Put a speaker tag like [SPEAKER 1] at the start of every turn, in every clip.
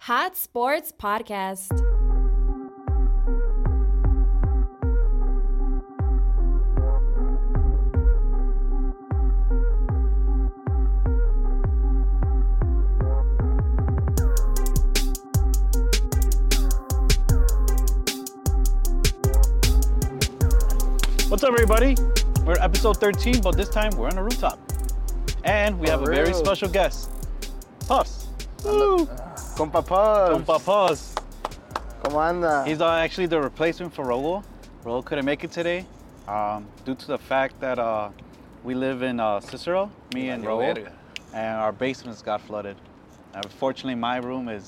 [SPEAKER 1] Hot Sports Podcast.
[SPEAKER 2] What's up, everybody? We're at episode 13, but this time we're on a rooftop. And we have a very
[SPEAKER 3] Alright. Uh,
[SPEAKER 2] special guest, Puffs. Woo!
[SPEAKER 3] Compa Pubs.
[SPEAKER 2] Compa Puffs.
[SPEAKER 3] ¿Cómo anda?
[SPEAKER 2] He's uh, actually the replacement for Rogo. Rogo couldn't make it today um, due to the fact that uh, we live in uh, Cicero, me and
[SPEAKER 3] Valió
[SPEAKER 2] Rogo,
[SPEAKER 3] verga.
[SPEAKER 2] and our basements got flooded. Unfortunately, my room is.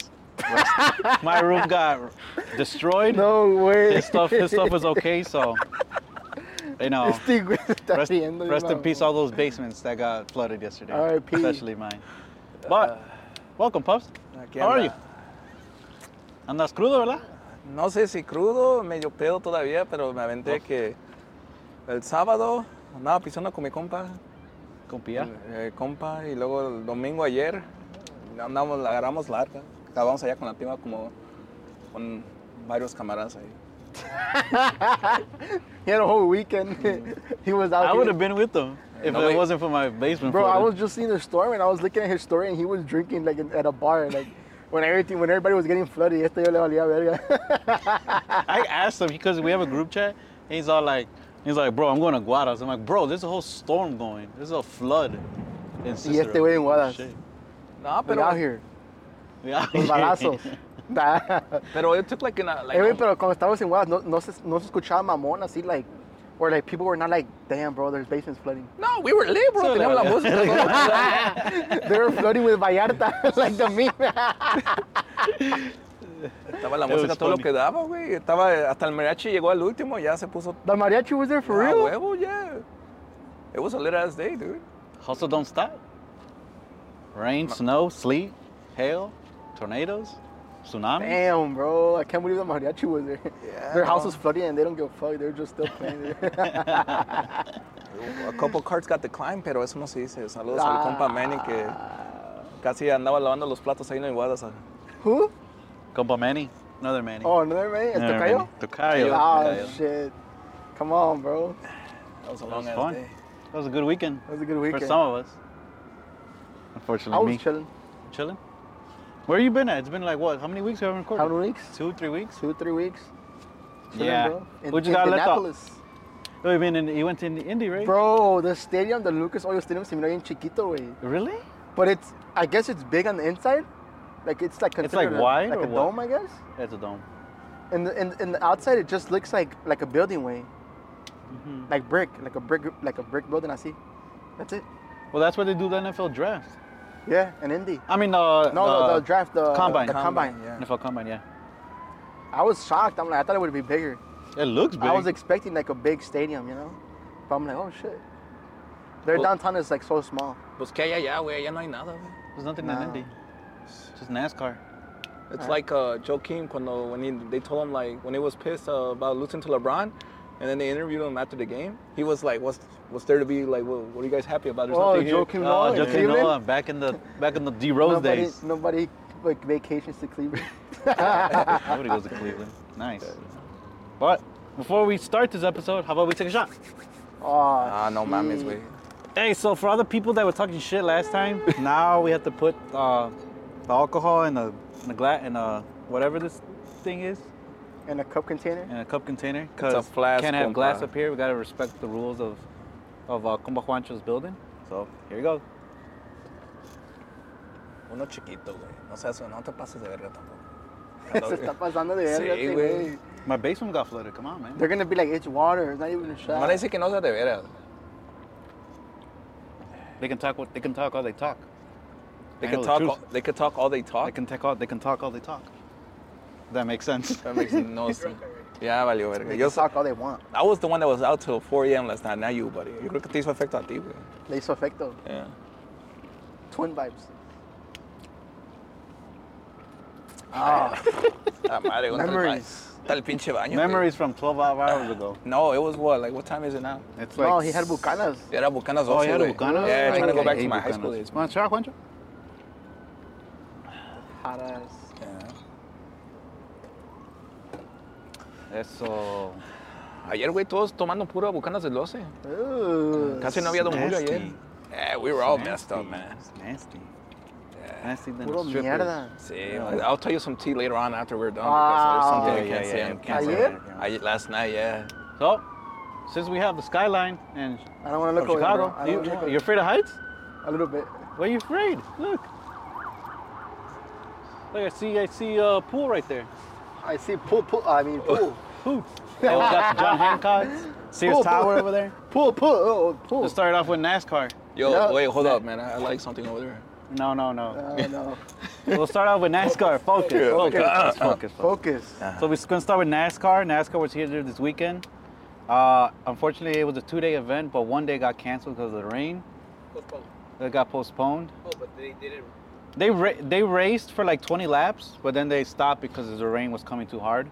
[SPEAKER 2] my room got destroyed.
[SPEAKER 3] No, güey.
[SPEAKER 2] His stuff, his stuff was okay, so. You know.
[SPEAKER 3] Este güey se está
[SPEAKER 2] um, Rest,
[SPEAKER 3] riendo.
[SPEAKER 2] rest in peace, all those basements that got flooded yesterday.
[SPEAKER 3] R.I.P..
[SPEAKER 2] Especially mine.
[SPEAKER 3] Uh,
[SPEAKER 2] But, welcome, Pups.
[SPEAKER 4] Aquí
[SPEAKER 2] How are
[SPEAKER 4] anda.
[SPEAKER 2] you? Andas crudo, ¿verdad?
[SPEAKER 4] No sé si crudo, medio pedo todavía, pero me aventé que el sábado andaba pisando con mi compa,
[SPEAKER 2] Compía.
[SPEAKER 4] eh, compa, y luego el domingo ayer andamos, la agarramos larga. Acabamos allá con la prima como con varios camaradas ahí.
[SPEAKER 3] He had a whole weekend. he was out
[SPEAKER 2] I
[SPEAKER 3] here.
[SPEAKER 2] would have been with them if
[SPEAKER 4] No
[SPEAKER 2] it
[SPEAKER 4] way.
[SPEAKER 2] wasn't for my basement.
[SPEAKER 3] Bro, I
[SPEAKER 2] flooding.
[SPEAKER 3] was just seeing the story and I was looking at his story and he was drinking like in- at a bar. Like when everything, when everybody was getting flooded, este yo le valía verga.
[SPEAKER 2] I asked him because we have a group chat, and he's all like, he's like, bro, I'm going to Guadas. I'm like, bro, there's a whole storm going. There's a flood in Cicero.
[SPEAKER 3] este güey en Guadas.
[SPEAKER 2] Shit.
[SPEAKER 4] No,
[SPEAKER 3] But
[SPEAKER 4] pero,
[SPEAKER 3] out here,
[SPEAKER 2] Yeah.
[SPEAKER 3] los balazos. Nah.
[SPEAKER 4] pero it took like, an- uh, like
[SPEAKER 3] Eh, güey, pero cuando estábamos en Guadas, no, no, se, no se escuchaba mamón así, like, or like people were not like, damn, bro, there's basements flooding.
[SPEAKER 4] No, we were lit, bro.
[SPEAKER 2] Sí,
[SPEAKER 4] Teníamos la
[SPEAKER 2] la-
[SPEAKER 4] música. todo.
[SPEAKER 3] they were flooding with Vallarta, like the meme.
[SPEAKER 4] Estaba la
[SPEAKER 2] It was
[SPEAKER 4] música todo lo
[SPEAKER 2] funny.
[SPEAKER 4] que daba, güey. Estaba, eh, hasta el mariachi llegó al último, ya se puso
[SPEAKER 3] The mariachi was there
[SPEAKER 2] Ah,
[SPEAKER 3] for
[SPEAKER 4] a
[SPEAKER 3] real.
[SPEAKER 4] huevo, yeah. It was a lit ass day, dude.
[SPEAKER 2] Hustle don't stop. Rain, snow, sleet, hail, tornadoes, tsunami.
[SPEAKER 3] Damn, bro. I can't believe the mariachi was there.
[SPEAKER 4] Yeah,
[SPEAKER 3] Their house
[SPEAKER 4] bro.
[SPEAKER 3] was flooded and they don't give a fuck. They're just still playing there.
[SPEAKER 4] A couple cards got declined, pero eso no se dice. Saludos
[SPEAKER 3] Ah.
[SPEAKER 4] al compa Manny que casi andaba lavando los platos ahí en el Guadalajara.
[SPEAKER 3] Who?
[SPEAKER 2] Compa Manny, another Manny.
[SPEAKER 3] Oh, another man? It's
[SPEAKER 2] Another
[SPEAKER 3] Tocayo?
[SPEAKER 2] Manny. Tocayo.
[SPEAKER 3] Oh,
[SPEAKER 2] Tocayo.
[SPEAKER 3] shit. Come on, bro.
[SPEAKER 4] That was a
[SPEAKER 2] That was
[SPEAKER 4] long ass
[SPEAKER 2] fun.
[SPEAKER 4] day.
[SPEAKER 2] That was a good weekend.
[SPEAKER 3] That was a good
[SPEAKER 2] For
[SPEAKER 3] weekend.
[SPEAKER 2] some of us.
[SPEAKER 3] I
[SPEAKER 2] Unfortunately,
[SPEAKER 3] was
[SPEAKER 2] me.
[SPEAKER 3] chilling.
[SPEAKER 2] Chilling. Where you been at? It's been like what? How many weeks have we recorded?
[SPEAKER 3] How many weeks?
[SPEAKER 2] Two, three weeks.
[SPEAKER 3] Two, three weeks. Chilling,
[SPEAKER 2] Yeah.
[SPEAKER 3] Bro. In,
[SPEAKER 2] We just gotta let the-
[SPEAKER 3] Indianapolis.
[SPEAKER 2] Oh, you been in? You went to Indy, right?
[SPEAKER 3] Bro, the stadium, the Lucas Oil Stadium, se mira bien chiquito, güey.
[SPEAKER 2] Really?
[SPEAKER 3] But it's, I guess it's big on the inside. Like it's like
[SPEAKER 2] It's, like,
[SPEAKER 3] considered a-
[SPEAKER 2] wide
[SPEAKER 3] like
[SPEAKER 2] or
[SPEAKER 3] a
[SPEAKER 2] what?
[SPEAKER 3] dome, I guess.
[SPEAKER 2] That's a dome.
[SPEAKER 3] And the, and, and the outside, it just looks like like a building way,
[SPEAKER 4] Mm-hmm.
[SPEAKER 3] like brick, like a brick, like a brick building. I see. That's it.
[SPEAKER 2] Well, that's where they do the NFL draft.
[SPEAKER 3] Yeah, an indie.
[SPEAKER 2] I mean, uh,
[SPEAKER 3] No, the, the draft, the
[SPEAKER 2] combine.
[SPEAKER 3] The combine.
[SPEAKER 4] Combine, yeah.
[SPEAKER 2] NFL combine. Yeah.
[SPEAKER 3] I was shocked. I'm like, I thought it would be bigger.
[SPEAKER 2] It looks big.
[SPEAKER 3] I was expecting like a big stadium, you know. But I'm like, oh shit. Their
[SPEAKER 4] Well-
[SPEAKER 3] downtown is like so small.
[SPEAKER 4] Pues que hay allá, güey. Allá no hay nada, güey.
[SPEAKER 2] There's nothing
[SPEAKER 3] No.
[SPEAKER 2] in Indy. Just NASCAR.
[SPEAKER 4] It's like uh, Joe Kim cuando when he, they told him like when he was pissed uh, about losing to LeBron, and then they interviewed him after the game. He was like, "What's what's there to be like? What, what are you guys happy about? There's
[SPEAKER 3] Oh,
[SPEAKER 4] nothing
[SPEAKER 3] Joe
[SPEAKER 4] here."
[SPEAKER 3] Kim
[SPEAKER 2] Oh,
[SPEAKER 3] Nolan.
[SPEAKER 2] Joe Kim
[SPEAKER 3] Cleveland?
[SPEAKER 2] Nolan back in the back in the D Rose
[SPEAKER 3] nobody,
[SPEAKER 2] days.
[SPEAKER 3] nobody like vacations to Cleveland.
[SPEAKER 2] Nobody goes to Cleveland. Nice. But before we start this episode, how about we take a shot?
[SPEAKER 3] oh,
[SPEAKER 4] Ah, no mames,
[SPEAKER 3] shit.
[SPEAKER 4] güey.
[SPEAKER 2] Hey, so for all the people that were talking shit last time, now we have to put uh, the alcohol in a in a glass in a uh, whatever this thing is
[SPEAKER 3] In a cup container.
[SPEAKER 2] in a cup container because
[SPEAKER 4] flask,
[SPEAKER 2] can't have glass
[SPEAKER 4] compa.
[SPEAKER 2] up here. We gotta respect the rules of of uh, Compa Juancho's building. So here you go.
[SPEAKER 4] Uno chiquito, güey. No seas, no te pases de verga tampoco.
[SPEAKER 3] Se está pasando de verga,
[SPEAKER 4] Sí,
[SPEAKER 3] este
[SPEAKER 4] güey.
[SPEAKER 3] güey.
[SPEAKER 2] My basement got flooded. Come on, man.
[SPEAKER 3] They're gonna be like, it's water. It's not even a shot.
[SPEAKER 4] Van a decir que no seas de veras.
[SPEAKER 2] They can talk. What they can talk all they talk.
[SPEAKER 4] They
[SPEAKER 2] I know
[SPEAKER 4] can
[SPEAKER 2] the
[SPEAKER 4] talk.
[SPEAKER 2] truth.
[SPEAKER 4] all- they can talk all they
[SPEAKER 2] They
[SPEAKER 4] talk.
[SPEAKER 2] can talk all. They can talk all they talk. That makes sense.
[SPEAKER 4] That makes no sense. Ya valió verga.
[SPEAKER 3] They
[SPEAKER 4] Yo
[SPEAKER 3] can
[SPEAKER 4] so,
[SPEAKER 3] talk all they want.
[SPEAKER 4] I was the one that was out till 4 a.m. last night, not you, buddy. Yo creo que te hizo efecto a ti, güey.
[SPEAKER 3] Le hizo efecto.
[SPEAKER 4] Yeah.
[SPEAKER 3] Twin vibes.
[SPEAKER 4] La Ah, madre, ¿dónde está el ba-
[SPEAKER 3] Memories.
[SPEAKER 4] Está el pinche baño. güey?
[SPEAKER 2] Memories from 12 hours ago.
[SPEAKER 4] No, it was what? Like, what time is it now?
[SPEAKER 2] It's like
[SPEAKER 3] No, he had bucanas.
[SPEAKER 4] Era Bucanas 12,
[SPEAKER 2] Oh, yeah,
[SPEAKER 4] güey.
[SPEAKER 2] Bucanas.
[SPEAKER 4] Yeah, trying to
[SPEAKER 3] Okay.
[SPEAKER 4] go back to my high school days.
[SPEAKER 2] Want to try, Juancho?
[SPEAKER 3] Hot ass.
[SPEAKER 2] Eso.
[SPEAKER 4] Ayer, güey, todos tomando pura bucanas del 12.
[SPEAKER 3] Ooh.
[SPEAKER 4] Casi no había Don Julio ayer.
[SPEAKER 2] Nasty.
[SPEAKER 4] Yeah, we were all Oh, messed up, man.
[SPEAKER 2] It's nasty. Nasty than
[SPEAKER 3] Puro
[SPEAKER 2] a stripper.
[SPEAKER 3] mierda.
[SPEAKER 4] See, I'll tell you some tea later on after we're done.
[SPEAKER 3] Ah.
[SPEAKER 4] because there's something
[SPEAKER 2] Yeah,
[SPEAKER 4] I can't
[SPEAKER 2] yeah,
[SPEAKER 4] say.
[SPEAKER 2] yeah,
[SPEAKER 4] on
[SPEAKER 2] you can't
[SPEAKER 3] say
[SPEAKER 4] camera.
[SPEAKER 2] that,
[SPEAKER 4] I, last night, yeah.
[SPEAKER 2] So, since we have the skyline and
[SPEAKER 3] I don't want to
[SPEAKER 2] of
[SPEAKER 3] look over
[SPEAKER 2] Chicago,
[SPEAKER 3] Him, bro. I
[SPEAKER 2] you,
[SPEAKER 3] don't wanna look
[SPEAKER 2] you're
[SPEAKER 3] over-
[SPEAKER 2] afraid of heights?
[SPEAKER 3] a little bit.
[SPEAKER 2] Why are you afraid? Look. Look, I see, I see a pool right there.
[SPEAKER 3] I see pool, pool. I mean pool,
[SPEAKER 2] Pool. They always got the John Hancock, Sears
[SPEAKER 3] Pool, pool.
[SPEAKER 2] Tower over there.
[SPEAKER 3] pool, pool, oh, pool.
[SPEAKER 2] Let's start off with NASCAR.
[SPEAKER 4] Yo,
[SPEAKER 3] Yeah.
[SPEAKER 4] wait, hold up, man. I, I like something over there.
[SPEAKER 2] No, no, no.
[SPEAKER 3] I don't know.
[SPEAKER 2] We'll start off with NASCAR. Focus,
[SPEAKER 4] Yeah.
[SPEAKER 2] focus,
[SPEAKER 4] Uh,
[SPEAKER 3] Uh-huh.
[SPEAKER 2] focus, focus.
[SPEAKER 3] Focus.
[SPEAKER 2] So we're gonna start with NASCAR. NASCAR was here this weekend. Uh, unfortunately, it was a two-day event, but one day got canceled because of the rain. It got postponed.
[SPEAKER 4] Oh, but they didn't.
[SPEAKER 2] They ra- they raced for like 20 laps, but then they stopped because the rain was coming too hard.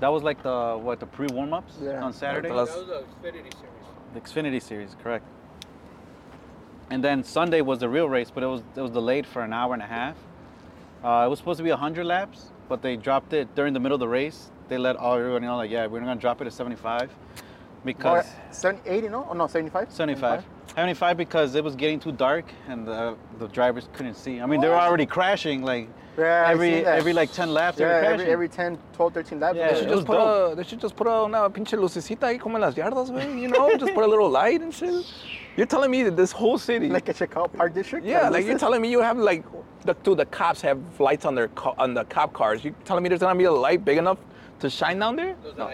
[SPEAKER 2] That was like the what the pre-warm-ups
[SPEAKER 3] Yeah.
[SPEAKER 2] on Saturday.
[SPEAKER 4] That was
[SPEAKER 5] the Xfinity series.
[SPEAKER 2] The Xfinity Series, correct. And then Sunday was the real race, but it was it was delayed for an hour and a half. Uh, it was supposed to be 100 laps, but they dropped it during the middle of the race. They let all everyone know, like, yeah, we're gonna drop it to 75
[SPEAKER 3] Or
[SPEAKER 2] because
[SPEAKER 3] 70, 80, no? Oh, no, 75?
[SPEAKER 2] 75, 75 because it was getting too dark and the, the drivers couldn't see. I mean, they were already crashing like
[SPEAKER 3] Yeah, I seen
[SPEAKER 2] every
[SPEAKER 3] that.
[SPEAKER 2] every like 10 laps. they were
[SPEAKER 3] Yeah, every,
[SPEAKER 2] crashing.
[SPEAKER 3] every 10, 12, 13 laps.
[SPEAKER 2] Yeah,
[SPEAKER 4] They
[SPEAKER 3] they
[SPEAKER 4] should
[SPEAKER 2] it
[SPEAKER 3] should
[SPEAKER 2] was
[SPEAKER 4] just put a, they should just put a, una pinche lucecita ahí como en las yardas, güey. You know, just put a little light and shit. You're telling me that this whole city.
[SPEAKER 3] just- Like a Chicago Park District?
[SPEAKER 4] yeah, like you're
[SPEAKER 3] this-
[SPEAKER 4] telling me you have like, the, dude, the cops have lights on their co- on the cop cars. You telling me there's gonna be a light big enough to shine down there? No.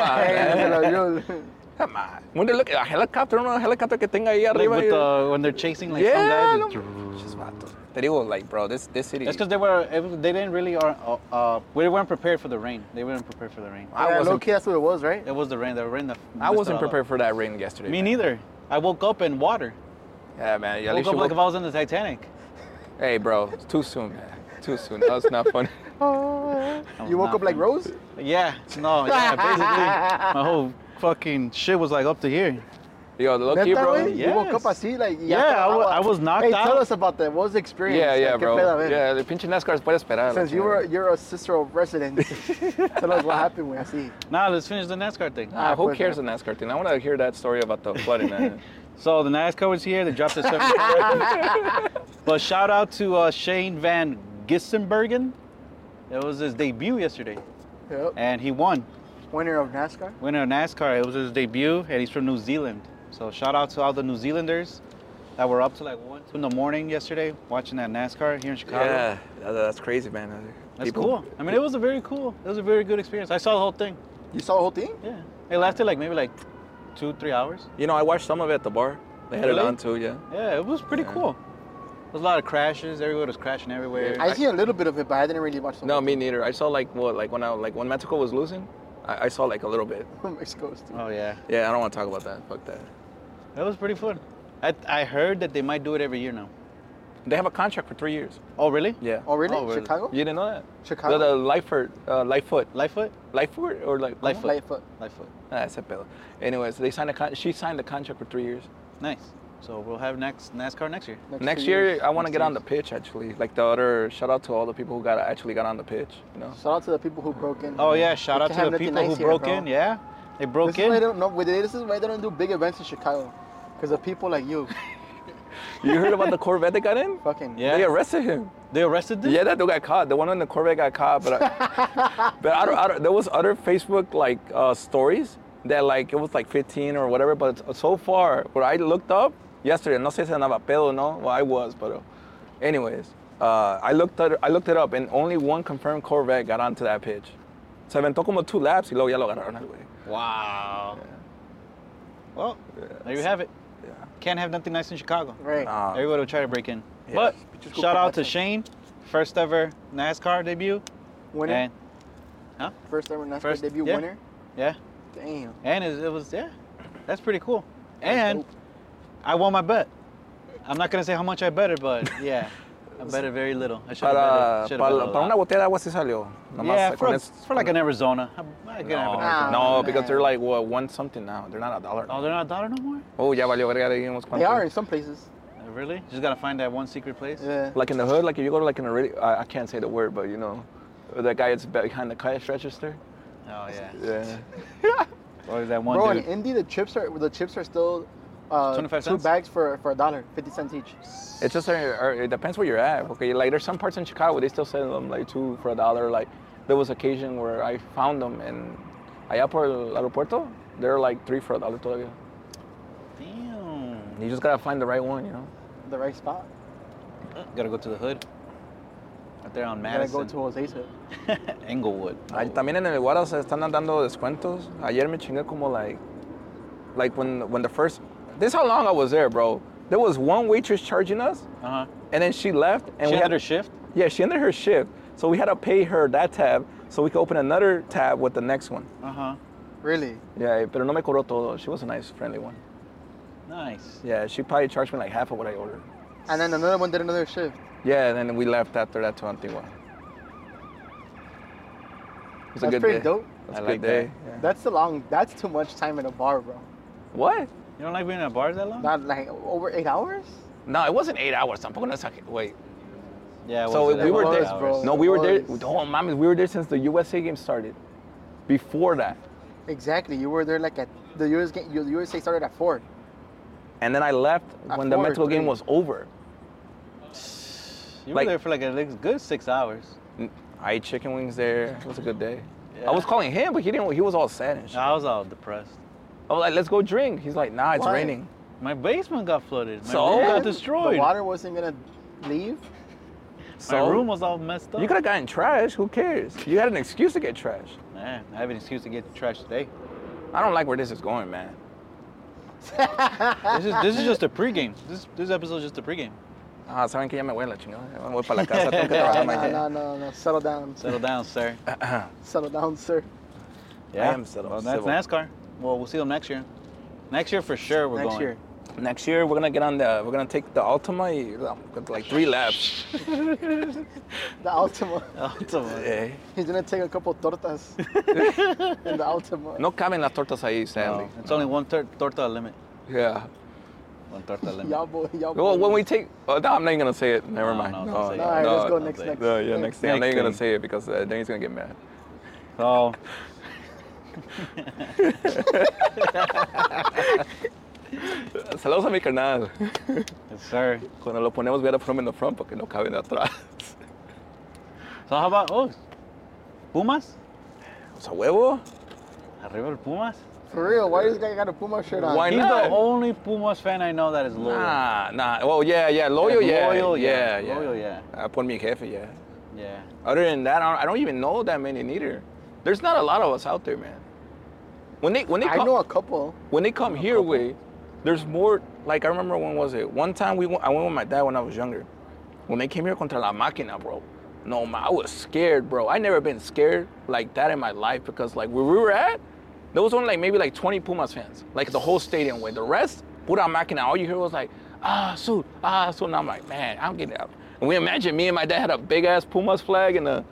[SPEAKER 4] on,
[SPEAKER 3] Hey,
[SPEAKER 4] man.
[SPEAKER 3] no, no, no.
[SPEAKER 4] Come on. When they look at a helicopter, no helicopter que tenga ahí
[SPEAKER 2] like
[SPEAKER 4] arriba.
[SPEAKER 2] with
[SPEAKER 4] y-
[SPEAKER 2] the, when they're chasing like some
[SPEAKER 4] Yeah,
[SPEAKER 2] guys.
[SPEAKER 4] no.
[SPEAKER 2] it's-
[SPEAKER 4] Just vatos. Te digo, like, bro, this this city.
[SPEAKER 2] That's because they were it was- they didn't really are uh, uh, we weren't prepared for the rain. They weren't prepared for the rain.
[SPEAKER 4] I
[SPEAKER 3] yeah,
[SPEAKER 4] wasn't-
[SPEAKER 3] low key, that's what it was, right?
[SPEAKER 2] It was the rain. The rain. That
[SPEAKER 4] I wasn't prepared for that rain yesterday.
[SPEAKER 2] Me
[SPEAKER 4] man.
[SPEAKER 2] neither. I woke up in water.
[SPEAKER 4] Yeah, man. At
[SPEAKER 2] I woke
[SPEAKER 4] least
[SPEAKER 2] up
[SPEAKER 4] you
[SPEAKER 2] like if
[SPEAKER 4] woke-
[SPEAKER 2] I was in the Titanic.
[SPEAKER 4] Hey, bro, it's too soon, man. Too soon. That was not fun.
[SPEAKER 3] you woke up like
[SPEAKER 2] nothing.
[SPEAKER 3] Rose?
[SPEAKER 2] Yeah. No. Yeah. Basically, my whole fucking shit was like up to here.
[SPEAKER 4] Yo, low
[SPEAKER 3] Neta,
[SPEAKER 4] key, bro.
[SPEAKER 3] güey? You woke up
[SPEAKER 2] Yes.
[SPEAKER 3] así, like, y
[SPEAKER 2] Yeah,
[SPEAKER 3] hasta
[SPEAKER 2] I wa-
[SPEAKER 3] agua.
[SPEAKER 2] I was knocked
[SPEAKER 3] hey, tell
[SPEAKER 2] out.
[SPEAKER 3] us about that. What was the experience?
[SPEAKER 4] Yeah, yeah,
[SPEAKER 3] Like, ¿qué
[SPEAKER 4] bro.
[SPEAKER 3] pedo? A ver.
[SPEAKER 4] Yeah, el pinche NASCAR puede esperar. la
[SPEAKER 3] Since you
[SPEAKER 4] chingada.
[SPEAKER 3] were, you're a sister of resident, tell us what happened, güey, así.
[SPEAKER 2] Now let's finish the NASCAR thing.
[SPEAKER 4] Ah, who
[SPEAKER 3] pues,
[SPEAKER 4] cares the
[SPEAKER 3] man.
[SPEAKER 4] NASCAR thing? I want to hear that story about the flooding, man.
[SPEAKER 2] So the NASCAR was here. They dropped the seven. but shout out to uh, Shane Van Gissenbergen. It was his debut yesterday,
[SPEAKER 3] Yep.
[SPEAKER 2] and he won.
[SPEAKER 3] Winner of NASCAR?
[SPEAKER 2] winner of NASCAR. It was his debut, and he's from New Zealand. So shout out to all the New Zealanders that were up to like one, two in the morning yesterday watching that NASCAR here in Chicago.
[SPEAKER 4] yeah, that- that's crazy, man.
[SPEAKER 2] That's
[SPEAKER 4] People-
[SPEAKER 2] cool. I mean, it was a very cool. It was a very good experience. I saw the whole thing.
[SPEAKER 3] You saw the whole thing?
[SPEAKER 2] Yeah, it lasted like maybe like two, three hours.
[SPEAKER 4] You know, I watched some of it at the bar. They had it
[SPEAKER 2] Really?
[SPEAKER 4] on too, yeah.
[SPEAKER 2] Yeah, it was pretty
[SPEAKER 4] Yeah.
[SPEAKER 2] cool. There was a lot of crashes. Everyone was crashing everywhere.
[SPEAKER 3] I see a little bit of it, but I didn't really watch the
[SPEAKER 4] No,
[SPEAKER 3] whole
[SPEAKER 4] me neither. I saw like what, like when I like when Mexico was losing, I, I saw like a little bit.
[SPEAKER 3] thing. Mexico's too.
[SPEAKER 2] oh yeah,
[SPEAKER 4] Yeah, I don't want to talk about that. Fuck that.
[SPEAKER 2] that was pretty fun. I, I heard that they might do it every year now.
[SPEAKER 4] They have a contract for three years.
[SPEAKER 2] Oh really?
[SPEAKER 4] Yeah.
[SPEAKER 3] Oh, really?
[SPEAKER 2] Oh, really?
[SPEAKER 3] Chicago?
[SPEAKER 4] You didn't know that?
[SPEAKER 3] Chicago?
[SPEAKER 4] The, the Lightfoot, uh, Lightfoot,
[SPEAKER 2] Lightfoot?
[SPEAKER 4] Lightfoot or like
[SPEAKER 2] Lightfoot.
[SPEAKER 3] Lightfoot.
[SPEAKER 2] Lightfoot.
[SPEAKER 4] Ah, ese pedo. Anyways, they signed a con- she signed the contract for three years.
[SPEAKER 2] Nice. So we'll have next NASCAR next year.
[SPEAKER 3] Next
[SPEAKER 4] Next,
[SPEAKER 3] two
[SPEAKER 4] year,
[SPEAKER 3] years.
[SPEAKER 4] I want to
[SPEAKER 3] Next
[SPEAKER 4] get
[SPEAKER 3] two
[SPEAKER 4] on the pitch actually. Like the other shout out to all the people who got actually got on the pitch. You know.
[SPEAKER 3] Shout out to the people who broke in.
[SPEAKER 2] Oh yeah, shout
[SPEAKER 3] We
[SPEAKER 2] out
[SPEAKER 3] can't
[SPEAKER 2] to
[SPEAKER 3] have
[SPEAKER 2] the
[SPEAKER 3] nothing
[SPEAKER 2] people
[SPEAKER 3] nice
[SPEAKER 2] who
[SPEAKER 3] here,
[SPEAKER 2] broke
[SPEAKER 3] bro.
[SPEAKER 2] in. Yeah, they broke
[SPEAKER 3] This is why they
[SPEAKER 2] in.
[SPEAKER 3] don't know. This is why they don't do big events in Chicago, because of people like you.
[SPEAKER 4] you heard about the Corvette that got in?
[SPEAKER 3] Fucking.
[SPEAKER 2] Yeah.
[SPEAKER 4] They arrested him.
[SPEAKER 2] They arrested them.
[SPEAKER 4] Yeah, that dude got caught. The one on the Corvette got caught, but I, but I don't, I don't, there was other Facebook like uh, stories that like it was like 15 or whatever. But so far, what I looked up yesterday, no sé si andaba pedo, no. Well, I was, but uh, anyways, uh, I looked at, I looked it up, and only one confirmed Corvette got onto that pitch. Se aventó como two laps y luego ya lo agarraron al güey.
[SPEAKER 2] Wow. Well, there you have it. Can't have nothing nice in Chicago.
[SPEAKER 3] Right.
[SPEAKER 4] Nah.
[SPEAKER 2] Everybody will try to break in.
[SPEAKER 4] Yeah.
[SPEAKER 2] But
[SPEAKER 3] Just go
[SPEAKER 2] shout
[SPEAKER 3] for
[SPEAKER 2] out to
[SPEAKER 3] that
[SPEAKER 2] Shane, first ever NASCAR debut.
[SPEAKER 3] winner.
[SPEAKER 2] And huh?
[SPEAKER 3] first ever NASCAR
[SPEAKER 2] First-
[SPEAKER 3] debut
[SPEAKER 2] yeah.
[SPEAKER 3] winner.
[SPEAKER 2] Yeah.
[SPEAKER 3] Damn.
[SPEAKER 2] And it, it was yeah. That's pretty cool. And
[SPEAKER 3] dope.
[SPEAKER 2] I won my bet. I'm not gonna say how much I betted, but yeah, I betted very little. I should have
[SPEAKER 4] Para,
[SPEAKER 2] betted. Should have
[SPEAKER 4] para,
[SPEAKER 2] betted a
[SPEAKER 4] para una
[SPEAKER 2] lot.
[SPEAKER 4] botella de agua sí salió. Nomás
[SPEAKER 2] Yeah,
[SPEAKER 4] con
[SPEAKER 2] for,
[SPEAKER 4] es-
[SPEAKER 2] for like an Arizona. I, I could have an Arizona.
[SPEAKER 4] No,
[SPEAKER 3] Oh,
[SPEAKER 4] no, because
[SPEAKER 3] man.
[SPEAKER 4] they're like what one something now. They're not a dollar.
[SPEAKER 2] Oh, they're not a dollar no more?
[SPEAKER 4] Oh, ya valió verga de ahí unos
[SPEAKER 3] They
[SPEAKER 4] cuantos.
[SPEAKER 3] are in some places.
[SPEAKER 2] Uh, Really? You just gotta find that one secret place.
[SPEAKER 3] Yeah.
[SPEAKER 4] Like in the hood, like if you go to like in a really, I, I can't say the word, but you know, that guy that's behind the cash register.
[SPEAKER 2] Oh yeah.
[SPEAKER 4] Yeah.
[SPEAKER 2] Or that one
[SPEAKER 3] Bro, in
[SPEAKER 2] dude.
[SPEAKER 3] Indy, the chips are the chips are still uh,
[SPEAKER 2] 25
[SPEAKER 3] two
[SPEAKER 2] cents?
[SPEAKER 3] bags for for a dollar, fifty cents each.
[SPEAKER 4] It's just, uh, uh, it depends where you're at. Okay, like there's some parts in Chicago where they still sell them like two for a dollar. Like there was occasion where I found them and allá por el aeropuerto, they're like three for a dollar todavía.
[SPEAKER 2] Damn.
[SPEAKER 4] You just gotta find the right one, you know.
[SPEAKER 3] The right spot.
[SPEAKER 2] Gotta go to the hood. Out there on
[SPEAKER 3] You gotta
[SPEAKER 2] Madison.
[SPEAKER 3] go to Jose's hood.
[SPEAKER 2] Englewood. Oh.
[SPEAKER 4] Ay, También en el Guara se están dando descuentos. Ayer me chingué como like, like when when the first, this is how long I was there, bro. There was one waitress charging us,
[SPEAKER 2] Uh huh.
[SPEAKER 4] and then she left,
[SPEAKER 2] She
[SPEAKER 4] and we
[SPEAKER 2] had
[SPEAKER 4] had
[SPEAKER 2] her shift.
[SPEAKER 4] Yeah, she ended her shift, so we had to pay her that tab, so we could open another tab with the next one.
[SPEAKER 2] Uh huh.
[SPEAKER 3] Really?
[SPEAKER 4] Yeah, eh, pero no me cobró todo. She was a nice, friendly one.
[SPEAKER 2] Nice.
[SPEAKER 4] Yeah, she probably charged me like half of what I ordered.
[SPEAKER 3] And then another one did another shift.
[SPEAKER 4] Yeah, and then we left after that to Antigua. It was
[SPEAKER 3] That's
[SPEAKER 4] a good
[SPEAKER 3] pretty
[SPEAKER 4] day.
[SPEAKER 3] dope.
[SPEAKER 4] It was
[SPEAKER 2] I
[SPEAKER 4] a
[SPEAKER 2] like
[SPEAKER 4] good day. yeah.
[SPEAKER 3] That's a long. That's too much time in a bar, bro.
[SPEAKER 4] What?
[SPEAKER 2] You don't like being in a bar that long?
[SPEAKER 3] Not like over eight hours.
[SPEAKER 4] No, it wasn't eight hours. Tampoco no es que- Wait.
[SPEAKER 2] yeah. it
[SPEAKER 4] So
[SPEAKER 2] wasn't
[SPEAKER 4] we
[SPEAKER 2] that
[SPEAKER 4] were
[SPEAKER 2] long
[SPEAKER 4] there,
[SPEAKER 2] hours.
[SPEAKER 3] bro.
[SPEAKER 4] No, we were there.
[SPEAKER 3] Hours.
[SPEAKER 4] Oh, mami, we were there since the USA game started. Before that.
[SPEAKER 3] Exactly. You were there like at the US game. The USA started at four.
[SPEAKER 4] And then I left
[SPEAKER 3] At
[SPEAKER 4] when the
[SPEAKER 3] four,
[SPEAKER 4] Metro game
[SPEAKER 3] three.
[SPEAKER 4] was over.
[SPEAKER 2] You were
[SPEAKER 4] Like-
[SPEAKER 2] there for like a good six hours.
[SPEAKER 4] I ate chicken wings there. It was a good day.
[SPEAKER 2] Yeah.
[SPEAKER 4] I was calling him, but he didn't. He was all sad and shit.
[SPEAKER 2] I was all depressed.
[SPEAKER 4] I was like, "Let's go drink." He's like, "Nah, it's
[SPEAKER 3] Why?
[SPEAKER 4] raining."
[SPEAKER 2] My basement got flooded. My
[SPEAKER 4] So?
[SPEAKER 2] room
[SPEAKER 4] Yeah,
[SPEAKER 2] got
[SPEAKER 3] And
[SPEAKER 2] destroyed.
[SPEAKER 3] The water wasn't gonna leave.
[SPEAKER 4] So
[SPEAKER 2] My room was all messed up.
[SPEAKER 4] you could have gotten trash. Who cares? You had an excuse to get trash.
[SPEAKER 2] Man, I have an excuse to get trash today.
[SPEAKER 4] I don't like where this is going, man.
[SPEAKER 2] This is this is just a pregame. This this episode is just a pregame.
[SPEAKER 4] Ah, saben que ya me voy a la chingada. Ya me voy para la casa. Tengo que
[SPEAKER 3] no,
[SPEAKER 4] trabajar mañana.
[SPEAKER 3] no, no, no. Settle down.
[SPEAKER 2] Settle down, sir.
[SPEAKER 3] Settle down, sir.
[SPEAKER 4] I am settled.
[SPEAKER 2] Well, that's
[SPEAKER 4] Civil.
[SPEAKER 2] NASCAR. Well, we'll see them next year. Next year for sure we're
[SPEAKER 3] Next
[SPEAKER 2] going.
[SPEAKER 3] year.
[SPEAKER 4] Next year we're gonna get on the. We're gonna take the Altima. y- Like three laps.
[SPEAKER 3] The Altima.
[SPEAKER 2] Oh, it's a-
[SPEAKER 4] Eh,
[SPEAKER 3] He's gonna take a couple tortas in the Altima.
[SPEAKER 4] No caben las tortas ahí, Stanley.
[SPEAKER 2] no, Oh, it's only one tor- torta limit.
[SPEAKER 4] Yeah.
[SPEAKER 2] One torta limit.
[SPEAKER 3] Y'all boy, y'all
[SPEAKER 4] Well,
[SPEAKER 3] boys.
[SPEAKER 4] when we take. Oh, no, I'm not even gonna say it. Never
[SPEAKER 2] No,
[SPEAKER 4] mind.
[SPEAKER 2] no, don't
[SPEAKER 4] no,
[SPEAKER 2] say it.
[SPEAKER 3] All right, let's go
[SPEAKER 2] no,
[SPEAKER 3] next,
[SPEAKER 2] they-
[SPEAKER 3] next.
[SPEAKER 4] No, yeah, next thing. I'm not
[SPEAKER 2] Next
[SPEAKER 4] even gonna
[SPEAKER 2] thing.
[SPEAKER 4] say it because uh, then he's gonna get mad.
[SPEAKER 2] So.
[SPEAKER 4] Saludos a mi canal.
[SPEAKER 2] Yes, sir.
[SPEAKER 4] Cuando lo ponemos, we gotta put him in the front porque no caben atrás.
[SPEAKER 2] So how about oh, Pumas?
[SPEAKER 4] O sea, huevo.
[SPEAKER 2] Arriba el Pumas.
[SPEAKER 3] For real, why this guy got a Puma shirt on?
[SPEAKER 4] Why
[SPEAKER 2] He's
[SPEAKER 4] not?
[SPEAKER 2] the only Pumas fan I know that is loyal.
[SPEAKER 4] Nah, nah. Oh, yeah, yeah. Loyal, yeah.
[SPEAKER 2] Loyal, yeah.
[SPEAKER 4] yeah.
[SPEAKER 2] Loyal, yeah.
[SPEAKER 4] Ah, por mi jefe, yeah.
[SPEAKER 2] Yeah.
[SPEAKER 4] Other than that, I don't, I don't even know that many neither. There's not a lot of us out there, man. When they when they
[SPEAKER 3] I
[SPEAKER 4] come,
[SPEAKER 3] know a couple.
[SPEAKER 4] when they come here,
[SPEAKER 2] couple.
[SPEAKER 4] way, there's more. Like I remember when was it? One time we went, I went with my dad when I was younger. When they came here contra la máquina, bro. No, ma, I was scared, bro. I never been scared like that in my life because like where we were at, there was only like maybe like 20 Pumas fans, like the whole stadium. Way the rest, pura máquina. All you hear was like ah suit, ah suit. And I'm like, man, I'm getting out. And we imagine me and my dad had a big ass Pumas flag and a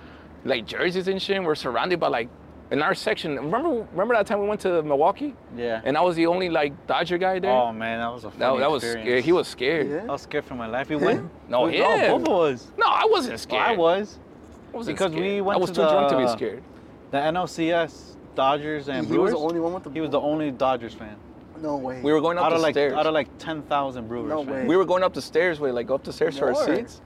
[SPEAKER 4] like jerseys and shit. And we're surrounded by like in our section. Remember, remember that time we went to Milwaukee?
[SPEAKER 2] Yeah.
[SPEAKER 4] And I was the only like Dodger guy there.
[SPEAKER 2] Oh man, that was a
[SPEAKER 4] that,
[SPEAKER 2] funny
[SPEAKER 4] that was
[SPEAKER 2] experience.
[SPEAKER 4] scared. He was scared.
[SPEAKER 3] Yeah?
[SPEAKER 2] I was scared for my life. He went.
[SPEAKER 4] No,
[SPEAKER 2] we,
[SPEAKER 4] him.
[SPEAKER 2] Oh, both of us.
[SPEAKER 4] No, I wasn't scared.
[SPEAKER 2] I was.
[SPEAKER 4] I wasn't
[SPEAKER 2] because we went
[SPEAKER 4] I was
[SPEAKER 2] to
[SPEAKER 4] too drunk to be
[SPEAKER 2] the-
[SPEAKER 4] scared.
[SPEAKER 2] The NLCS Dodgers and
[SPEAKER 3] He
[SPEAKER 2] Brewers.
[SPEAKER 3] was the only one with the-
[SPEAKER 2] He was the only Dodgers fan.
[SPEAKER 3] No way.
[SPEAKER 4] We were going up
[SPEAKER 2] Out
[SPEAKER 4] the
[SPEAKER 2] of like
[SPEAKER 4] stairs.
[SPEAKER 2] out of like ten thousand Brewers
[SPEAKER 3] No
[SPEAKER 2] fans.
[SPEAKER 3] way.
[SPEAKER 4] we were going up the stairs. We like go up the stairs to our
[SPEAKER 3] More.
[SPEAKER 4] seats.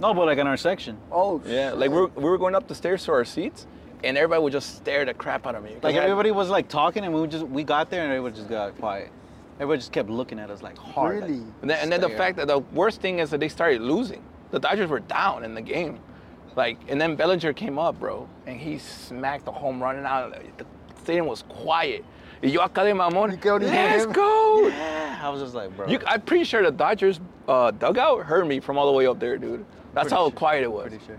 [SPEAKER 2] No, but like in our section.
[SPEAKER 3] Oh,
[SPEAKER 4] Yeah,
[SPEAKER 3] shit.
[SPEAKER 4] like we were, we were going up the stairs to our seats, and everybody would just stare the crap out of me.
[SPEAKER 2] Like
[SPEAKER 4] I-
[SPEAKER 2] everybody was like talking, and we would just we got there, and everybody just got quiet. Everybody just kept looking at us like hard. like,
[SPEAKER 3] Really?
[SPEAKER 4] And then, and then the
[SPEAKER 2] stare.
[SPEAKER 4] fact that the worst thing is that they started losing. The Dodgers were down in the game, like, and then Bellinger came up, bro, and he smacked a home run, and I, the stadium was quiet. Y yo acá de
[SPEAKER 3] You
[SPEAKER 4] mamón,
[SPEAKER 3] could only hear
[SPEAKER 4] let's
[SPEAKER 3] him."
[SPEAKER 4] go.
[SPEAKER 2] yeah, I was just like, bro.
[SPEAKER 4] You, I'm pretty sure the Dodgers uh, dugout heard me from all the way up there, dude. That's
[SPEAKER 2] Pretty
[SPEAKER 4] how
[SPEAKER 2] sure.
[SPEAKER 4] quiet it was.
[SPEAKER 2] pretty sure.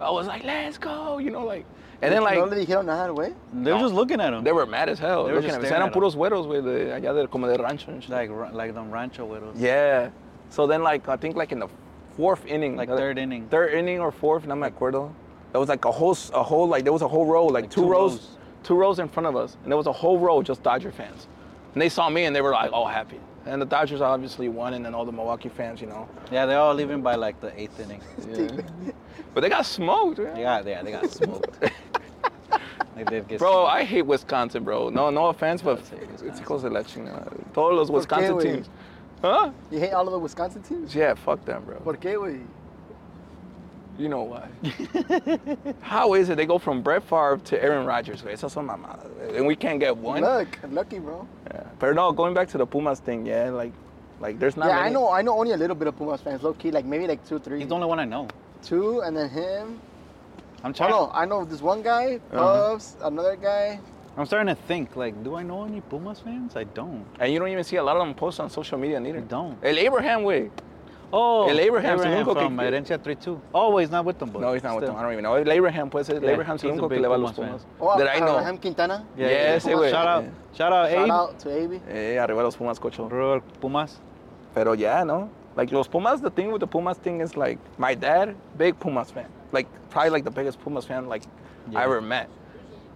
[SPEAKER 4] I was like, let's go, you know, like, and then like.
[SPEAKER 3] No le dijeron nada, güey.
[SPEAKER 2] They were
[SPEAKER 4] No.
[SPEAKER 2] just looking at him.
[SPEAKER 4] They were mad as hell.
[SPEAKER 2] They were
[SPEAKER 4] looking
[SPEAKER 2] just
[SPEAKER 4] at me.
[SPEAKER 2] staring
[SPEAKER 4] Eran
[SPEAKER 2] at 'em.
[SPEAKER 4] puros güeros, güey, de allá de, como de rancho and shit.
[SPEAKER 2] like ra- like them rancho widows.
[SPEAKER 4] yeah. So then, like, I think, like, in the fourth inning.
[SPEAKER 2] Like
[SPEAKER 4] the-
[SPEAKER 2] third inning.
[SPEAKER 4] Third inning or fourth, no me acuerdo. There was, like, a whole, s- a whole, like, there was a whole row, like,
[SPEAKER 2] Like
[SPEAKER 4] two,
[SPEAKER 2] two
[SPEAKER 4] rows,
[SPEAKER 2] rows.
[SPEAKER 4] two rows in front of us. And there was a whole row of just Dodger fans. And they saw me and they were, like, all happy. And the Dodgers obviously won, and then all the Milwaukee fans, you know.
[SPEAKER 2] Yeah, they're all leaving by like the eighth inning.
[SPEAKER 4] But they got smoked, man.
[SPEAKER 2] They got, yeah, they got smoked. they did get
[SPEAKER 4] Bro,
[SPEAKER 2] smoked.
[SPEAKER 4] I hate Wisconsin, bro. No, no offense, but
[SPEAKER 2] I'd say
[SPEAKER 4] it's a
[SPEAKER 2] Wisconsin.
[SPEAKER 4] close election. uh, Todos los Wisconsin
[SPEAKER 3] güey?
[SPEAKER 4] teams. Huh?
[SPEAKER 3] You hate all of the Wisconsin teams?
[SPEAKER 4] Yeah, fuck them, bro.
[SPEAKER 3] ¿Por qué, güey?
[SPEAKER 4] You know why? How is it they go from Brett Favre to Aaron Rodgers? güey? Esas son mamadas. güey. And we can't get one.
[SPEAKER 3] Look, lucky, bro.
[SPEAKER 4] Yeah. But no, going back to the Pumas thing, yeah, like, like there's not.
[SPEAKER 3] yeah, I
[SPEAKER 4] many-
[SPEAKER 3] know. I know only a little bit of Pumas fans, low key. Like maybe like two, three.
[SPEAKER 2] He's the only one I know.
[SPEAKER 3] two, and then him.
[SPEAKER 2] I'm
[SPEAKER 3] Oh
[SPEAKER 2] trying.
[SPEAKER 3] no, I know this one guy,
[SPEAKER 4] Uh-huh.
[SPEAKER 3] Puffs, another guy.
[SPEAKER 2] I'm starting to think like, do I know any Pumas fans? I don't.
[SPEAKER 4] And you don't even see a lot of them post on social media neither.
[SPEAKER 2] I don't.
[SPEAKER 4] El Abraham way.
[SPEAKER 2] Oh,
[SPEAKER 4] El Abraham Soluco
[SPEAKER 2] from
[SPEAKER 4] que-
[SPEAKER 2] Herencia 3-2. Oh, he's not with them, but
[SPEAKER 4] No, he's not with
[SPEAKER 2] still.
[SPEAKER 4] them. I don't even know. El Abraham puede ser. El
[SPEAKER 2] Yeah,
[SPEAKER 4] Abraham es el
[SPEAKER 2] he's a
[SPEAKER 4] único que
[SPEAKER 2] big
[SPEAKER 4] le va a los
[SPEAKER 2] Pumas
[SPEAKER 4] Pumas.
[SPEAKER 3] Oh,
[SPEAKER 4] that I know.
[SPEAKER 3] Abraham Quintana.
[SPEAKER 2] Yeah,
[SPEAKER 4] Yeah,
[SPEAKER 2] yeah,
[SPEAKER 4] ese
[SPEAKER 2] yeah.
[SPEAKER 4] güey.
[SPEAKER 2] Shout out, shout out,
[SPEAKER 3] Shout
[SPEAKER 2] Abe.
[SPEAKER 3] out to AB.
[SPEAKER 4] Eh, arriba los Pumas, cocho.
[SPEAKER 2] Bro, Pumas.
[SPEAKER 4] Pero yeah, no. Like los Pumas, the thing with the Pumas thing is like my dad, big Pumas fan. Like probably like the biggest Pumas fan like
[SPEAKER 2] Yeah.
[SPEAKER 4] I ever met.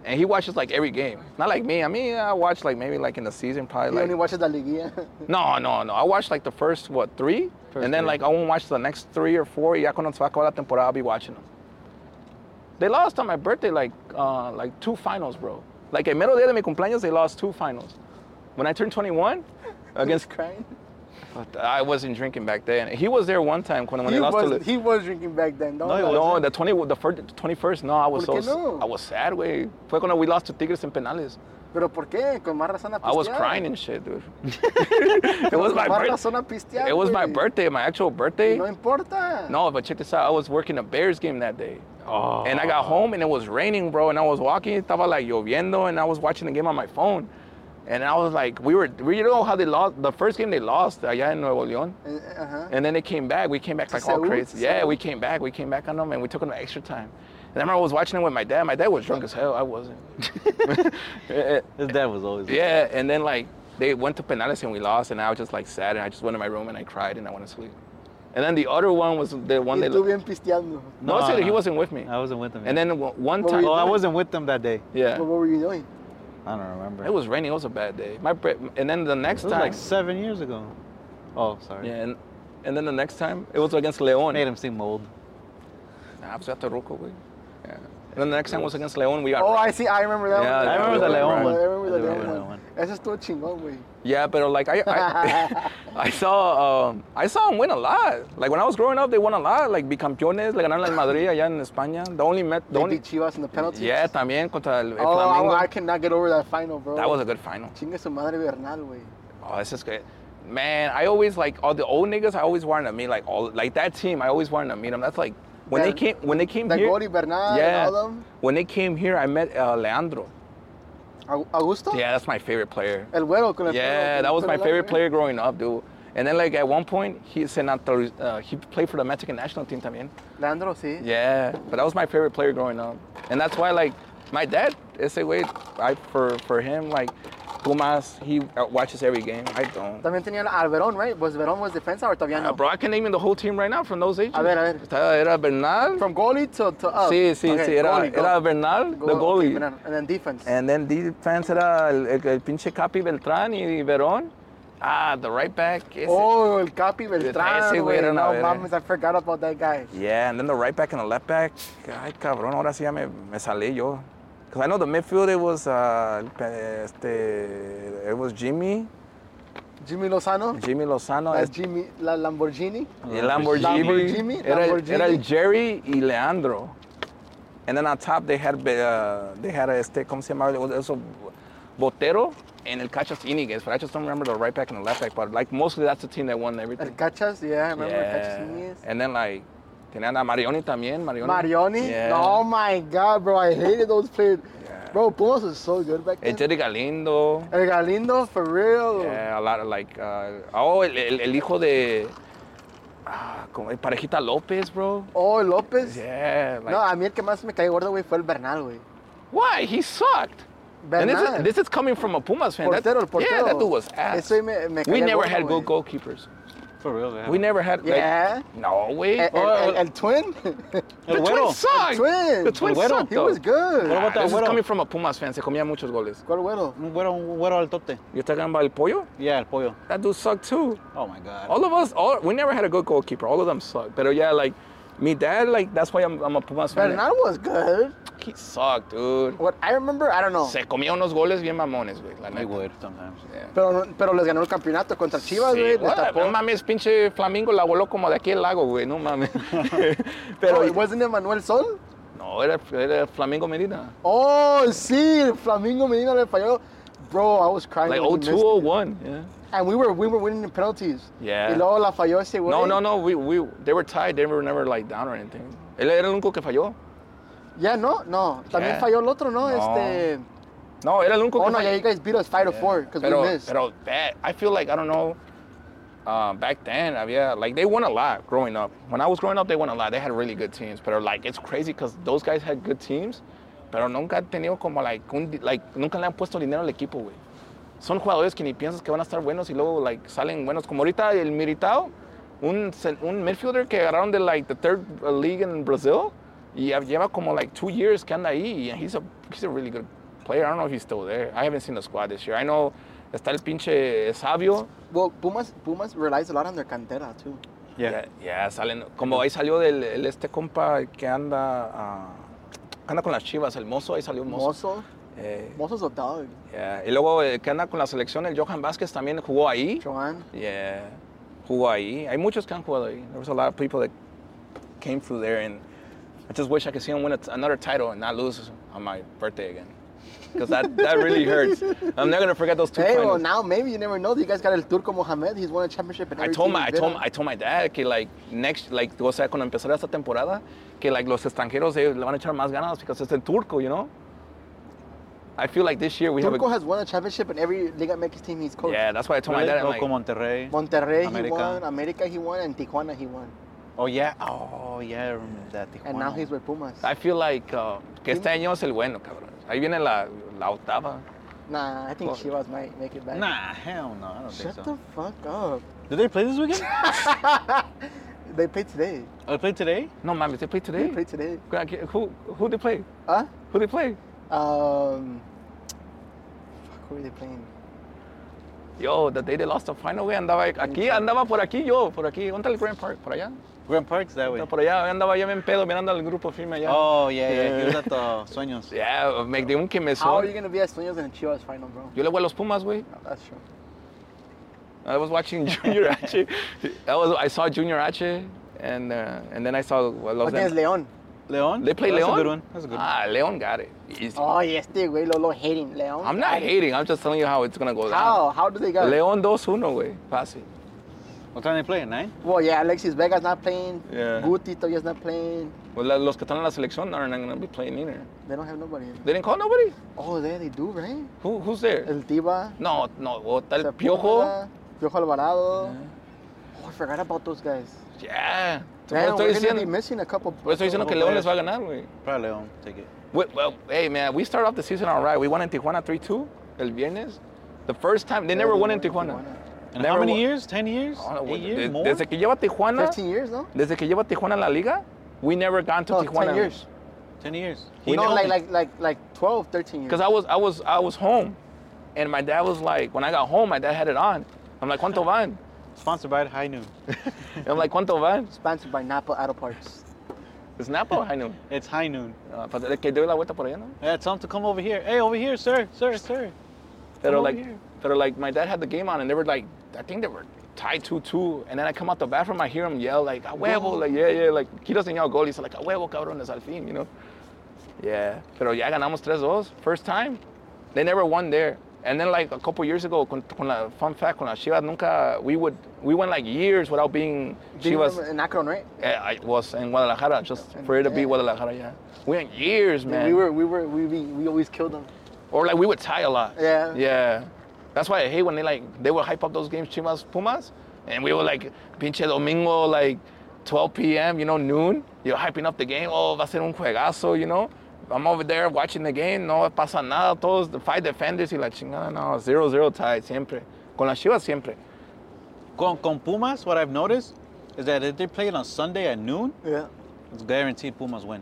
[SPEAKER 4] And he watches like every game. Not like me. I mean, I watch like maybe like in the season
[SPEAKER 3] He
[SPEAKER 4] probably
[SPEAKER 3] only
[SPEAKER 4] like
[SPEAKER 3] watches La Liguilla.
[SPEAKER 4] No, no, no. I watched like the first what three,
[SPEAKER 2] First
[SPEAKER 4] and then
[SPEAKER 2] three.
[SPEAKER 4] like I won't watch the next three or four. Ya cuando se va a acabar la temporada, I'll be watching them. They lost on my birthday like uh, like two finals, bro. Like el mero día de mi cumpleaños, they lost two finals. When I turned 21, against
[SPEAKER 3] crying.
[SPEAKER 4] I wasn't drinking back then. He was there one time when, when
[SPEAKER 3] he
[SPEAKER 4] they lost to.
[SPEAKER 3] was
[SPEAKER 4] Li-
[SPEAKER 3] he was drinking back then. Don't
[SPEAKER 2] No, he
[SPEAKER 3] lie.
[SPEAKER 2] wasn't.
[SPEAKER 4] no, the 20, the first, 21st. No, I was so
[SPEAKER 3] ¿Por qué
[SPEAKER 4] s-
[SPEAKER 3] no?
[SPEAKER 4] I was sad, way. Fue cuando we lost to Tigres en penales.
[SPEAKER 3] Pero por qué? Con más razón a
[SPEAKER 4] I was
[SPEAKER 3] pistear.
[SPEAKER 4] crying and shit, dude. it was my
[SPEAKER 3] Con más
[SPEAKER 4] birthday.
[SPEAKER 3] razón a pistear,
[SPEAKER 4] It was my
[SPEAKER 3] güey.
[SPEAKER 4] birthday, my actual birthday.
[SPEAKER 3] No importa.
[SPEAKER 4] No, but check this out. I was working a Bears game that day. And I
[SPEAKER 3] Oh.
[SPEAKER 4] got home and it was raining, bro. And I was walking, estaba like lloviendo, and I was watching the game on my phone. And I was like, we were, we you know how they lost, the first game they lost allá in Nuevo León.
[SPEAKER 3] Eh, eh, Ajá.
[SPEAKER 4] And then they came back. We came back like all
[SPEAKER 3] Seúl,
[SPEAKER 4] crazy. Yeah,
[SPEAKER 3] Seúl.
[SPEAKER 4] we came back. We came back on them and we took them to extra time. And I remember I was watching it with my dad. My dad was drunk as hell. I wasn't.
[SPEAKER 2] His dad was always.
[SPEAKER 4] yeah, and then like they went to penales and we lost, and I was just like sad, and I just went to my room and I cried and I went to sleep. And then the other one was the one
[SPEAKER 3] Y
[SPEAKER 4] they.
[SPEAKER 3] tú bien pisteando.
[SPEAKER 4] No, I said he wasn't with me.
[SPEAKER 2] I wasn't with him.
[SPEAKER 4] And then one- one
[SPEAKER 3] What were
[SPEAKER 4] time,
[SPEAKER 2] oh,
[SPEAKER 3] you
[SPEAKER 2] I
[SPEAKER 3] doing?
[SPEAKER 2] wasn't with them that day.
[SPEAKER 4] yeah,
[SPEAKER 3] What, what were you doing?
[SPEAKER 2] I don't remember.
[SPEAKER 4] it was raining. It was a bad day. My bre- and then the next
[SPEAKER 2] It was
[SPEAKER 4] time,
[SPEAKER 2] like seven years ago. Oh, sorry.
[SPEAKER 4] yeah, and, and then the next time it was against León.
[SPEAKER 2] Made him seem old.
[SPEAKER 4] Nah, I was at the Roco, güey. Yeah. And then the next time was against León. We got.
[SPEAKER 3] Oh, I see. I remember that
[SPEAKER 4] Yeah,
[SPEAKER 3] one.
[SPEAKER 4] I remember the León
[SPEAKER 3] I
[SPEAKER 4] one.
[SPEAKER 3] remember the
[SPEAKER 2] I remember
[SPEAKER 3] León
[SPEAKER 2] that
[SPEAKER 3] one.
[SPEAKER 2] one.
[SPEAKER 3] Ese estuvo chingón, güey.
[SPEAKER 4] Yeah, but like I, I, I saw, um, I saw him win a lot. Like when I was growing up, they won a lot. Like bicampeones, le ganaron al Madrid allá en España. The only met, the
[SPEAKER 3] They
[SPEAKER 4] only.
[SPEAKER 3] beat Chivas in the penalties.
[SPEAKER 4] Yeah, también contra el el
[SPEAKER 3] Oh,
[SPEAKER 4] Flamengo.
[SPEAKER 3] I, I cannot get over that final, bro.
[SPEAKER 4] That was a good final.
[SPEAKER 3] Chingue su madre Bernal, güey.
[SPEAKER 4] Oh, this is good. Man, I always like all the old niggas. I always wanted to meet like all like that team. I always wanted to meet them. That's like when they
[SPEAKER 3] That-
[SPEAKER 4] came when they came
[SPEAKER 3] That
[SPEAKER 4] here.
[SPEAKER 3] goalie Bernal
[SPEAKER 4] yeah,
[SPEAKER 3] and all them.
[SPEAKER 4] when they came here, I met uh, Leandro.
[SPEAKER 3] Au- Augusto?
[SPEAKER 4] Yeah, that's my favorite player.
[SPEAKER 3] El güero con el pelo-
[SPEAKER 4] Yeah,
[SPEAKER 3] con
[SPEAKER 4] that
[SPEAKER 3] el
[SPEAKER 4] was
[SPEAKER 3] pelo
[SPEAKER 4] my
[SPEAKER 3] largo,
[SPEAKER 4] favorite
[SPEAKER 3] eh?
[SPEAKER 4] player growing up, dude. And then like at one point, he said not the, uh, he played for the Mexican national team también.
[SPEAKER 3] Leandro, sí.
[SPEAKER 4] Yeah, but that was my favorite player growing up, and that's why like my dad, it's a way I for for him like Pumas, he uh, watches every game. I don't.
[SPEAKER 3] También tenía al Verón, right? Was Verón was defensa or todavía
[SPEAKER 4] Uh,
[SPEAKER 3] no?
[SPEAKER 4] bro, I can name you the whole team right now from those ages.
[SPEAKER 3] A ver, a ver.
[SPEAKER 4] Estaba- Era Bernal.
[SPEAKER 3] From goalie to, to up.
[SPEAKER 4] sí, sí,
[SPEAKER 3] Okay,
[SPEAKER 4] sí. Era,
[SPEAKER 3] goalie, go-
[SPEAKER 4] era Bernal,
[SPEAKER 3] go-
[SPEAKER 4] the
[SPEAKER 3] okay,
[SPEAKER 4] goalie.
[SPEAKER 3] Bernal. And then defense.
[SPEAKER 4] And then defense era el, el, el pinche Capi Beltrán y Verón. Ah, the right back. ese.
[SPEAKER 3] oh, el Capi Beltrán,
[SPEAKER 4] ese güey
[SPEAKER 3] güey.
[SPEAKER 4] era una
[SPEAKER 3] No
[SPEAKER 4] verga.
[SPEAKER 3] mames, I forgot about that guy.
[SPEAKER 4] Yeah, and then the right back and the left back. Ay, cabrón, ahora sí ya me, me salí yo. Because I know the midfield, it was, uh, el pe- este, it was Jimmy,
[SPEAKER 3] Jimmy Lozano.
[SPEAKER 4] Jimmy Lozano.
[SPEAKER 3] la
[SPEAKER 4] es-
[SPEAKER 3] Jimmy, la Lamborghini.
[SPEAKER 4] el Lamborghini.
[SPEAKER 3] Lamborghini,
[SPEAKER 4] Era, el- era el
[SPEAKER 3] Lamborghini.
[SPEAKER 4] Jerry y Leandro. And then on top, they had, be- uh, they had este, ¿cómo se llama? Eso, Botero and El Cachas Iniguez. But I just don't remember the right back and the left back. But like, mostly that's the team that won
[SPEAKER 3] El
[SPEAKER 4] everything.
[SPEAKER 3] Cachas, yeah, I remember el
[SPEAKER 4] yeah.
[SPEAKER 3] Cachas Núñez.
[SPEAKER 4] And then like, tenían a Marioni también. Marioni.
[SPEAKER 3] Marioni?
[SPEAKER 4] Yeah.
[SPEAKER 3] Oh my god, bro, I hated those players.
[SPEAKER 4] Yeah.
[SPEAKER 3] Bro, Pumas was so good back
[SPEAKER 4] El
[SPEAKER 3] then.
[SPEAKER 4] Jerry Galindo.
[SPEAKER 3] El Galindo, for real.
[SPEAKER 4] Yeah, eh, a lot of like. Uh, oh, el, el, el hijo de. Ah, como el parejita López, bro.
[SPEAKER 3] Oh, López.
[SPEAKER 4] Yeah. Like,
[SPEAKER 3] no, a mí el que más me cayó gordo, güey, fue el Bernal, güey.
[SPEAKER 4] why? He sucked. And this
[SPEAKER 3] Bernal.
[SPEAKER 4] is, this is coming from a Pumas fan. That-
[SPEAKER 3] Portero, el portero.
[SPEAKER 4] Yeah, that dude was ass.
[SPEAKER 3] Ese me- me
[SPEAKER 4] we
[SPEAKER 3] caía
[SPEAKER 4] never
[SPEAKER 3] gordo,
[SPEAKER 4] had good
[SPEAKER 3] güey.
[SPEAKER 4] goalkeepers.
[SPEAKER 2] For real, they have
[SPEAKER 4] We
[SPEAKER 2] it.
[SPEAKER 4] never had. like-
[SPEAKER 3] Yeah. Eh,
[SPEAKER 4] no way.
[SPEAKER 3] El,
[SPEAKER 2] Oh,
[SPEAKER 3] el,
[SPEAKER 2] oh.
[SPEAKER 3] el twin?
[SPEAKER 2] El
[SPEAKER 4] the
[SPEAKER 2] güero.
[SPEAKER 4] twin sucked.
[SPEAKER 3] twin.
[SPEAKER 4] The twin
[SPEAKER 2] El güero.
[SPEAKER 4] sucked.
[SPEAKER 3] he was
[SPEAKER 4] though.
[SPEAKER 3] good.
[SPEAKER 2] What
[SPEAKER 4] Ah,
[SPEAKER 2] about that
[SPEAKER 4] this is
[SPEAKER 2] güero?
[SPEAKER 4] coming from a Pumas fan. Se comía muchos goles.
[SPEAKER 3] ¿Cuál güero?
[SPEAKER 2] Un güero, un güero al tote.
[SPEAKER 4] You're talking about El Pollo?
[SPEAKER 2] Yeah, el pollo.
[SPEAKER 4] That dude sucked too.
[SPEAKER 2] Oh my god.
[SPEAKER 4] All of us, all we never had a good goalkeeper. All of them sucked. But yeah, like me dad, like that's why I'm, I'm a Pumas fan.
[SPEAKER 3] Bernal was good.
[SPEAKER 4] He sucked, dude.
[SPEAKER 3] What I remember, I don't know.
[SPEAKER 4] Se comía unos goles bien mamones, güey. La
[SPEAKER 2] They
[SPEAKER 4] neta.
[SPEAKER 2] would sometimes.
[SPEAKER 3] Pero, pero les ganó el campeonato contra Chivas,
[SPEAKER 4] Sí,
[SPEAKER 3] güey. les
[SPEAKER 4] what?
[SPEAKER 3] tapó.
[SPEAKER 4] no mames, pinche Flamingo la voló como de aquí el lago, güey. No mames.
[SPEAKER 3] Pero,
[SPEAKER 4] Pero
[SPEAKER 3] ¿wasn't it Manuel Sol?
[SPEAKER 4] no, era, era Flamingo Medina.
[SPEAKER 3] Oh, sí, el Flamingo Medina le falló. Bro, I was crying.
[SPEAKER 4] Like oh,
[SPEAKER 3] when he
[SPEAKER 4] 02,
[SPEAKER 3] missed it.
[SPEAKER 4] 01, Yeah.
[SPEAKER 3] And we were, we were winning in penalties.
[SPEAKER 4] Yeah.
[SPEAKER 3] Y luego la falló ese güey.
[SPEAKER 4] No, no, no. We, we they were tied. They were never like down or anything. Él era el único que falló.
[SPEAKER 3] Ya, no, no. También
[SPEAKER 4] Yeah.
[SPEAKER 3] falló el otro, ¿no?
[SPEAKER 4] No.
[SPEAKER 3] Este.
[SPEAKER 4] No, era el único
[SPEAKER 3] Oh,
[SPEAKER 4] que
[SPEAKER 3] no, yeah,
[SPEAKER 4] falló.
[SPEAKER 3] you guys beat us 5 to 4 because
[SPEAKER 4] pero,
[SPEAKER 3] we missed.
[SPEAKER 4] Pero that, I feel like, I don't know, uh, back then, había, like, they won a lot growing up. When I was growing up, they won a lot. They had really good teams. But, like, it's crazy because those guys had good teams, pero nunca han tenido como, like, un, di- like, nunca le han puesto dinero al equipo, güey. Son jugadores que ni piensas que van a estar buenos y luego, like, salen buenos. Como ahorita el Militao, un, cen- un midfielder que agarraron de, like, the third uh, league in Brazil y ya lleva como, like, two years que anda ahí and he's a, he's a really good player. I don't know if he's still there. I haven't seen the squad this year. I know está el pinche Sabio.
[SPEAKER 3] well, Pumas, Pumas relies a lot on their cantera, too.
[SPEAKER 2] Yeah.
[SPEAKER 4] Ya, ya salen, como ahí salió del el este compa que anda, ah, anda con las chivas, el mozo, ahí salió mozo.
[SPEAKER 3] Mozo.
[SPEAKER 4] Eh,
[SPEAKER 3] Mozo's a dog.
[SPEAKER 4] yeah. Y luego el que anda con la selección, el Johan Vázquez también jugó ahí.
[SPEAKER 3] Joan.
[SPEAKER 4] Yeah, jugó ahí. Hay muchos que han jugado ahí. There was a lot of people that came through there, and I just wish I could see him win a t- another title and not lose on my birthday again. Because that, that really hurts. I'm not gonna forget those two
[SPEAKER 3] Hey, well,
[SPEAKER 4] finals.
[SPEAKER 3] now maybe you never know. You guys got El Turco Mohamed. He's won a championship in
[SPEAKER 4] I
[SPEAKER 3] every
[SPEAKER 4] told
[SPEAKER 3] team
[SPEAKER 4] my I
[SPEAKER 3] he's
[SPEAKER 4] told
[SPEAKER 3] been
[SPEAKER 4] I told my dad que like next like o sea cuando empezara esta temporada que like los extranjeros eh, le van a echar más ganas because it's el turco, you know. I feel like this year we
[SPEAKER 3] on.
[SPEAKER 4] have a
[SPEAKER 3] Turco has won a championship in every Liga MX team he's coached.
[SPEAKER 4] yeah. That's why I told my dad. I'm
[SPEAKER 2] Loco
[SPEAKER 4] like,
[SPEAKER 2] Monterrey.
[SPEAKER 3] Monterrey he
[SPEAKER 2] América.
[SPEAKER 3] won, America he won, and Tijuana he won.
[SPEAKER 2] Oh yeah. Oh yeah. I remember that.
[SPEAKER 3] And now he's with Pumas.
[SPEAKER 4] I feel like uh, que este año es el bueno, cabrón. Ahí viene la, la octava.
[SPEAKER 3] Nah, I think
[SPEAKER 4] Well-
[SPEAKER 3] Chivas might make it back.
[SPEAKER 2] Nah, hell no. I don't
[SPEAKER 3] Shut
[SPEAKER 2] think
[SPEAKER 3] the
[SPEAKER 2] so.
[SPEAKER 3] fuck up.
[SPEAKER 2] Did they play this weekend?
[SPEAKER 3] They played today.
[SPEAKER 2] oh, they played today.
[SPEAKER 4] No mames, they play
[SPEAKER 3] They
[SPEAKER 4] today.
[SPEAKER 3] played today.
[SPEAKER 4] Who who they play?
[SPEAKER 3] Huh?
[SPEAKER 4] Who they play?
[SPEAKER 3] Um. Fuck, who are they playing?
[SPEAKER 4] Yo, the day they lost the final, güey, andaba aquí, andaba por aquí yo, por aquí. ¿Dónde está el Grand Park? Por allá.
[SPEAKER 2] Grand Park's that way.
[SPEAKER 4] Por allá, andaba yo bien pedo mirando al grupo firme allá.
[SPEAKER 2] Oh yeah, yeah. He was at the Sueños.
[SPEAKER 4] Yeah, me dio un
[SPEAKER 3] How are you
[SPEAKER 4] quemezón.
[SPEAKER 3] gonna be at Sueños in a Chivas final, bro?
[SPEAKER 4] Yo le voy a los Pumas, güey.
[SPEAKER 3] No, that's true.
[SPEAKER 4] I was watching Junior H. I was I saw Junior H. And uh, and then I saw los
[SPEAKER 3] Against León.
[SPEAKER 2] Leon. Oh,
[SPEAKER 4] They play
[SPEAKER 2] That's
[SPEAKER 4] León.
[SPEAKER 2] a good one. That's a good.
[SPEAKER 4] Ah, León got it. Easy.
[SPEAKER 3] Oh, yes, they way Lolo hating León.
[SPEAKER 4] I'm not hating. I'm just telling you how it's gonna go down.
[SPEAKER 3] How? How do they got?
[SPEAKER 4] León 2-1, güey. Fácil.
[SPEAKER 2] one. What time they play? Nine.
[SPEAKER 3] Well, yeah, Alexis Vega's not playing.
[SPEAKER 4] Yeah.
[SPEAKER 3] Guti todavía not playing.
[SPEAKER 4] Well, la- los que están en la selección aren't gonna be playing either.
[SPEAKER 3] They don't have nobody.
[SPEAKER 4] They didn't call nobody.
[SPEAKER 3] Oh, there they do, right?
[SPEAKER 4] Who, who's there?
[SPEAKER 3] El Diva.
[SPEAKER 4] No, no. Well, está el
[SPEAKER 3] Sepúlveda,
[SPEAKER 4] Piojo.
[SPEAKER 3] Piojo Alvarado. Oh, I forgot about those guys.
[SPEAKER 4] Yeah. Te
[SPEAKER 3] Man,
[SPEAKER 4] Eh, estoy
[SPEAKER 3] we're gonna be
[SPEAKER 4] diciendo,
[SPEAKER 3] missing a couple.
[SPEAKER 4] pues estoy diciendo que León les va a ganar, güey.
[SPEAKER 2] Probably Leon. Take it.
[SPEAKER 4] We- Well, hey, man, we started off the season all right. We won in Tijuana 3-2 el viernes. The first time. They
[SPEAKER 3] Yeah,
[SPEAKER 4] never
[SPEAKER 3] we
[SPEAKER 4] won in
[SPEAKER 3] won in
[SPEAKER 4] Tijuana.
[SPEAKER 3] Tijuana.
[SPEAKER 2] And
[SPEAKER 4] Never
[SPEAKER 2] how
[SPEAKER 4] Oh,
[SPEAKER 2] many
[SPEAKER 4] won-
[SPEAKER 2] years? Ten years?
[SPEAKER 4] I don't know,
[SPEAKER 2] Eight years?
[SPEAKER 4] de-
[SPEAKER 2] More?
[SPEAKER 4] Desde que lleva Tijuana,
[SPEAKER 3] 15 years, no?
[SPEAKER 4] desde que lleva Tijuana en la liga, we never gone to
[SPEAKER 3] No,
[SPEAKER 4] Tijuana.
[SPEAKER 3] 10 years.
[SPEAKER 2] Ten years. He
[SPEAKER 3] You know,
[SPEAKER 2] told
[SPEAKER 3] like,
[SPEAKER 2] me.
[SPEAKER 3] like, like, like 12, 13 years.
[SPEAKER 4] Because I was, I was, I was home, and my dad was like, when I got home, my dad had it on. I'm like, ¿cuánto van?
[SPEAKER 2] sponsored by High Noon.
[SPEAKER 4] I'm like, ¿cuánto van?
[SPEAKER 3] Sponsored by Napa Auto Parts.
[SPEAKER 4] Es Napa o High Noon?
[SPEAKER 2] it's High Noon.
[SPEAKER 4] Uh, pues, de que doy la vuelta por allá, ¿no?
[SPEAKER 2] Yeah, tell him to come over here. Hey, over here, sir, sir, sir.
[SPEAKER 4] Pero
[SPEAKER 3] Oh,
[SPEAKER 2] over
[SPEAKER 4] like,
[SPEAKER 2] here.
[SPEAKER 4] pero like, my dad had the game on, and they were like, I think they were tied 2-2, and then I come out the bathroom, I hear him yell like, a huevo, like, yeah, yeah, like, he doesn't yell goalies, so like, a huevo, cabrones, al fin, you know? Yeah. Pero ya ganamos 3-2, first time. They never won there. And then like a couple years ago, con, con la, fun fact, con la Chivas, nunca, we would, we went like years without being
[SPEAKER 3] Beat
[SPEAKER 4] Chivas.
[SPEAKER 3] them in Akron, right?
[SPEAKER 4] Eh, I was in Guadalajara, just for it to be
[SPEAKER 3] Yeah.
[SPEAKER 4] Guadalajara, yeah. We went years, man.
[SPEAKER 3] We were, we were, we, we, we always killed them.
[SPEAKER 4] Or like we would tie a lot.
[SPEAKER 3] Yeah.
[SPEAKER 4] Yeah. That's why I hate when they like they would hype up those games, Chivas Pumas, and we were like pinche domingo like 12 p.m. You know noon. You're hyping up the game. Oh, va a ser un juegazo. You know. I'm over there watching the game. No pasa nada. Todos the five defenders y la chingada. No, zero zero tie siempre. Con las Chivas siempre.
[SPEAKER 2] con, con Pumas, what I've noticed is that if they play it on Sunday at noon,
[SPEAKER 3] Yeah.
[SPEAKER 2] it's guaranteed Pumas win.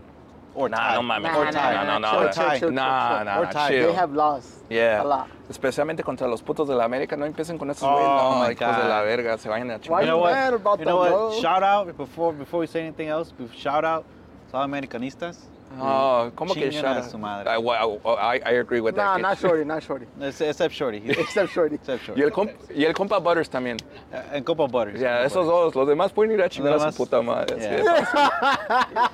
[SPEAKER 2] Or
[SPEAKER 4] Nah,
[SPEAKER 2] tie.
[SPEAKER 4] no mames.
[SPEAKER 3] Nah,
[SPEAKER 4] Or
[SPEAKER 3] nah,
[SPEAKER 4] tie.
[SPEAKER 3] nah,
[SPEAKER 4] No,
[SPEAKER 3] nah,
[SPEAKER 4] no,
[SPEAKER 3] chill, chill,
[SPEAKER 4] no.
[SPEAKER 3] chill, chill,
[SPEAKER 4] Nah,
[SPEAKER 3] chill.
[SPEAKER 4] nah,
[SPEAKER 2] Or
[SPEAKER 4] nah,
[SPEAKER 2] tie.
[SPEAKER 4] chill.
[SPEAKER 3] They have lost
[SPEAKER 4] Yeah.
[SPEAKER 3] a lot.
[SPEAKER 4] Especialmente contra los putos de la América, no empiecen con esos
[SPEAKER 2] Oh
[SPEAKER 4] güeyes. no,
[SPEAKER 2] my
[SPEAKER 4] hijos de
[SPEAKER 2] God.
[SPEAKER 4] la verga, se vayan a
[SPEAKER 2] You
[SPEAKER 3] Why
[SPEAKER 4] chingar.
[SPEAKER 2] know
[SPEAKER 3] you
[SPEAKER 2] what?
[SPEAKER 3] mad about
[SPEAKER 2] you know
[SPEAKER 3] them,
[SPEAKER 2] what?
[SPEAKER 3] bro?
[SPEAKER 2] Shout out before before we say anything else. bef- Shout out, to all Americanistas.
[SPEAKER 4] No, Ah, ¿cómo que Ah,
[SPEAKER 2] Chinguen
[SPEAKER 4] shut
[SPEAKER 2] a
[SPEAKER 4] up?
[SPEAKER 2] su madre.
[SPEAKER 4] I, well, oh, I, I agree with
[SPEAKER 3] Nah,
[SPEAKER 4] that.
[SPEAKER 3] not
[SPEAKER 4] kid.
[SPEAKER 3] shorty, not shorty.
[SPEAKER 2] Ex- Except Shorty. He-
[SPEAKER 3] Except é shorty.
[SPEAKER 2] Except Shorty.
[SPEAKER 4] Y el, comp- y el compa Butters también.
[SPEAKER 2] Uh, And Copa Butters.
[SPEAKER 4] Ya,
[SPEAKER 2] Copa
[SPEAKER 4] esos
[SPEAKER 2] Butters.
[SPEAKER 4] dos. Los demás pueden ir a chingar a
[SPEAKER 2] demás-
[SPEAKER 4] su puta madre. así
[SPEAKER 2] Yeah.
[SPEAKER 4] de fácil.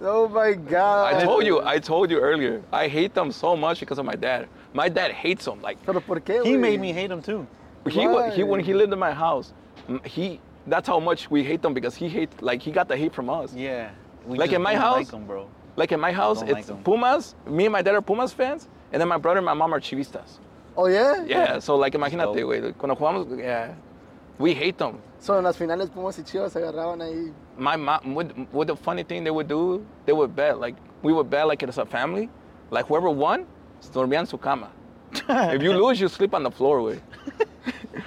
[SPEAKER 3] Oh my god.
[SPEAKER 4] I told you, I told you earlier. I hate them so much because of my dad. My dad hates them. Like
[SPEAKER 3] Pero por qué,
[SPEAKER 2] He
[SPEAKER 3] güey?
[SPEAKER 2] made me hate him too.
[SPEAKER 4] he, wa- he
[SPEAKER 3] Why?
[SPEAKER 4] when he lived in my house, m- he that's how much we hate them because he hate like he got the hate from us.
[SPEAKER 2] Yeah. We
[SPEAKER 4] Like
[SPEAKER 2] just
[SPEAKER 4] in my
[SPEAKER 2] don't
[SPEAKER 4] house?
[SPEAKER 2] Like him, bro.
[SPEAKER 4] Like in my house,
[SPEAKER 2] Don't like
[SPEAKER 4] it's
[SPEAKER 2] them.
[SPEAKER 4] Pumas. Me and my dad are Pumas fans, and then my brother and my mom are Chivistas.
[SPEAKER 3] Oh yeah?
[SPEAKER 4] Yeah. So like, imagínate,
[SPEAKER 2] dope.
[SPEAKER 4] güey. like, Cuando jugamos, yeah, we hate them.
[SPEAKER 3] So en las finales Pumas y Chivas se agarraban ahí.
[SPEAKER 4] my mom would what the funny thing they would do they would bet like we would bet like it's a family like whoever won se dormía en su cama if you lose you sleep on the floor güey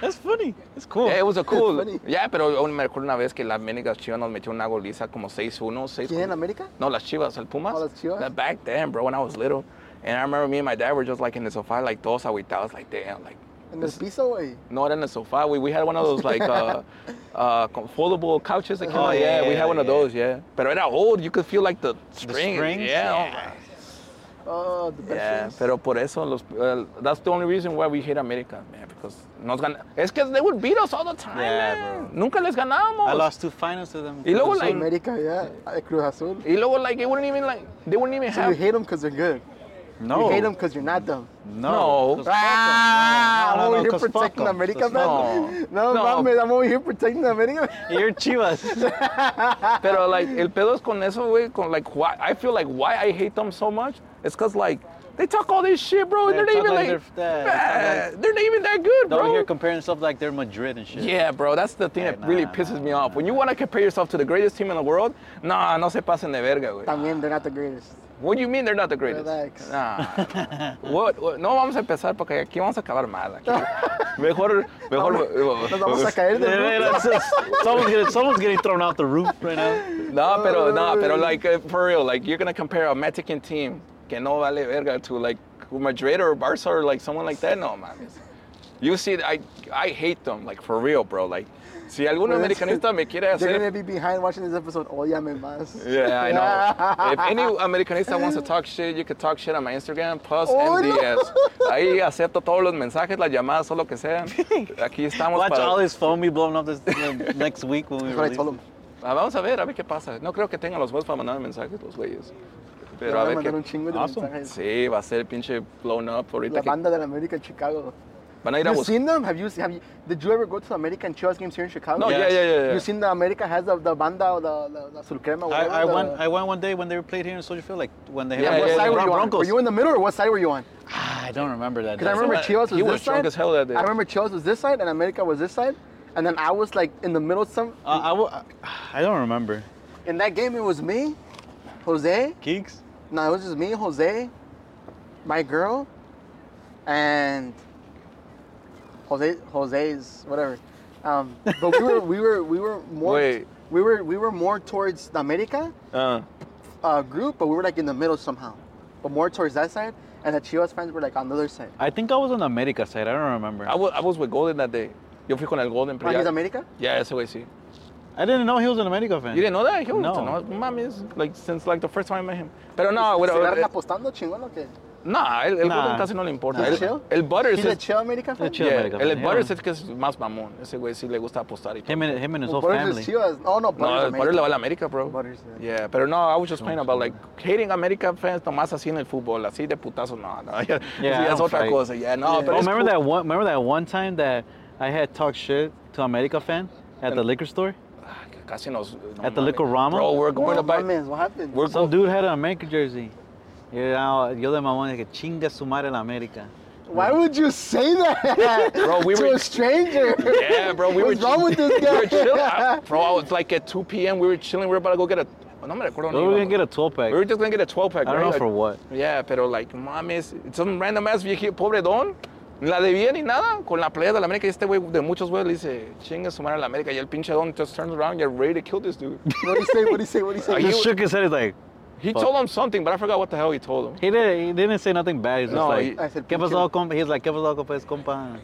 [SPEAKER 2] That's funny. It's cool.
[SPEAKER 4] yeah, it was a cool
[SPEAKER 3] funny.
[SPEAKER 4] yeah pero aún me recuerdo una vez que las Américas Chivas nos metió una goliza como 6-1 6
[SPEAKER 3] ¿Quién en América?
[SPEAKER 4] no las Chivas el Pumas
[SPEAKER 3] Oh, las Chivas.
[SPEAKER 4] That back then bro when I was little and I remember me and my dad were just like in the sofa like todos aguitados like damn like
[SPEAKER 3] En el piso, güey.
[SPEAKER 4] no, era in the sofa. We, we had one of those like uh, uh, co- foldable couches that came
[SPEAKER 2] Oh,
[SPEAKER 4] out.
[SPEAKER 2] yeah,
[SPEAKER 4] Yeah, we
[SPEAKER 2] yeah,
[SPEAKER 4] had one of
[SPEAKER 2] yeah.
[SPEAKER 4] those. Yeah, but era old. You could feel like the
[SPEAKER 2] The
[SPEAKER 4] string.
[SPEAKER 2] strings?
[SPEAKER 4] Yeah,
[SPEAKER 3] Oh, the
[SPEAKER 4] yeah. yeah.
[SPEAKER 3] best.
[SPEAKER 4] Pero por eso los, uh, that's the only reason why we hate America, man. Because nos gan. Es que they would beat us all the time.
[SPEAKER 2] Yeah,
[SPEAKER 4] man. Nunca les ganábamos.
[SPEAKER 2] I lost two finals to them.
[SPEAKER 4] Y luego
[SPEAKER 2] So-
[SPEAKER 4] like-
[SPEAKER 3] América, yeah. El Cruz Azul.
[SPEAKER 4] Y luego like it wouldn't even like they wouldn't even
[SPEAKER 3] So you
[SPEAKER 4] have.
[SPEAKER 3] hate them because they're good.
[SPEAKER 2] no.
[SPEAKER 3] You hate them because you're not them.
[SPEAKER 2] No.
[SPEAKER 4] No.
[SPEAKER 2] 'cause fuck 'em.
[SPEAKER 3] Ah, I'm
[SPEAKER 2] No, no, no,
[SPEAKER 3] over here
[SPEAKER 2] 'cause fuck
[SPEAKER 3] protecting
[SPEAKER 2] 'em.
[SPEAKER 3] America,
[SPEAKER 2] 'Cause fuck
[SPEAKER 3] man. No,
[SPEAKER 4] No.
[SPEAKER 3] mames, I'm over here protecting America.
[SPEAKER 2] 'em. You're Chivas.
[SPEAKER 4] Pero like el pedo es con eso, güey. Con like why I feel like why I hate them so much. It's cause like they talk all this shit, bro. and
[SPEAKER 2] They
[SPEAKER 4] they're not
[SPEAKER 2] talk
[SPEAKER 4] even
[SPEAKER 2] like
[SPEAKER 4] like,
[SPEAKER 2] they're- yeah,
[SPEAKER 4] Eh, they're not even that good,
[SPEAKER 2] They're over
[SPEAKER 4] bro.
[SPEAKER 2] here comparing themselves like they're Madrid and shit.
[SPEAKER 4] Yeah, bro, that's the thing
[SPEAKER 2] Eh,
[SPEAKER 4] that really
[SPEAKER 2] nah,
[SPEAKER 4] pisses
[SPEAKER 2] nah,
[SPEAKER 4] me off. When you want to compare yourself to the greatest team in the world, nah, no se pasen de verga, güey.
[SPEAKER 3] También, they're not the greatest.
[SPEAKER 4] What do you mean they're not the greatest?
[SPEAKER 3] Relax.
[SPEAKER 4] Nah. what, what- No vamos a empezar porque aquí vamos a acabar mal. Aquí. Mejor, eh, mejor.
[SPEAKER 3] Nos vamos a caer
[SPEAKER 2] Yeah,
[SPEAKER 3] de
[SPEAKER 2] man, that's just- someone's, getting, someone's getting thrown out the roof right now.
[SPEAKER 4] No, pero, no, pero like eh, for real, like you're gonna compare a Mexican team que no vale verga to like Madrid or Barca or like someone like that. No, mames. You see, I I hate them, like for real, bro. Like, si algún
[SPEAKER 3] Well, that's-
[SPEAKER 4] americanista me quiere
[SPEAKER 3] They're gonna
[SPEAKER 4] hacer
[SPEAKER 3] be behind watching this episode. Oh, yeah, me más.
[SPEAKER 4] Yeah, I know. if any americanista wants to talk shit, you can talk shit on my Instagram, plus
[SPEAKER 3] Oh, no.
[SPEAKER 4] MDS. Ahí acepto todos los mensajes, las llamadas o lo que sea. Aquí estamos
[SPEAKER 2] Watch
[SPEAKER 4] para...
[SPEAKER 2] all his phone be blown up this next week when we
[SPEAKER 3] That's what I
[SPEAKER 2] release.
[SPEAKER 3] told them.
[SPEAKER 4] Ah, Vamos a ver, a ver qué pasa. No creo que tengan los huevos para mandar mensajes los güeyes.
[SPEAKER 3] Me
[SPEAKER 4] Pero a
[SPEAKER 3] van a
[SPEAKER 4] ver
[SPEAKER 3] mandar un
[SPEAKER 4] qué...
[SPEAKER 3] chingo de
[SPEAKER 2] Awesome.
[SPEAKER 3] mensajes.
[SPEAKER 4] Sí, va a ser pinche blown up
[SPEAKER 3] La
[SPEAKER 4] ahorita que...
[SPEAKER 3] banda de la América en Chicago.
[SPEAKER 4] Van a ir a
[SPEAKER 3] You
[SPEAKER 4] buscar...
[SPEAKER 3] seen them? Have you have you? Did you ever go to the American Chivas games here in Chicago?
[SPEAKER 4] No, yeah,
[SPEAKER 2] Yes.
[SPEAKER 4] yeah, yeah, yeah.
[SPEAKER 3] You seen the America has the, the banda or the the, the Azul Crema?
[SPEAKER 2] I,
[SPEAKER 3] whatever,
[SPEAKER 2] I
[SPEAKER 3] the-
[SPEAKER 2] went. I went one day when they were played here in Soldier Field, like when they
[SPEAKER 4] Yeah,
[SPEAKER 2] had
[SPEAKER 3] what
[SPEAKER 4] yeah,
[SPEAKER 3] side
[SPEAKER 4] yeah.
[SPEAKER 3] were you on?
[SPEAKER 2] Broncos.
[SPEAKER 3] Were you in the middle or what side were you on?
[SPEAKER 2] Ah, I don't remember that.
[SPEAKER 3] Because I
[SPEAKER 2] day.
[SPEAKER 3] remember
[SPEAKER 4] what-
[SPEAKER 3] Chivas was
[SPEAKER 4] uh, he
[SPEAKER 3] this
[SPEAKER 4] was
[SPEAKER 3] side.
[SPEAKER 4] drunk as hell that day.
[SPEAKER 3] I remember Chivas was this side and America was this side, and then I was like in the middle of some.
[SPEAKER 2] Uh, I, w- I don't remember.
[SPEAKER 3] In that game, it was me, Jose.
[SPEAKER 2] Keeks?
[SPEAKER 3] No, it was just me, Jose, my girl, and Jose Jose's whatever. Um, but we were we were we were more
[SPEAKER 4] Wait.
[SPEAKER 3] we were we were more towards the America
[SPEAKER 4] Uh,
[SPEAKER 3] uh, group, but we were like in the middle somehow, but more towards that side, and the Chivas fans were like on the other side.
[SPEAKER 2] I think I was on the America side. I don't remember.
[SPEAKER 4] I, was, I was with Golden that day. Yo fui con el Golden. pero
[SPEAKER 3] Like,
[SPEAKER 4] ya-
[SPEAKER 3] is America?
[SPEAKER 4] Yeah, ese güey sí.
[SPEAKER 2] I didn't know he was an America fan.
[SPEAKER 4] You didn't know that? He was-
[SPEAKER 2] No.
[SPEAKER 4] No, mames. Like, since like the first time I met him. Pero no, eh, with,
[SPEAKER 3] ¿Se agarran apostando chingón o qué?
[SPEAKER 4] Nah, el, el
[SPEAKER 2] Nah.
[SPEAKER 4] Golden casi no le importa.
[SPEAKER 2] Nah.
[SPEAKER 4] Ah, El,
[SPEAKER 3] Chill?
[SPEAKER 4] el Butters
[SPEAKER 3] He's a
[SPEAKER 4] es...
[SPEAKER 3] chill America fan.
[SPEAKER 2] He's a chill-
[SPEAKER 4] Yeah,
[SPEAKER 2] America
[SPEAKER 4] el
[SPEAKER 2] fan,
[SPEAKER 4] Butters
[SPEAKER 2] yeah.
[SPEAKER 4] es que es más mamón. Ese güey sí le gusta apostar y todo.
[SPEAKER 2] Him and, him and his
[SPEAKER 3] Well,
[SPEAKER 2] whole
[SPEAKER 3] Butters
[SPEAKER 2] family.
[SPEAKER 3] is Chivas. Oh no, Butters,
[SPEAKER 4] No, el
[SPEAKER 3] America.
[SPEAKER 4] Butters le va a la América, bro.
[SPEAKER 3] Butters, yeah.
[SPEAKER 4] Yeah, pero no, I was just playing
[SPEAKER 2] Don't
[SPEAKER 4] about
[SPEAKER 2] say
[SPEAKER 4] like hating American fans nomás así en el fútbol, así de putazo, no, no. Yeah,
[SPEAKER 2] Yeah, I
[SPEAKER 4] es
[SPEAKER 2] don't
[SPEAKER 4] otra
[SPEAKER 2] fight.
[SPEAKER 4] cosa. Yeah, no,
[SPEAKER 3] Yeah.
[SPEAKER 4] pero
[SPEAKER 2] Oh,
[SPEAKER 4] es
[SPEAKER 2] remember
[SPEAKER 4] cool.
[SPEAKER 2] that one? Remember that one time that I had talked shit to America fan at the liquor store?
[SPEAKER 4] Ah, que Casi nos no
[SPEAKER 2] At the
[SPEAKER 4] mames.
[SPEAKER 2] Licorama?
[SPEAKER 4] Bro, we're
[SPEAKER 3] No,
[SPEAKER 4] going to buy
[SPEAKER 3] mames, what happened?
[SPEAKER 4] we're
[SPEAKER 2] Some
[SPEAKER 4] go-
[SPEAKER 2] dude had an America jersey. You know, yo de mamón que chinga su madre la América.
[SPEAKER 3] Why would you say that
[SPEAKER 4] Bro, we
[SPEAKER 3] to
[SPEAKER 4] were-
[SPEAKER 3] a stranger?
[SPEAKER 4] Yeah, bro, we
[SPEAKER 3] What's
[SPEAKER 4] were
[SPEAKER 3] wrong
[SPEAKER 4] chill-
[SPEAKER 3] with this
[SPEAKER 4] we
[SPEAKER 3] guy?
[SPEAKER 4] were chilling. I- Bro, I was like at 2 p.m. we were chilling, we were about to go get a no me recuerdo.
[SPEAKER 2] We
[SPEAKER 4] ni
[SPEAKER 2] were
[SPEAKER 4] la-
[SPEAKER 2] gonna get a 12 pack.
[SPEAKER 4] We were just gonna get a 12 pack.
[SPEAKER 2] I don't
[SPEAKER 4] right?
[SPEAKER 2] know for
[SPEAKER 4] Like-
[SPEAKER 2] what.
[SPEAKER 4] Yeah, pero like mames, some random ass viejito pobre don La debía ni nada con la playa de la América. Y este güey de muchos güeyes le dice, chinga su madre a la América. Y el pinche don just turns around, you're ready to kill this dude.
[SPEAKER 3] What do you say? What do you say? What do you say?
[SPEAKER 4] Are
[SPEAKER 2] He
[SPEAKER 4] you-
[SPEAKER 2] just shook his head. He's like,
[SPEAKER 4] He
[SPEAKER 2] Fuck.
[SPEAKER 4] told him something, but I forgot what the hell he told him.
[SPEAKER 2] he didn't, he didn't say nothing bad. He's just
[SPEAKER 4] No,
[SPEAKER 2] like,
[SPEAKER 4] he-
[SPEAKER 3] I said,
[SPEAKER 2] ¿qué
[SPEAKER 3] "Pinche-
[SPEAKER 2] pasó, compa? He's like, ¿qué pasó, compa? Es compa.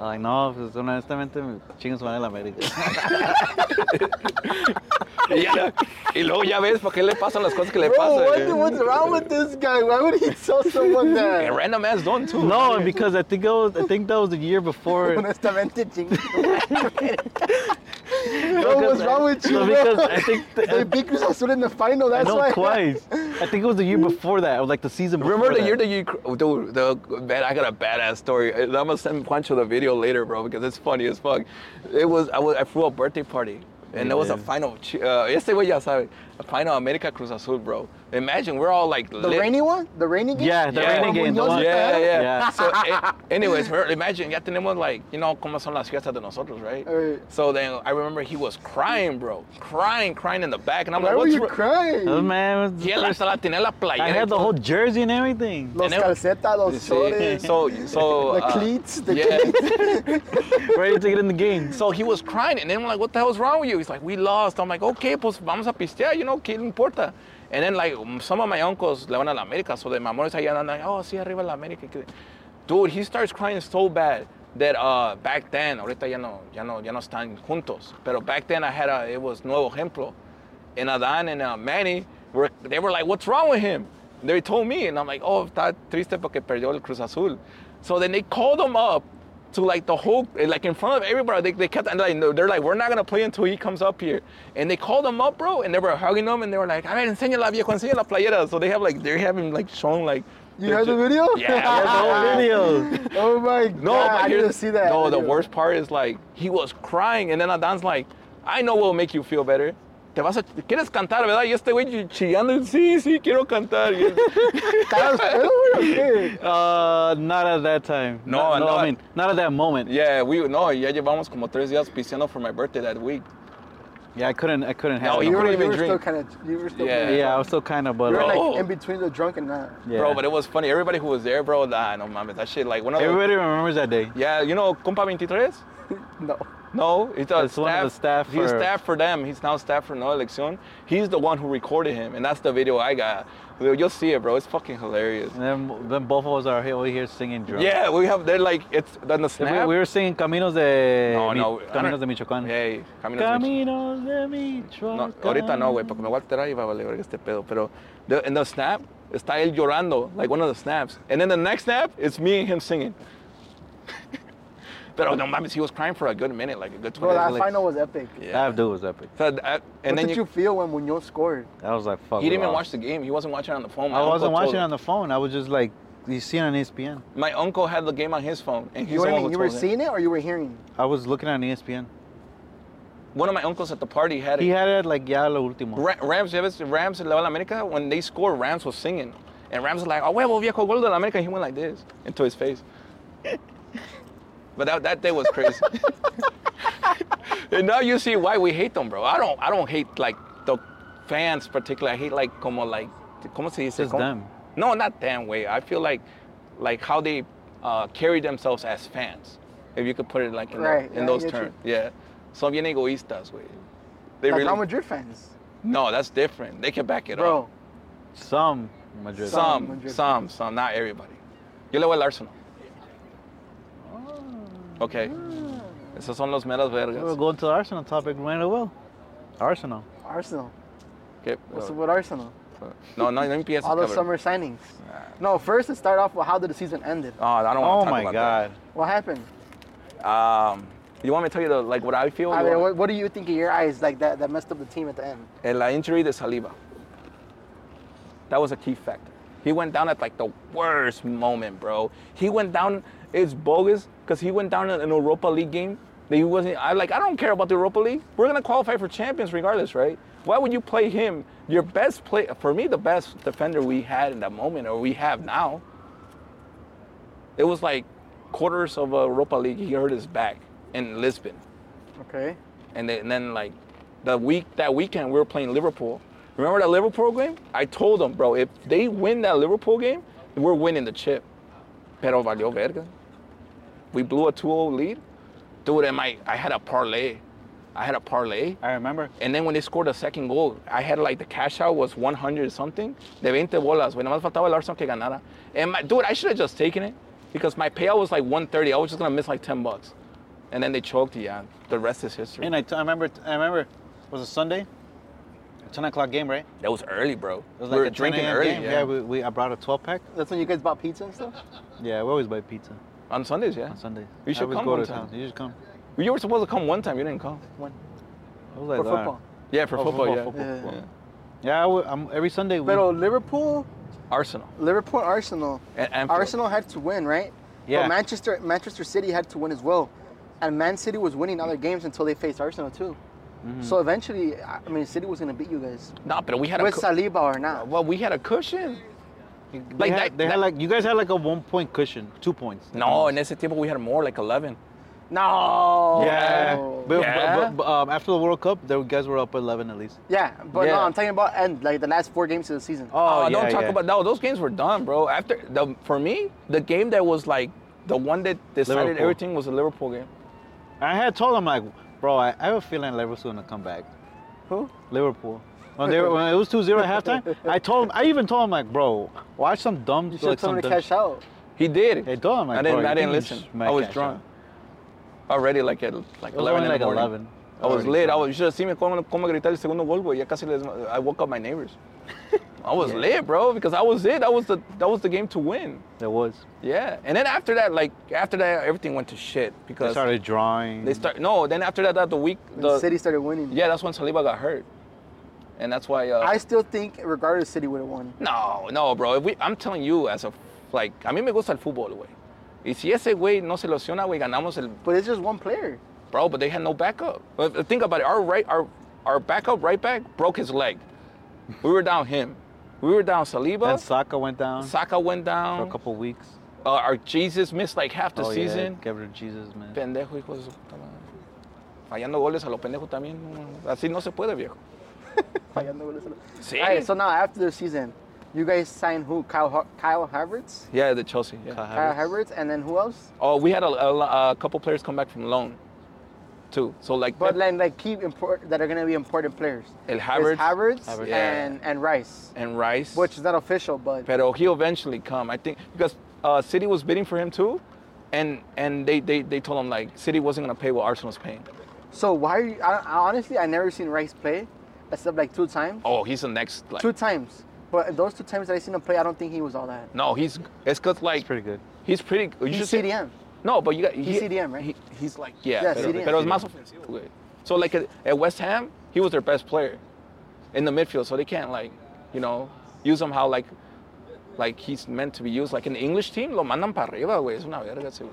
[SPEAKER 2] I'm like, no, pues honestamente, chingas su madre la América.
[SPEAKER 4] Y, ya- y luego ya ves por qué le pasan las cosas que le
[SPEAKER 3] Bro,
[SPEAKER 4] pasan. eh.
[SPEAKER 3] what,
[SPEAKER 4] güey.
[SPEAKER 3] what's wrong with this guy? Why would he tell someone
[SPEAKER 4] And
[SPEAKER 3] that?
[SPEAKER 4] random ass don too.
[SPEAKER 2] no, because I think, that was, I think that was the year before.
[SPEAKER 3] Honestamente, chingo.
[SPEAKER 2] No,
[SPEAKER 3] Bro, what's
[SPEAKER 2] 'cause
[SPEAKER 3] wrong
[SPEAKER 2] I-
[SPEAKER 3] with you,
[SPEAKER 2] No,
[SPEAKER 3] bro?
[SPEAKER 2] because I think th-
[SPEAKER 3] They beat Cruz Azul in the final.
[SPEAKER 2] I
[SPEAKER 3] That's
[SPEAKER 2] know
[SPEAKER 3] why.
[SPEAKER 2] twice. I think it was the year before that, or like the season. Before
[SPEAKER 4] Remember the
[SPEAKER 2] that.
[SPEAKER 4] year that you, cr- dude, the, man, I got a badass story. I'm gonna send Juancho the video later, bro, because it's funny as fuck. It was, I, was, I threw a birthday party, and
[SPEAKER 2] You
[SPEAKER 4] there was a
[SPEAKER 2] did.
[SPEAKER 4] final, chi- uh, este güey ya sabe, a final América Cruz Azul, bro. Imagine, we're all like
[SPEAKER 3] The
[SPEAKER 4] lit.
[SPEAKER 3] rainy one? The rainy game?
[SPEAKER 2] Yeah, the rainy game, the
[SPEAKER 3] Muñoz
[SPEAKER 2] one-
[SPEAKER 4] Yeah,
[SPEAKER 3] fan?
[SPEAKER 4] yeah.
[SPEAKER 2] Yeah.
[SPEAKER 4] So, a- anyways, we're- imagine, ya tenemos like, you know, cómo son las fiestas de nosotros, right?
[SPEAKER 3] Right.
[SPEAKER 4] So then I remember he was crying, bro. Crying, crying in the back. And I'm
[SPEAKER 3] Why
[SPEAKER 4] like,
[SPEAKER 3] were
[SPEAKER 4] what's
[SPEAKER 3] you
[SPEAKER 4] wrong?
[SPEAKER 3] crying?
[SPEAKER 2] Oh, man, it was the
[SPEAKER 4] Y él
[SPEAKER 2] first-
[SPEAKER 4] hasta la tenía la playera.
[SPEAKER 2] I
[SPEAKER 4] y
[SPEAKER 2] had the
[SPEAKER 4] todo.
[SPEAKER 2] whole jersey and everything.
[SPEAKER 3] Los
[SPEAKER 4] and it-
[SPEAKER 3] calcetas, los
[SPEAKER 4] Sí.
[SPEAKER 3] chores.
[SPEAKER 4] So, so.
[SPEAKER 3] eh, The
[SPEAKER 4] uh,
[SPEAKER 3] cleats, the
[SPEAKER 4] yeah.
[SPEAKER 2] Ready to get in the game.
[SPEAKER 4] So he was crying, and then I'm like, what the hell's wrong with you? He's like, we lost. I'm like, okay, pues vamos a pistear, you know, que le importa. And then, like, um, some of my uncles le van a la América, so the mamones allá andan like, oh, sí, arriba la América. que- Dude, he starts crying so bad that uh, back then, ahorita ya no, ya, no, ya no están juntos, pero back then I had a, it was Nuevo Ejemplo, and Adan and uh, Manny, were, they were like, what's wrong with him? They told me, and I'm like, oh, está triste porque perdió el Cruz Azul. So then they called him up to like the whole like in front of everybody they, they kept and like they're like we're not gonna play until he comes up here and they called him up bro and they were hugging him and they were like a ver enseñala viejo enseña la playera so they have like they have him like shown like
[SPEAKER 3] You
[SPEAKER 4] they're
[SPEAKER 3] heard the
[SPEAKER 4] ju-
[SPEAKER 3] video?
[SPEAKER 4] yeah
[SPEAKER 2] The
[SPEAKER 3] Ah.
[SPEAKER 2] whole
[SPEAKER 4] bro.
[SPEAKER 2] video.
[SPEAKER 3] Oh my god.
[SPEAKER 4] no but
[SPEAKER 3] I
[SPEAKER 4] here's-
[SPEAKER 3] didn't see that.
[SPEAKER 4] no the
[SPEAKER 3] video.
[SPEAKER 4] worst part is like he was crying and then Adan's like I know what will make you feel better te vas a quieres cantar verdad y este güey chillando sí sí quiero cantar Y-
[SPEAKER 3] That was okay.
[SPEAKER 2] Uh, not at that time.
[SPEAKER 4] No,
[SPEAKER 2] not,
[SPEAKER 4] no,
[SPEAKER 2] I
[SPEAKER 4] I-
[SPEAKER 2] mean not at that moment. Yeah,
[SPEAKER 4] yeah we no ya llevamos como tres días pisteando for my birthday that week
[SPEAKER 2] I couldn't, I couldn't have.
[SPEAKER 4] No,
[SPEAKER 2] it
[SPEAKER 4] you
[SPEAKER 3] You
[SPEAKER 2] no
[SPEAKER 3] were,
[SPEAKER 4] couldn't
[SPEAKER 2] more.
[SPEAKER 3] you
[SPEAKER 4] even
[SPEAKER 3] were still
[SPEAKER 4] drink.
[SPEAKER 3] kind of. You were still.
[SPEAKER 4] Yeah.
[SPEAKER 3] kinda-
[SPEAKER 2] yeah, I was still kind of, but
[SPEAKER 3] You were
[SPEAKER 2] like,
[SPEAKER 4] Oh.
[SPEAKER 3] like in between the drunk and not.
[SPEAKER 2] yeah.
[SPEAKER 4] Bro, but it was funny. Everybody who was there, bro, nah, no mames, that shit, like, one of the,
[SPEAKER 2] everybody remembers that day.
[SPEAKER 4] yeah, you know, Compa 23?
[SPEAKER 3] No.
[SPEAKER 4] No, it's, a
[SPEAKER 2] It's one of the staff
[SPEAKER 4] He's
[SPEAKER 2] for-
[SPEAKER 4] staff for them. He's now staff for No Elección. He's the one who recorded him, and that's the video I got. Well, You'll see it, bro. It's fucking hilarious.
[SPEAKER 2] And then, then both of us are here, over here singing drums.
[SPEAKER 4] Yeah, we have, they're like, it's on the
[SPEAKER 2] We,
[SPEAKER 4] snap.
[SPEAKER 2] we were singing Caminos de
[SPEAKER 4] no, no. I don't-
[SPEAKER 2] Caminos de Michoacán.
[SPEAKER 4] Hey, Caminos de Michoacán.
[SPEAKER 2] Caminos de Michoacán.
[SPEAKER 4] No, ahorita no, güey, porque me voy a alterar y va a valer verga este pedo. Pero the- in the snap, está él llorando, like one of the snaps. And then the next snap, it's me and him singing. Pero no mames, he was crying for a good minute, like a good
[SPEAKER 3] Bro,
[SPEAKER 4] 20
[SPEAKER 3] that
[SPEAKER 4] like-
[SPEAKER 3] final was epic.
[SPEAKER 4] Yeah.
[SPEAKER 2] That dude was epic.
[SPEAKER 4] So, uh, and
[SPEAKER 3] What
[SPEAKER 4] then
[SPEAKER 3] did you feel when Munoz scored?
[SPEAKER 2] I was like, fuck.
[SPEAKER 4] he didn't
[SPEAKER 2] wow.
[SPEAKER 4] even watch the game. He wasn't watching on the phone. My
[SPEAKER 2] I wasn't
[SPEAKER 4] uncle told
[SPEAKER 2] watching
[SPEAKER 4] him.
[SPEAKER 2] on the phone. I was just like, you see it on E ESPN.
[SPEAKER 4] My uncle had the game on his phone, and he's
[SPEAKER 3] You know
[SPEAKER 4] the
[SPEAKER 3] what I
[SPEAKER 4] one
[SPEAKER 3] mean? You
[SPEAKER 4] who
[SPEAKER 3] were
[SPEAKER 4] told him.
[SPEAKER 3] seeing it or you were hearing?
[SPEAKER 2] I was looking E on ESPN.
[SPEAKER 4] One of my uncles at the party had it.
[SPEAKER 2] He had it like ya lo último.
[SPEAKER 4] Ra- Rams, ya ves, Rams en la América, when they scored, Rams was singing. And Rams was like, oh, huevo, viejo, gol de la América. And he went like this into his face. but that, that day was crazy. and now you see why we hate them, bro. I don't, I don't hate, like, the fans particularly. I hate, like, como, like, ¿cómo se dice?
[SPEAKER 2] Just
[SPEAKER 4] Como-
[SPEAKER 2] them.
[SPEAKER 4] No, not them, way. I feel like, like, how they uh, carry themselves as fans. If you could put it, like, in, the-
[SPEAKER 3] Right,
[SPEAKER 4] in
[SPEAKER 3] yeah, I
[SPEAKER 4] those
[SPEAKER 3] get you.
[SPEAKER 4] terms. Yeah. Son bien egoístas, güey. They
[SPEAKER 3] Like
[SPEAKER 4] really-
[SPEAKER 3] Real Madrid fans,
[SPEAKER 4] no, that's different. They can back it
[SPEAKER 3] bro.
[SPEAKER 4] up.
[SPEAKER 2] Some Madrid.
[SPEAKER 3] Some
[SPEAKER 4] Some,
[SPEAKER 3] Madrid.
[SPEAKER 4] some, some, not everybody. Yo le voy al Arsenal.
[SPEAKER 3] Oh.
[SPEAKER 4] Okay. Esos son los meras
[SPEAKER 2] We're
[SPEAKER 4] vergas.
[SPEAKER 2] going to the Arsenal topic right away. Arsenal.
[SPEAKER 3] Arsenal.
[SPEAKER 4] Okay.
[SPEAKER 3] What's up with Arsenal?
[SPEAKER 4] No, no, no empieces.
[SPEAKER 3] All those
[SPEAKER 4] cabrón.
[SPEAKER 3] summer signings. No, first let's start off with how did the season ended?
[SPEAKER 4] Oh, I don't
[SPEAKER 2] Oh
[SPEAKER 4] want to
[SPEAKER 2] my
[SPEAKER 4] talk
[SPEAKER 2] God.
[SPEAKER 4] about
[SPEAKER 3] What happened?
[SPEAKER 4] that. Um, you want me to tell you the, like what I feel?
[SPEAKER 3] I mean, what, what do you think of your eyes like that that messed up the team at the end?
[SPEAKER 4] And la injury de Saliba. That was a key factor. He went down at like the worst moment, bro. He went down. It's bogus because he went down in an Europa League game. That he wasn't. I like. I don't care about the Europa League. We're gonna qualify for Champions regardless, right? Why would you play him? Your best play for me, the best defender we had in that moment, or we have now. It was like quarters of a Europa League. He hurt his back in Lisbon
[SPEAKER 3] Okay.
[SPEAKER 4] and then, and then like the week that weekend we were playing Liverpool. Remember that Liverpool game? I told them, bro, if they win that Liverpool game, we're winning the chip. Pero valió verga. we blew a 2-0 lead, dude. And my I had a parlay, I had a parlay.
[SPEAKER 2] I remember.
[SPEAKER 4] And then when they scored the second goal, I had like the cash out was 100 something, de 20 bolas. When más faltaba el Arsenal que ganara. And my, dude, I should have just taken it because my payout was like 130. I was just gonna miss like 10 bucks. And then they choked, yeah. The rest is history.
[SPEAKER 2] And I, t- I remember, I remember, it was a Sunday, 10 o'clock game, right?
[SPEAKER 4] that was early, bro.
[SPEAKER 2] It was like
[SPEAKER 4] we were
[SPEAKER 2] a 10
[SPEAKER 4] drinking
[SPEAKER 2] a.m.
[SPEAKER 4] early.
[SPEAKER 2] game.
[SPEAKER 4] Yeah.
[SPEAKER 2] we, we, I brought a 12 pack.
[SPEAKER 3] That's when you guys bought pizza and stuff.
[SPEAKER 2] Yeah, we always buy pizza
[SPEAKER 4] on Sundays, yeah.
[SPEAKER 2] on Sundays.
[SPEAKER 4] You should
[SPEAKER 2] I always
[SPEAKER 4] come
[SPEAKER 2] go
[SPEAKER 4] one
[SPEAKER 2] to
[SPEAKER 4] time.
[SPEAKER 2] town. You should come.
[SPEAKER 4] You were supposed to come one time. You didn't come.
[SPEAKER 3] When
[SPEAKER 2] I was
[SPEAKER 3] for
[SPEAKER 2] like, "All right."
[SPEAKER 3] football.
[SPEAKER 4] Yeah, for
[SPEAKER 2] Oh,
[SPEAKER 4] football,
[SPEAKER 2] football,
[SPEAKER 4] yeah.
[SPEAKER 2] football,
[SPEAKER 3] Yeah.
[SPEAKER 2] football.
[SPEAKER 4] Yeah.
[SPEAKER 2] Yeah, I would, i every Sunday. We,
[SPEAKER 3] But oh, Liverpool,
[SPEAKER 4] Arsenal.
[SPEAKER 3] Liverpool, Arsenal.
[SPEAKER 4] At Anfield.
[SPEAKER 3] Arsenal had to win, right?
[SPEAKER 2] Yeah.
[SPEAKER 3] But Manchester, Manchester City had to win as well, and Man City was winning other games until they faced Arsenal too.
[SPEAKER 4] Mm-hmm.
[SPEAKER 3] So eventually, I I mean, City was gonna beat you guys
[SPEAKER 4] Nah, but we had
[SPEAKER 3] with
[SPEAKER 4] a. cu-
[SPEAKER 3] Saliba or not.
[SPEAKER 4] well, we had a cushion.
[SPEAKER 2] they
[SPEAKER 4] like
[SPEAKER 2] had,
[SPEAKER 4] that-
[SPEAKER 2] they had
[SPEAKER 4] that-
[SPEAKER 2] like you guys had like a one point cushion, two points.
[SPEAKER 4] No, in ese tiempo we had more, like 11.
[SPEAKER 3] No.
[SPEAKER 2] Yeah. But,
[SPEAKER 4] Oh. Yeah.
[SPEAKER 2] but- but, um, after the World Cup, the guys were up 11 at least.
[SPEAKER 3] Yeah, but no,
[SPEAKER 4] Yeah.
[SPEAKER 3] I'm talking about and like the last four games of the season.
[SPEAKER 4] Oh,
[SPEAKER 2] Oh,
[SPEAKER 4] don't
[SPEAKER 2] yeah,
[SPEAKER 4] talk
[SPEAKER 2] yeah.
[SPEAKER 4] about no. Those games were done, bro. After the for me, the game that was like the one that decided
[SPEAKER 2] Liverpool.
[SPEAKER 4] everything was the Liverpool game.
[SPEAKER 2] I had told him like, bro, I, I have a feeling Liverpool's gonna come back.
[SPEAKER 3] Who?
[SPEAKER 2] Liverpool. When, they were, when it was 2-0 at halftime, I told him. I even told him like, bro, watch some dumb.
[SPEAKER 3] You should
[SPEAKER 2] like,
[SPEAKER 3] have
[SPEAKER 2] some
[SPEAKER 3] someone to
[SPEAKER 2] dumb
[SPEAKER 3] cash out.
[SPEAKER 4] He did.
[SPEAKER 2] Hey, don't, like,
[SPEAKER 4] I didn't.
[SPEAKER 2] bro,
[SPEAKER 4] I
[SPEAKER 2] you
[SPEAKER 4] didn't
[SPEAKER 2] think you
[SPEAKER 4] listen.
[SPEAKER 2] should might
[SPEAKER 4] I was
[SPEAKER 2] cash
[SPEAKER 4] drunk.
[SPEAKER 2] out.
[SPEAKER 4] Already like at like
[SPEAKER 2] It was
[SPEAKER 4] 11 in
[SPEAKER 2] only
[SPEAKER 4] the
[SPEAKER 2] like
[SPEAKER 4] morning.
[SPEAKER 2] 11.
[SPEAKER 4] I was
[SPEAKER 2] Already
[SPEAKER 4] lit. I
[SPEAKER 2] drunk.
[SPEAKER 4] was. You should have seen me cómo cómo gritar el segundo gol, güey. Ya casi les, I woke up my neighbors. I was lit, bro, because I was it. That was the that was the game to win.
[SPEAKER 2] There was.
[SPEAKER 4] Yeah. And then after that, like after that, everything went to shit
[SPEAKER 2] They
[SPEAKER 4] because
[SPEAKER 2] started drawing.
[SPEAKER 4] they start. No. Then after that, that the week
[SPEAKER 3] When
[SPEAKER 4] the
[SPEAKER 3] City started winning.
[SPEAKER 4] Yeah, that's when Saliba got hurt, and that's why. Uh,
[SPEAKER 3] I still think, regardless, City would have won.
[SPEAKER 4] No, no, bro. If we, I'm telling you, as a like, a mí me gusta el fútbol, güey. Y si ese güey no se lesiona, güey, ganamos el
[SPEAKER 3] But it's just one player.
[SPEAKER 4] bro. But they had no backup. But if- think about it. Our right, our our backup right back broke his leg. We were down him. We were down Saliba.
[SPEAKER 2] Then Saka went down
[SPEAKER 4] Saka went
[SPEAKER 2] for a
[SPEAKER 4] down.
[SPEAKER 2] couple weeks. Oh,
[SPEAKER 4] Uh, our Jesus missed like half the season.
[SPEAKER 2] Yeah, get rid of Jesus, man.
[SPEAKER 4] Pendejo, hijo de su puta madre. Fallando goles a los pendejos también. no, Así no se puede, viejo. Sí.
[SPEAKER 3] Alright, so now after the season, you guys signed who? Kyle, Har- Kyle Havertz?
[SPEAKER 4] yeah, the Chelsea. Yeah.
[SPEAKER 2] Kyle
[SPEAKER 3] Kyle
[SPEAKER 2] Havertz.
[SPEAKER 3] Havertz, and then who else?
[SPEAKER 4] Oh, we had a, a, a couple players come back from loan, too. So like,
[SPEAKER 3] But
[SPEAKER 4] Pep
[SPEAKER 3] then like key import that are gonna be important players.
[SPEAKER 4] El
[SPEAKER 3] It's
[SPEAKER 4] Havertz.
[SPEAKER 3] Havertz,
[SPEAKER 2] Havertz.
[SPEAKER 4] Yeah.
[SPEAKER 3] and and Rice,
[SPEAKER 4] and Rice,
[SPEAKER 3] which is not official, but
[SPEAKER 4] pero he eventually come. I think because uh, City was bidding for him too, and and they, they they told him like City wasn't gonna pay what Arsenal was paying.
[SPEAKER 3] so why are you? I, I honestly, I never seen Rice play, except like two times.
[SPEAKER 4] Oh, he's the next. Like,
[SPEAKER 3] Two times. But those two times that I seen him play, I don't think he was all that.
[SPEAKER 4] no, he's it's cause like
[SPEAKER 2] It's pretty good.
[SPEAKER 4] he's pretty. You
[SPEAKER 3] He's
[SPEAKER 4] should say-
[SPEAKER 3] CDM.
[SPEAKER 4] No, but you got
[SPEAKER 3] He's CDM, right?
[SPEAKER 4] He, he's like yeah,
[SPEAKER 3] Yeah,
[SPEAKER 4] pero,
[SPEAKER 3] CDM.
[SPEAKER 4] pero es más ofensivo, güey. So like at, at West Ham, he was their best player in the midfield, so they can't like, you know, use him how like like he's meant to be used. Like in the English team, lo mandan para arriba, güey. Es una verga ese güey.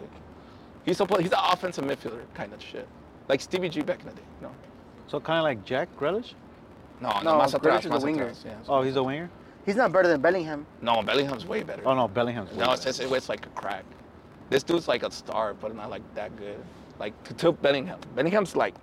[SPEAKER 4] He's supposed he's an offensive midfielder kind of shit. Like Stevie G back in the day. No.
[SPEAKER 2] So kind of like Jack Grealish.
[SPEAKER 4] No, no,
[SPEAKER 3] No,
[SPEAKER 4] más
[SPEAKER 3] Grealish
[SPEAKER 4] atrás,
[SPEAKER 3] is a
[SPEAKER 4] más
[SPEAKER 3] winger.
[SPEAKER 4] atrás. Yeah.
[SPEAKER 2] Oh, he's a winger.
[SPEAKER 3] He's not better than Bellingham.
[SPEAKER 4] No, Bellingham's way better.
[SPEAKER 2] Oh no, Bellingham's. way
[SPEAKER 4] No, it's,
[SPEAKER 2] better.
[SPEAKER 4] it's, it's like a crack. This dude's like a star, but not like that good. Like to, to Bellingham. Bellingham's like,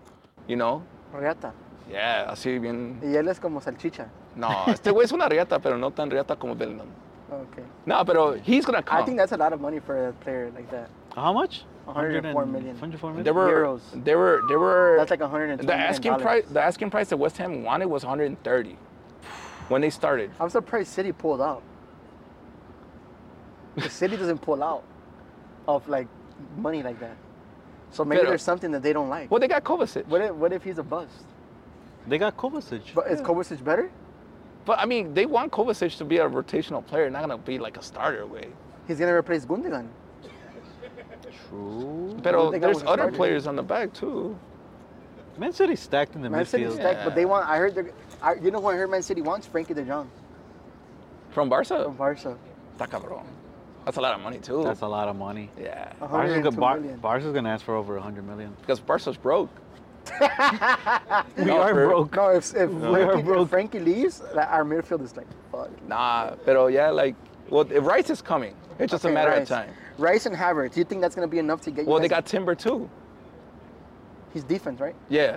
[SPEAKER 4] you know,
[SPEAKER 3] Reata.
[SPEAKER 4] yeah, así bien.
[SPEAKER 3] Y él es como salchicha.
[SPEAKER 4] No, este güey es una riata, pero no tan riata como Bellingham.
[SPEAKER 3] Okay.
[SPEAKER 4] No, pero he's gonna come.
[SPEAKER 3] I think that's a lot of money for a player like that.
[SPEAKER 2] How much?
[SPEAKER 3] 104
[SPEAKER 2] 100
[SPEAKER 3] million.
[SPEAKER 2] 104
[SPEAKER 4] there
[SPEAKER 2] million.
[SPEAKER 4] were,
[SPEAKER 3] Euros.
[SPEAKER 4] there were, there were.
[SPEAKER 3] That's like 120
[SPEAKER 4] The
[SPEAKER 3] million
[SPEAKER 4] asking
[SPEAKER 3] dollars.
[SPEAKER 4] price, the asking price that West Ham wanted was 130 when they started.
[SPEAKER 3] I'm surprised City pulled out. The City doesn't pull out of like money like that. So maybe
[SPEAKER 4] Pero-
[SPEAKER 3] there's something that they don't like.
[SPEAKER 4] Well, they got Kovacic.
[SPEAKER 3] What if, what if he's a bust?
[SPEAKER 2] They got Kovacic.
[SPEAKER 3] But is Kovacic better?
[SPEAKER 4] But I mean, they want Kovacic to be a rotational player, not gonna be like a starter, way.
[SPEAKER 3] He's gonna replace Gundogan.
[SPEAKER 2] True.
[SPEAKER 4] But
[SPEAKER 3] think I
[SPEAKER 4] there's
[SPEAKER 3] was a
[SPEAKER 4] other
[SPEAKER 3] starter.
[SPEAKER 4] players on the back too.
[SPEAKER 2] Man City's stacked in the
[SPEAKER 3] Man
[SPEAKER 2] midfield.
[SPEAKER 3] City's stacked, but they want. I heard. they're- I, you know who I heard Man City wants? Frankie De Jong
[SPEAKER 4] From Barca?
[SPEAKER 3] from Barca.
[SPEAKER 4] Está cabrón. That's a lot of money too.
[SPEAKER 2] That's a lot of money.
[SPEAKER 4] yeah.
[SPEAKER 3] Uh-huh.
[SPEAKER 2] Barca's gonna,
[SPEAKER 3] 102
[SPEAKER 2] Bar-
[SPEAKER 3] million.
[SPEAKER 2] Barca's gonna ask for over 100 million.
[SPEAKER 4] Because Barca's broke.
[SPEAKER 2] We
[SPEAKER 4] No,
[SPEAKER 2] are
[SPEAKER 4] for-
[SPEAKER 2] broke.
[SPEAKER 3] No, if, if,
[SPEAKER 2] We are
[SPEAKER 3] Frankie, if
[SPEAKER 2] broke.
[SPEAKER 3] Frankie leaves, like, our midfield is like fuck.
[SPEAKER 4] Nah, pero yeah, like, well, if Rice is coming. It's just a
[SPEAKER 3] Okay,
[SPEAKER 4] matter
[SPEAKER 3] Rice.
[SPEAKER 4] of time.
[SPEAKER 3] Rice and Havertz. Do you think that's gonna be enough to get? you
[SPEAKER 4] Well, they
[SPEAKER 3] guys-
[SPEAKER 4] got Timber too.
[SPEAKER 3] his defense, right?
[SPEAKER 4] Yeah.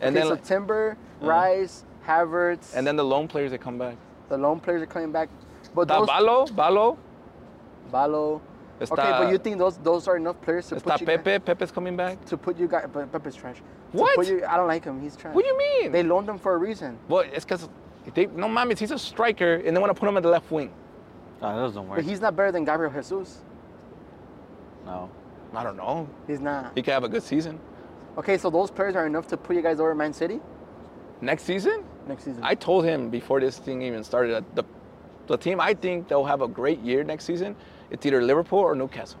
[SPEAKER 4] And
[SPEAKER 3] okay,
[SPEAKER 4] then,
[SPEAKER 3] so
[SPEAKER 4] uh,
[SPEAKER 3] Timber, Rice, Havertz,
[SPEAKER 4] and then the lone players that come back.
[SPEAKER 3] the lone players are coming back. But
[SPEAKER 4] That
[SPEAKER 3] those
[SPEAKER 4] Balo, Balo,
[SPEAKER 3] Balo,
[SPEAKER 4] Está,
[SPEAKER 3] Okay, but you think those those are enough players to
[SPEAKER 4] está
[SPEAKER 3] put you guys-
[SPEAKER 4] Pepe. Pepe's coming back.
[SPEAKER 3] to put you guys? But Pepe's trash. To
[SPEAKER 4] What?
[SPEAKER 3] put you- I don't like him. He's trash.
[SPEAKER 4] What do you mean?
[SPEAKER 3] They loaned him for a reason.
[SPEAKER 4] well, it's because they no mames. He's a striker, and they want to put him at the left wing.
[SPEAKER 2] Ah, that doesn't work.
[SPEAKER 3] But he's not better than Gabriel Jesus.
[SPEAKER 2] no.
[SPEAKER 4] I don't know.
[SPEAKER 3] He's not.
[SPEAKER 4] He could have a good season.
[SPEAKER 3] Okay, so those players are enough to put you guys over Man City
[SPEAKER 4] Next season,
[SPEAKER 3] next season.
[SPEAKER 4] I told him before this thing even started that the, the team I think they'll have a great year next season. It's either Liverpool or Newcastle.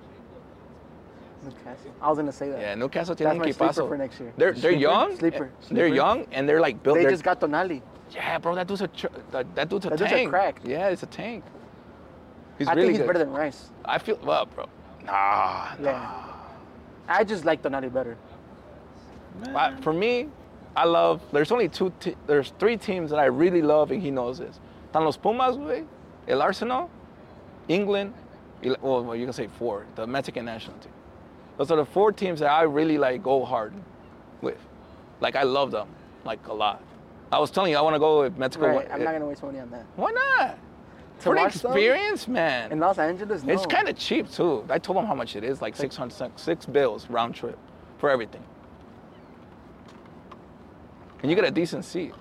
[SPEAKER 3] Newcastle. I was gonna say that.
[SPEAKER 4] Yeah, Newcastle tiene
[SPEAKER 3] That's my
[SPEAKER 4] un
[SPEAKER 3] sleeper
[SPEAKER 4] equipazo.
[SPEAKER 3] for next year.
[SPEAKER 4] They're they're
[SPEAKER 3] Sleeper?
[SPEAKER 4] young.
[SPEAKER 3] Sleeper.
[SPEAKER 4] They're
[SPEAKER 3] Sleeper.
[SPEAKER 4] young and they're like built.
[SPEAKER 3] They
[SPEAKER 4] they're-
[SPEAKER 3] just got Tonali.
[SPEAKER 4] yeah, bro. That dude's a tr- that, that dude's a
[SPEAKER 3] That dude's
[SPEAKER 4] tank.
[SPEAKER 3] a crack.
[SPEAKER 4] Yeah, it's a tank. He's
[SPEAKER 3] I
[SPEAKER 4] really
[SPEAKER 3] think he's
[SPEAKER 4] good.
[SPEAKER 3] better than Rice.
[SPEAKER 4] I feel well, bro. Nah, nah.
[SPEAKER 3] Yeah. I just like Tonali better.
[SPEAKER 4] I- for me, I love. There's only two. Te- there's three teams that I really love, and he knows this. Están los Pumas, güey, el Arsenal, England. y la- Well, well, you can say four. The Mexican national team. Those are the four teams that I really like go hard with. Like I love them, like a lot. I was telling you, I want to go with Mexico.
[SPEAKER 3] Right. I'm
[SPEAKER 4] eh,
[SPEAKER 3] not gonna waste money on that.
[SPEAKER 4] Why not?
[SPEAKER 3] To
[SPEAKER 4] For the
[SPEAKER 3] watch them?
[SPEAKER 4] experience, man.
[SPEAKER 3] In Los Angeles, no.
[SPEAKER 4] It's kind of cheap too. I told him how much it is, like 600, six bills round trip for everything. And you get a decent seat.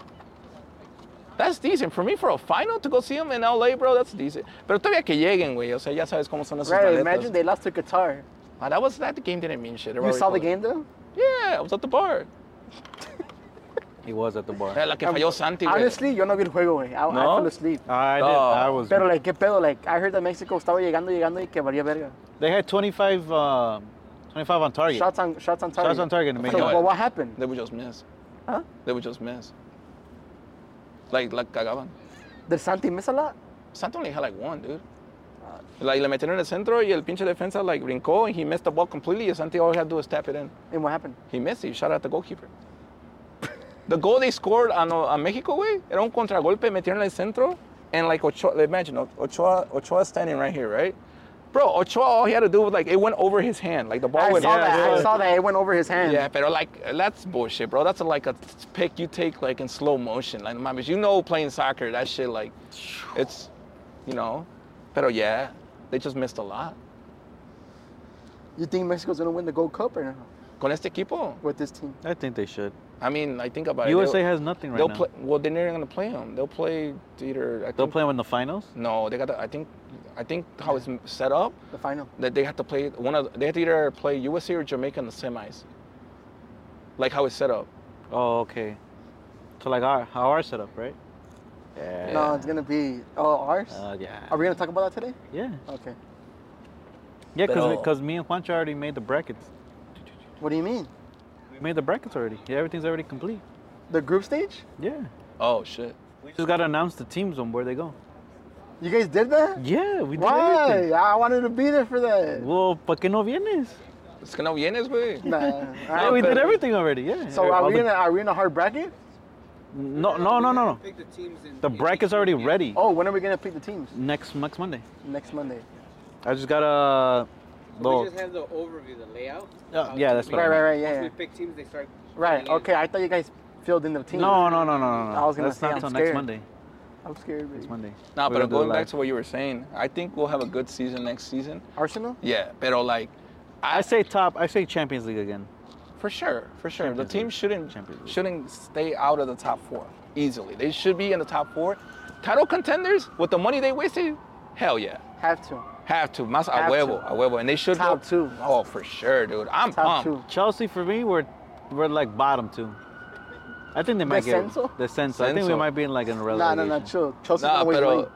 [SPEAKER 4] That's decent. For me, for a final to go see him in LA, bro, that's decent. Pero todavía que lleguen, güey. O sea, ya sabes cómo son esos
[SPEAKER 3] Right.
[SPEAKER 4] planetas.
[SPEAKER 3] Imagine they lost to Qatar.
[SPEAKER 4] Ah, that was that the game didn't mean shit. They were
[SPEAKER 3] You saw the
[SPEAKER 4] already
[SPEAKER 3] game though.
[SPEAKER 4] Yeah, I was at the bar.
[SPEAKER 2] He was at the bar.
[SPEAKER 4] Yeah, la que
[SPEAKER 3] Um,
[SPEAKER 4] falló Santi, güey.
[SPEAKER 3] Honestly, yo no vi el juego, güey. I, I
[SPEAKER 4] No?
[SPEAKER 3] fell asleep.
[SPEAKER 2] I did.
[SPEAKER 4] Oh.
[SPEAKER 2] I was.
[SPEAKER 3] Pero like, qué pedo, like, I heard that Mexico estaba llegando, llegando y que valía verga.
[SPEAKER 2] They had 25, um, 25 on target.
[SPEAKER 3] Shots on, shots on target.
[SPEAKER 2] Shots on target,
[SPEAKER 3] So,
[SPEAKER 2] man.
[SPEAKER 3] well, what happened?
[SPEAKER 4] They would just miss.
[SPEAKER 3] Huh?
[SPEAKER 4] They would just miss. Like, like cagaban.
[SPEAKER 3] Did Santi miss a lot?
[SPEAKER 4] Santos only had like one, dude. Like, le metieron en el centro y el pinche defensa like brincó and he missed the ball completely. And Santi all he had to do is tap it in.
[SPEAKER 3] And what happened?
[SPEAKER 4] He missed it. He shot at the goalkeeper. the goal they scored on, on Mexico, güey, era un contragolpe. Metieron en el centro and like Ochoa, imagine O- Ochoa, Ochoa standing right here, right? Bro, Ochoa, all he had to do was like it went over his hand, like the ball
[SPEAKER 3] I
[SPEAKER 4] went.
[SPEAKER 3] saw
[SPEAKER 2] Oh, yeah,
[SPEAKER 3] that. I
[SPEAKER 2] yeah.
[SPEAKER 3] saw that. It went over his hand.
[SPEAKER 4] Yeah, but like that's bullshit, bro. That's like a pick you take like in slow motion. Like, mames, you know, playing soccer, that shit, like, it's, you know, pero yeah, they just missed a lot.
[SPEAKER 3] You think Mexico's gonna win the Gold Cup or no?
[SPEAKER 4] Con este equipo,
[SPEAKER 3] With this team?
[SPEAKER 2] I think they should.
[SPEAKER 4] I mean, I think about
[SPEAKER 2] USA
[SPEAKER 4] it.
[SPEAKER 2] has nothing right
[SPEAKER 4] they'll,
[SPEAKER 2] now.
[SPEAKER 4] they'll play. Well, they're not gonna play them. They'll play either. I
[SPEAKER 2] They'll
[SPEAKER 4] think-
[SPEAKER 2] play 'em in the finals.
[SPEAKER 4] No, they got. to I think. I think how it's set up
[SPEAKER 3] The final.
[SPEAKER 4] that they have to play one of. They have to either play USA or Jamaica in the semis. Like how it's set up.
[SPEAKER 2] Oh, okay. So like our how our setup, right? Yeah.
[SPEAKER 3] No, it's gonna be oh ours.
[SPEAKER 2] Uh, yeah.
[SPEAKER 3] Are we gonna talk about that today?
[SPEAKER 2] yeah.
[SPEAKER 3] Okay.
[SPEAKER 2] Yeah, because
[SPEAKER 4] Pero-
[SPEAKER 2] because me and Juancho already made the brackets.
[SPEAKER 3] What do you mean?
[SPEAKER 2] We made the brackets already. Yeah, everything's already complete.
[SPEAKER 3] The group stage?
[SPEAKER 2] Yeah.
[SPEAKER 4] Oh shit.
[SPEAKER 2] We just gotta announce the teams on where they go.
[SPEAKER 3] You guys did that?
[SPEAKER 2] Yeah, we did
[SPEAKER 3] Why?
[SPEAKER 2] everything.
[SPEAKER 3] I wanted to be there for that.
[SPEAKER 2] Well, ¿por qué no vienes?
[SPEAKER 4] Es que no vienes, güey.
[SPEAKER 3] Nah.
[SPEAKER 2] Yeah,
[SPEAKER 3] I-
[SPEAKER 2] we did
[SPEAKER 4] pero-
[SPEAKER 2] everything already. Yeah.
[SPEAKER 3] Ah, so are
[SPEAKER 2] All
[SPEAKER 3] we
[SPEAKER 2] the-
[SPEAKER 3] in a, are we in a hard bracket?
[SPEAKER 2] No, no, no, no, no.
[SPEAKER 5] Pick the teams in-
[SPEAKER 2] The bracket's already ready.
[SPEAKER 3] Oh, when are we gonna pick the teams?
[SPEAKER 2] Next next Monday.
[SPEAKER 3] Next Monday.
[SPEAKER 2] I just gotta.
[SPEAKER 5] We
[SPEAKER 2] Little,
[SPEAKER 5] just have the overview, the layout.
[SPEAKER 2] Yeah,
[SPEAKER 5] how
[SPEAKER 2] yeah,
[SPEAKER 5] to
[SPEAKER 2] that's
[SPEAKER 5] pick
[SPEAKER 2] what I
[SPEAKER 3] Right, right, right.
[SPEAKER 5] teams.
[SPEAKER 3] Yeah, yeah.
[SPEAKER 5] Once we pick teams, they start.
[SPEAKER 3] Right.
[SPEAKER 5] filling in.
[SPEAKER 3] Okay. I thought you guys filled in the teams.
[SPEAKER 2] no, no, no, no, no, no.
[SPEAKER 3] I was gonna
[SPEAKER 2] That's
[SPEAKER 3] say,
[SPEAKER 2] not
[SPEAKER 3] I'm
[SPEAKER 2] till next
[SPEAKER 3] scared.
[SPEAKER 2] Monday.
[SPEAKER 3] I'm scared. baby.
[SPEAKER 2] It's Monday.
[SPEAKER 4] Nah,
[SPEAKER 2] We're
[SPEAKER 4] but
[SPEAKER 2] gonna do it
[SPEAKER 4] going back
[SPEAKER 2] live.
[SPEAKER 4] to what you were saying, I think we'll have a good season next season.
[SPEAKER 3] Arsenal.
[SPEAKER 4] Yeah, pero like,
[SPEAKER 2] I say top. I say Champions League again.
[SPEAKER 4] for sure, for sure,
[SPEAKER 2] Champions
[SPEAKER 4] the team
[SPEAKER 2] League.
[SPEAKER 4] shouldn't
[SPEAKER 2] Champions League.
[SPEAKER 4] shouldn't stay out of the top four easily. They should be in the top four. Title contenders with the money they wasted, hell yeah,
[SPEAKER 3] Have to.
[SPEAKER 4] have to. Mas a
[SPEAKER 3] Have
[SPEAKER 4] huevo,
[SPEAKER 3] to.
[SPEAKER 4] a huevo, and they should
[SPEAKER 3] Top
[SPEAKER 4] go-
[SPEAKER 3] two.
[SPEAKER 4] Oh, for sure, dude. I'm
[SPEAKER 3] Top
[SPEAKER 4] pumped.
[SPEAKER 3] two.
[SPEAKER 2] Chelsea for me, we're we're like bottom two. I think they might get
[SPEAKER 3] Descenso?
[SPEAKER 2] descenso. I think we
[SPEAKER 4] Descenso.
[SPEAKER 2] might be in like in a
[SPEAKER 3] No,
[SPEAKER 2] relegation.
[SPEAKER 3] no, no. Chill. Chelsea's
[SPEAKER 4] Nah,
[SPEAKER 3] gonna waste
[SPEAKER 4] pero-
[SPEAKER 3] money.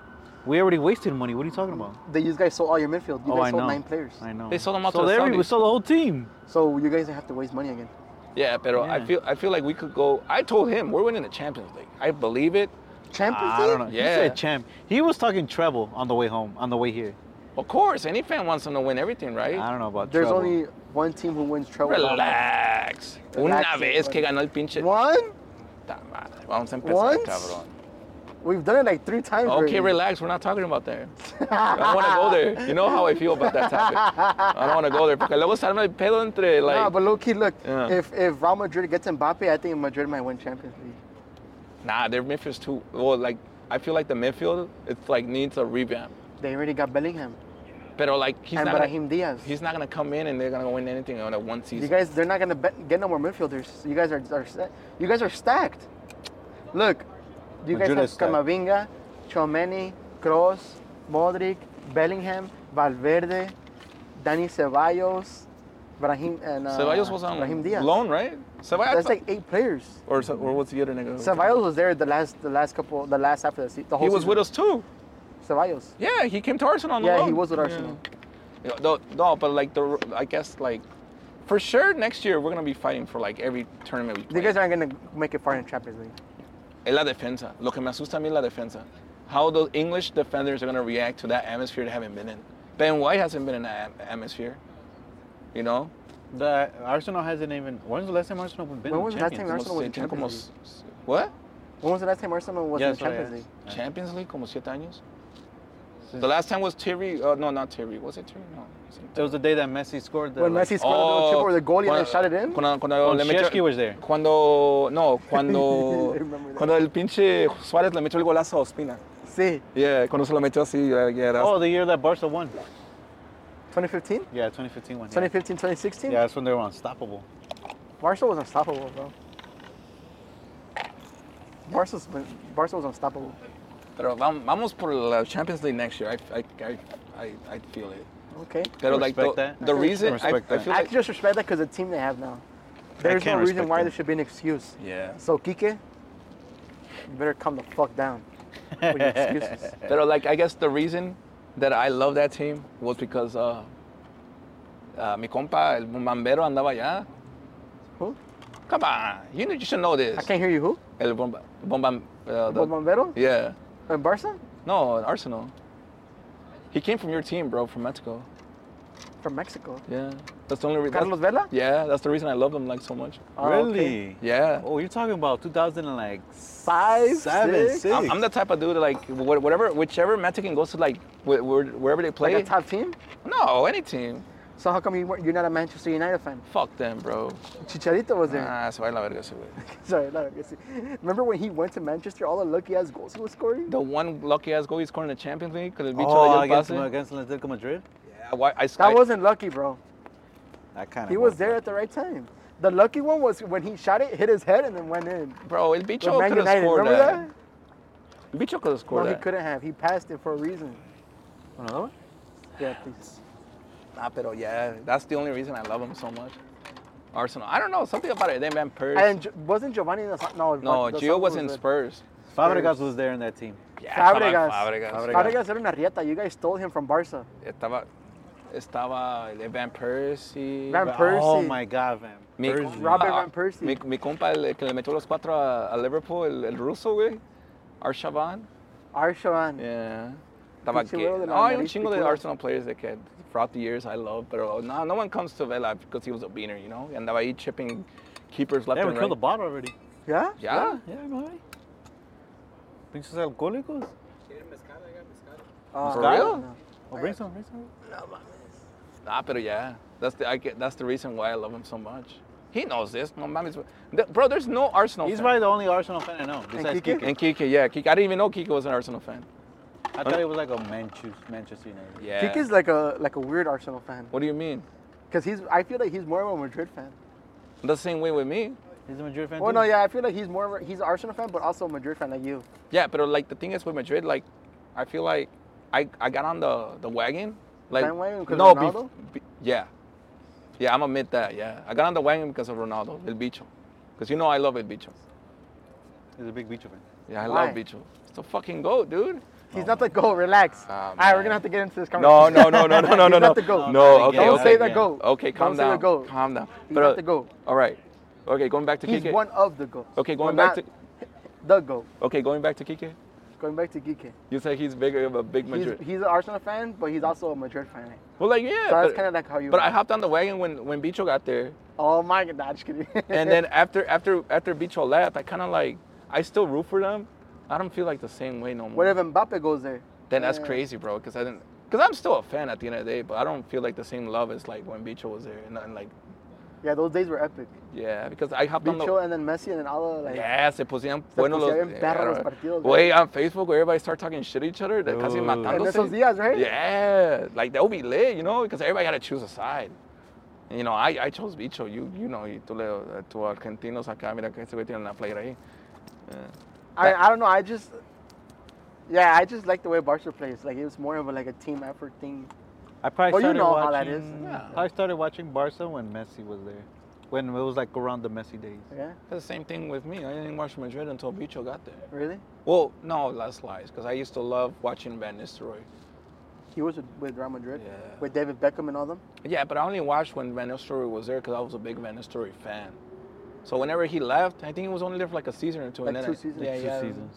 [SPEAKER 2] We already wasted money. What are you talking about?
[SPEAKER 3] They you guys sold all your midfield. You
[SPEAKER 2] oh,
[SPEAKER 3] guys
[SPEAKER 2] I
[SPEAKER 3] sold
[SPEAKER 2] know.
[SPEAKER 3] nine players.
[SPEAKER 2] I know.
[SPEAKER 4] They sold them out
[SPEAKER 2] so
[SPEAKER 4] to the
[SPEAKER 2] there we
[SPEAKER 4] Saudis.
[SPEAKER 2] sold the whole team.
[SPEAKER 3] So you guys have to waste money again.
[SPEAKER 4] Yeah, pero I
[SPEAKER 2] Yeah.
[SPEAKER 4] feel I feel like we could go. I told him we're winning the Champions League. I believe it.
[SPEAKER 3] Champions League.
[SPEAKER 2] Ah, I don't know. He
[SPEAKER 4] Yeah.
[SPEAKER 2] said champ. He was talking treble on the way home, on the way here.
[SPEAKER 4] Of course, any fan wants them to win everything, right?
[SPEAKER 2] I don't know about
[SPEAKER 3] There's
[SPEAKER 2] treble.
[SPEAKER 3] only one team who wins treble.
[SPEAKER 4] Relax. Una
[SPEAKER 3] Relax,
[SPEAKER 4] vez que
[SPEAKER 3] güey.
[SPEAKER 4] ganó el pinche.
[SPEAKER 3] One?
[SPEAKER 4] Puta madre, Vamos a empezar,
[SPEAKER 3] Once?
[SPEAKER 4] cabrón.
[SPEAKER 3] We've done it like three times.
[SPEAKER 4] Okay,
[SPEAKER 3] already.
[SPEAKER 4] relax. We're not talking about that. I don't want to go there. You know how I feel about that topic. I don't want to go there. Porque luego se arma el pedo entre, like,
[SPEAKER 3] nah, but low key, look.
[SPEAKER 4] Yeah.
[SPEAKER 3] If if Real Madrid gets Mbappe, I think Madrid might win Champions League.
[SPEAKER 4] nah, their midfield's too. Well, like, I feel like the midfield, it's like needs a revamp.
[SPEAKER 3] They already got Bellingham.
[SPEAKER 4] But like he's
[SPEAKER 3] And
[SPEAKER 4] not
[SPEAKER 3] Brahim Diaz.
[SPEAKER 4] He's not gonna come in and they're gonna win anything on that one season.
[SPEAKER 3] You guys, they're not gonna bet, get no more midfielders. You guys are, are set- you guys are stacked. Look, you guys
[SPEAKER 2] Madrid
[SPEAKER 3] have
[SPEAKER 2] is stacked.
[SPEAKER 3] Camavinga, Chomeni, Kroos, Modric, Bellingham, Valverde, Dani Ceballos, Brahim and uh,
[SPEAKER 4] Ceballos was on
[SPEAKER 3] Brahim Diaz.
[SPEAKER 4] loan, right? Ceballos
[SPEAKER 3] That's like eight players.
[SPEAKER 4] or Ce- or what's the other nigga?
[SPEAKER 3] Ceballos was there the last the last couple the last half of the season. The
[SPEAKER 4] He
[SPEAKER 3] whole
[SPEAKER 4] was
[SPEAKER 3] season.
[SPEAKER 4] with us too.
[SPEAKER 3] Ceballos.
[SPEAKER 4] Yeah, he came to Arsenal. On
[SPEAKER 3] Yeah,
[SPEAKER 4] loan.
[SPEAKER 3] he was with Arsenal.
[SPEAKER 4] Yeah. No, no, but like the I guess like for sure next year we're gonna be fighting for like every tournament we play.
[SPEAKER 3] You guys aren't gonna make it far in the Champions League.
[SPEAKER 4] Es la defensa. Lo que me asusta a mí es la defensa. How those English defenders are going to react to that atmosphere they haven't been in. Ben White hasn't been in that at- atmosphere. You know?
[SPEAKER 2] The Arsenal hasn't even. When's the last time Arsenal been?
[SPEAKER 3] When
[SPEAKER 2] in
[SPEAKER 3] was the last time
[SPEAKER 2] Champions?
[SPEAKER 3] Arsenal was in
[SPEAKER 4] tiene como
[SPEAKER 3] Champions
[SPEAKER 4] s- What?
[SPEAKER 3] When was the last time Arsenal was
[SPEAKER 2] Yeah,
[SPEAKER 3] in the
[SPEAKER 2] sorry,
[SPEAKER 3] Champions
[SPEAKER 2] yeah.
[SPEAKER 3] League?
[SPEAKER 4] Champions League, como siete años.
[SPEAKER 2] Since-
[SPEAKER 4] The last time was Terry. Uh, no, not Terry. Was it Terry? No. was it
[SPEAKER 2] It was the day that Messi scored. The,
[SPEAKER 3] When
[SPEAKER 2] like,
[SPEAKER 3] Messi scored
[SPEAKER 4] Oh,
[SPEAKER 3] the chip over the goalie and
[SPEAKER 4] cuando-
[SPEAKER 3] they shot it in.
[SPEAKER 4] Cuando, cuando
[SPEAKER 2] When
[SPEAKER 4] le metió-
[SPEAKER 2] Szczęsny was there.
[SPEAKER 4] Cuando, no, cuando,
[SPEAKER 3] I remember that.
[SPEAKER 4] cuando el pinche Suárez le metió el golazo a Ospina.
[SPEAKER 3] Sí,
[SPEAKER 4] Yeah, cuando se lo metió así. Yeah, yeah, that's-
[SPEAKER 2] Oh, the year that Barca won.
[SPEAKER 3] 2015,
[SPEAKER 2] Yeah, 2015 won. yeah.
[SPEAKER 3] 2015, 2016.
[SPEAKER 2] Yeah, that's when they were unstoppable.
[SPEAKER 3] Barca was unstoppable, bro. Barca's been, Barca was unstoppable.
[SPEAKER 4] Pero vam- vamos por la Champions League next year. I, I, I, I, I feel it.
[SPEAKER 3] Okay.
[SPEAKER 4] Pero
[SPEAKER 2] I
[SPEAKER 4] like
[SPEAKER 2] respect
[SPEAKER 4] the,
[SPEAKER 2] that.
[SPEAKER 4] the
[SPEAKER 2] I
[SPEAKER 4] reason I,
[SPEAKER 2] respect
[SPEAKER 4] I
[SPEAKER 2] that.
[SPEAKER 4] feel
[SPEAKER 3] I
[SPEAKER 4] like
[SPEAKER 3] can just respect that because the team they have now. There's no
[SPEAKER 2] can't
[SPEAKER 3] reason
[SPEAKER 2] respect
[SPEAKER 3] why
[SPEAKER 2] them.
[SPEAKER 3] there should be an excuse.
[SPEAKER 4] yeah.
[SPEAKER 3] So Kike, you better calm the fuck down with your excuses.
[SPEAKER 4] Pero like I guess the reason that I love that team was because uh, uh, mi compa el bombero andaba allá.
[SPEAKER 3] Who?
[SPEAKER 4] Come on, you know you should know this.
[SPEAKER 3] I can't hear you. Who?
[SPEAKER 4] El bomba, bomba, uh, the-
[SPEAKER 3] Bombero?
[SPEAKER 4] Yeah.
[SPEAKER 3] In Uh, Barca?
[SPEAKER 4] No, Arsenal. He came from your team, bro, from Mexico.
[SPEAKER 3] From Mexico.
[SPEAKER 4] Yeah. That's the only reason.
[SPEAKER 3] Carlos Vela?
[SPEAKER 4] Yeah, that's the reason I love them like so much.
[SPEAKER 3] Oh, okay.
[SPEAKER 2] really?
[SPEAKER 4] Yeah.
[SPEAKER 2] Oh, you're talking about 2000 and like
[SPEAKER 3] Five,
[SPEAKER 2] seven,
[SPEAKER 3] six?
[SPEAKER 2] six.
[SPEAKER 4] I'm, I'm the type of dude that, like wh- whatever, whichever Mexican goes to like wh- wh- wherever they play.
[SPEAKER 3] Like a top team?
[SPEAKER 4] no, any team.
[SPEAKER 3] So how come you weren't, you're not a Manchester United fan?
[SPEAKER 4] Fuck them, bro.
[SPEAKER 3] Chicharito was there.
[SPEAKER 4] Ah, se va a la verga ese güey.
[SPEAKER 3] Sorry, no, I see. Remember when he went to Manchester, all the lucky ass goals he was scoring?
[SPEAKER 4] The one lucky ass goal he scored in the Champions League because it beat
[SPEAKER 2] Oh,
[SPEAKER 4] oh,
[SPEAKER 2] against, against Atletico Madrid?
[SPEAKER 4] Yeah, why- I,
[SPEAKER 3] That
[SPEAKER 4] I-
[SPEAKER 3] wasn't lucky, bro.
[SPEAKER 2] That kind of.
[SPEAKER 3] He was there at the right time. The lucky one was when he shot it, hit his head, and then went in.
[SPEAKER 4] bro. El
[SPEAKER 3] With
[SPEAKER 4] bicho
[SPEAKER 3] Man
[SPEAKER 4] could have
[SPEAKER 3] United,
[SPEAKER 4] scored
[SPEAKER 3] remember
[SPEAKER 4] that.
[SPEAKER 3] that?
[SPEAKER 4] El bicho could have scored
[SPEAKER 3] no, he
[SPEAKER 4] that.
[SPEAKER 3] couldn't have. He passed it for a reason.
[SPEAKER 2] Another one?
[SPEAKER 3] Yeah, please.
[SPEAKER 4] Nah, pero yeah, that's the only reason I love him so much. Arsenal. I don't know something about it. They man Spurs.
[SPEAKER 3] And Gio- wasn't Giovanni the no?
[SPEAKER 4] no,
[SPEAKER 3] the
[SPEAKER 4] Gio was in
[SPEAKER 3] the-
[SPEAKER 4] Spurs.
[SPEAKER 2] Fabregas was there in that team.
[SPEAKER 4] Yeah,
[SPEAKER 3] Fabregas.
[SPEAKER 4] Fabregas.
[SPEAKER 3] Fabregas era una rieta. You guys stole him from Barca.
[SPEAKER 4] Estaba, estaba el Van Persie.
[SPEAKER 3] Van
[SPEAKER 2] Oh
[SPEAKER 3] Persie.
[SPEAKER 2] my God, man.
[SPEAKER 4] Mi,
[SPEAKER 2] Persie.
[SPEAKER 3] Robert Van Persie.
[SPEAKER 4] Mi, mi compa, el que le metió los cuatro a, a Liverpool, el, el ruso, güey. Arshavan.
[SPEAKER 3] Arshavan.
[SPEAKER 4] Yeah. Estaba
[SPEAKER 3] Pinche
[SPEAKER 4] que-
[SPEAKER 3] güero de la
[SPEAKER 4] No, hay un
[SPEAKER 3] nariz
[SPEAKER 4] chingo de
[SPEAKER 3] picuda.
[SPEAKER 4] Arsenal players that que throughout the years I love, pero no, no one comes to Vela because he was a beaner, you know? Y andaba ahí chipping keepers left
[SPEAKER 2] Yeah, we
[SPEAKER 4] and
[SPEAKER 2] killed the
[SPEAKER 4] right.
[SPEAKER 2] bot already.
[SPEAKER 3] Yeah?
[SPEAKER 4] Yeah.
[SPEAKER 2] Yeah, no way. Pinches alcohólicos.
[SPEAKER 5] ¿Quieren mezcal? Oiga, mezcal.
[SPEAKER 3] Uh,
[SPEAKER 4] For real?
[SPEAKER 3] no.
[SPEAKER 2] Oh, bring some, bring some.
[SPEAKER 4] Nah, Ah, pero yeah. That's the, I get, that's the reason why I love him so much. He knows this. No mames. The- Bro, there's no Arsenal
[SPEAKER 2] He's
[SPEAKER 4] fan.
[SPEAKER 2] probably the only Arsenal fan I know besides
[SPEAKER 3] Kike?
[SPEAKER 2] Kike.
[SPEAKER 4] And Kike, yeah. Kike, I didn't even know Kike was an Arsenal fan.
[SPEAKER 2] I thought he was like a Manchester Manchester United.
[SPEAKER 4] Yeah.
[SPEAKER 3] Kike's like a like a weird Arsenal fan.
[SPEAKER 4] What do you mean?
[SPEAKER 3] Cause he's, I feel like he's more of a Madrid fan.
[SPEAKER 4] The same way with me.
[SPEAKER 2] He's a Madrid fan.
[SPEAKER 3] Well,
[SPEAKER 2] too?
[SPEAKER 3] Oh, no, yeah, I feel like he's more, of a- he's an Arsenal fan, but also a Madrid fan like you.
[SPEAKER 4] Yeah, but like the thing is with Madrid, like I feel like I, I got on the, the wagon. Like
[SPEAKER 3] Bandwagon 'cause of
[SPEAKER 4] no, bef-
[SPEAKER 3] Ronaldo?
[SPEAKER 4] be- yeah, yeah, I'm admit that. Yeah, I got on the wagon because of Ronaldo, El Bicho, because you know I love El Bicho.
[SPEAKER 2] He's a big Bicho fan.
[SPEAKER 4] Yeah, I love
[SPEAKER 3] Why?
[SPEAKER 4] Bicho. It's a fucking goat, dude.
[SPEAKER 3] He's not the goal. Relax.
[SPEAKER 4] Oh. Ah,
[SPEAKER 3] All right, we're
[SPEAKER 4] man.
[SPEAKER 3] gonna have to get into this
[SPEAKER 4] No,
[SPEAKER 3] conversation.
[SPEAKER 4] no, no, no, no, no,
[SPEAKER 3] He's
[SPEAKER 4] no, no.
[SPEAKER 3] not the goat.
[SPEAKER 4] No,
[SPEAKER 2] Not
[SPEAKER 4] okay,
[SPEAKER 2] the goat.
[SPEAKER 4] okay.
[SPEAKER 2] Don't say the
[SPEAKER 4] okay.
[SPEAKER 2] goat.
[SPEAKER 4] Okay, calm
[SPEAKER 3] Don't say the
[SPEAKER 4] down.
[SPEAKER 3] goat.
[SPEAKER 4] Calm down.
[SPEAKER 3] He's
[SPEAKER 4] Pero-
[SPEAKER 3] not the goat.
[SPEAKER 4] All right, okay, going back to
[SPEAKER 3] He's
[SPEAKER 4] Kike.
[SPEAKER 3] one of the goals.
[SPEAKER 4] Okay, going
[SPEAKER 3] But
[SPEAKER 4] back
[SPEAKER 3] not
[SPEAKER 4] to
[SPEAKER 3] the goal.
[SPEAKER 4] okay, going back to Kike.
[SPEAKER 3] Going back to Gike.
[SPEAKER 4] You say he's bigger of a big
[SPEAKER 3] He's,
[SPEAKER 4] Madrid.
[SPEAKER 3] he's an Arsenal fan, but he's also a Madrid fan.
[SPEAKER 4] well, like yeah,
[SPEAKER 3] So that's
[SPEAKER 4] but-
[SPEAKER 3] kinda like how you
[SPEAKER 4] But
[SPEAKER 3] are.
[SPEAKER 4] I hopped on the wagon when when Bicho got there.
[SPEAKER 3] Oh my god, nah, just kidding.
[SPEAKER 4] and then after after after Bicho left, I kind of like I still root for them. I don't feel like the same way no more.
[SPEAKER 3] what if Mbappe goes there?
[SPEAKER 4] Then that's
[SPEAKER 3] Yeah.
[SPEAKER 4] crazy, bro. Because I didn't. Because I'm still a fan at the end of the day, but I don't feel like the same love as like when Bicho was there and, and like
[SPEAKER 3] Yeah, those days were epic.
[SPEAKER 4] Yeah, because I hopped on the.
[SPEAKER 3] Bicho and then Messi and then all the like.
[SPEAKER 4] Yeah, se pusían
[SPEAKER 3] Se
[SPEAKER 4] buenos los.
[SPEAKER 3] pusieron bien perros los
[SPEAKER 4] yeah,
[SPEAKER 3] partidos,
[SPEAKER 4] Güey, on Facebook, where everybody start talking shit to each other, they're casi
[SPEAKER 2] Ooh.
[SPEAKER 4] matándose.
[SPEAKER 3] En esos días, right?
[SPEAKER 4] Yeah, like that would be lit, you know, because everybody had to choose a side. And, you know, I, I chose bicho. You you know, y tú le eh, tú argentinos acá, mira que ese güey tiene una playera ahí.
[SPEAKER 3] I, I don't know. I just, yeah, I just like the way Barca plays. Like it was more of a, like a team effort thing.
[SPEAKER 2] I probably
[SPEAKER 3] Well, you
[SPEAKER 2] started
[SPEAKER 3] know
[SPEAKER 2] watching,
[SPEAKER 3] how that is. Yeah.
[SPEAKER 2] I started watching Barca when Messi was there, when it was like around the Messi days.
[SPEAKER 3] Yeah,
[SPEAKER 4] That's the same thing with me. I didn't watch Madrid until bicho got there.
[SPEAKER 3] really.
[SPEAKER 4] Well, no, that's lies, because I used to love watching Van Nistelrooy.
[SPEAKER 3] He was with, with Real Madrid,
[SPEAKER 4] Yeah.
[SPEAKER 3] with David Beckham and all them.
[SPEAKER 4] Yeah, but I only watched when Van Nistelrooy was there because I was a big Van Nistelrooy fan. So whenever he left, I think he was only there for like a season or two.
[SPEAKER 3] Like
[SPEAKER 4] Oh, and
[SPEAKER 3] two
[SPEAKER 4] then I-
[SPEAKER 3] seasons.
[SPEAKER 4] Yeah,
[SPEAKER 2] Two
[SPEAKER 4] yeah.
[SPEAKER 2] seasons.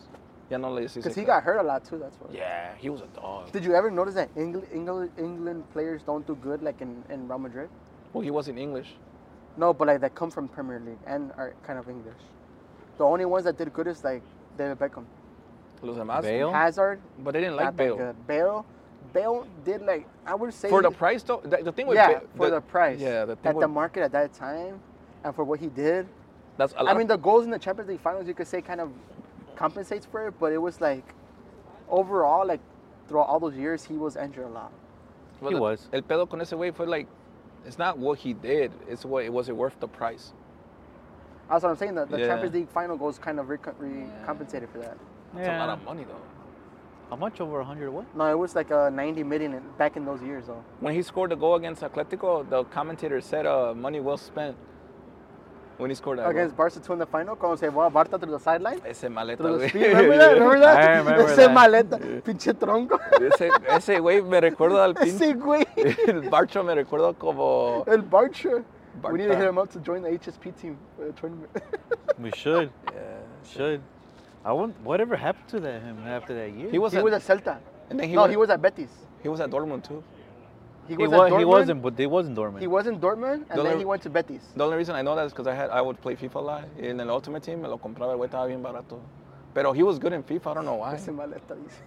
[SPEAKER 4] Yeah, no, like season.
[SPEAKER 3] Because he got hurt a lot too. That's why.
[SPEAKER 4] Yeah, he was a dog.
[SPEAKER 3] Did you ever notice that Engl- Engl- England players don't do good like in, in Real Madrid?
[SPEAKER 4] Well, he wasn't English.
[SPEAKER 3] No, but like that come from Premier League and are kind of English. The only ones that did good is like David Beckham,
[SPEAKER 4] Los demás.
[SPEAKER 2] Bale?
[SPEAKER 3] Hazard.
[SPEAKER 4] But they didn't
[SPEAKER 3] not that
[SPEAKER 4] like Bale.
[SPEAKER 3] good. Bale, Bale did like I would say
[SPEAKER 4] For the price, though, the, the thing with
[SPEAKER 3] Yeah,
[SPEAKER 4] Bale-
[SPEAKER 3] for the, price.
[SPEAKER 4] Yeah, the thing
[SPEAKER 3] at
[SPEAKER 4] with,
[SPEAKER 3] the market at that time, and for what he did.
[SPEAKER 4] that's a lot.
[SPEAKER 3] I mean, the goals in the Champions League finals, you could say, kind of compensates for it, but it was like overall, like throughout all those years, he was injured a lot.
[SPEAKER 4] but
[SPEAKER 2] he
[SPEAKER 4] the-
[SPEAKER 2] was.
[SPEAKER 4] El pedo con ese way fue like, it's not what he did. It's what it was. It worth the price.
[SPEAKER 3] That's what I'm saying. The, the
[SPEAKER 4] Yeah.
[SPEAKER 3] Champions League final goals kind of recompensated re- compensated for that.
[SPEAKER 4] It's a lot of money though.
[SPEAKER 2] How much over 100? What?
[SPEAKER 3] No, it was like a 90 million in- back in those years, though.
[SPEAKER 4] When he scored the goal against Atletico, the commentator said, uh, "Money well spent." When he scored that. goal.
[SPEAKER 3] Against Barca 2 in the final, como se llevó a Barca through the sideline.
[SPEAKER 4] Ese maleta,
[SPEAKER 3] Through the
[SPEAKER 4] güey.
[SPEAKER 3] speed. Remember that? Remember that?
[SPEAKER 2] I remember
[SPEAKER 3] Ese
[SPEAKER 2] that.
[SPEAKER 3] maleta, pinche tronco.
[SPEAKER 4] ese, ese güey me recuerda al pinche.
[SPEAKER 3] Ese güey.
[SPEAKER 4] El Barcho me recuerda como.
[SPEAKER 3] El Barca. We need to
[SPEAKER 4] Barca.
[SPEAKER 3] hit him up to join the HSP team for the tournament.
[SPEAKER 2] We should.
[SPEAKER 4] Yeah.
[SPEAKER 2] Should. I want. Whatever happened to that him after that year?
[SPEAKER 4] He was.
[SPEAKER 3] he
[SPEAKER 4] at,
[SPEAKER 3] was at Celta.
[SPEAKER 4] and then he
[SPEAKER 3] no,
[SPEAKER 4] was,
[SPEAKER 3] he was at Betis.
[SPEAKER 4] He was at Dortmund too.
[SPEAKER 3] He
[SPEAKER 2] He
[SPEAKER 3] was,
[SPEAKER 2] was.
[SPEAKER 3] at Dortmund.
[SPEAKER 2] He wasn't. But they wasn't dormant.
[SPEAKER 3] He was in Dortmund, and
[SPEAKER 4] Don't
[SPEAKER 3] then
[SPEAKER 4] ever-
[SPEAKER 3] he went to Betis.
[SPEAKER 4] The only reason I know that is because I had I would play FIFA a lot. Y En el Ultimate Team me lo compraba, el güey estaba bien barato. Pero he was good in FIFA. I don't know why.
[SPEAKER 3] Ese maleta, dice.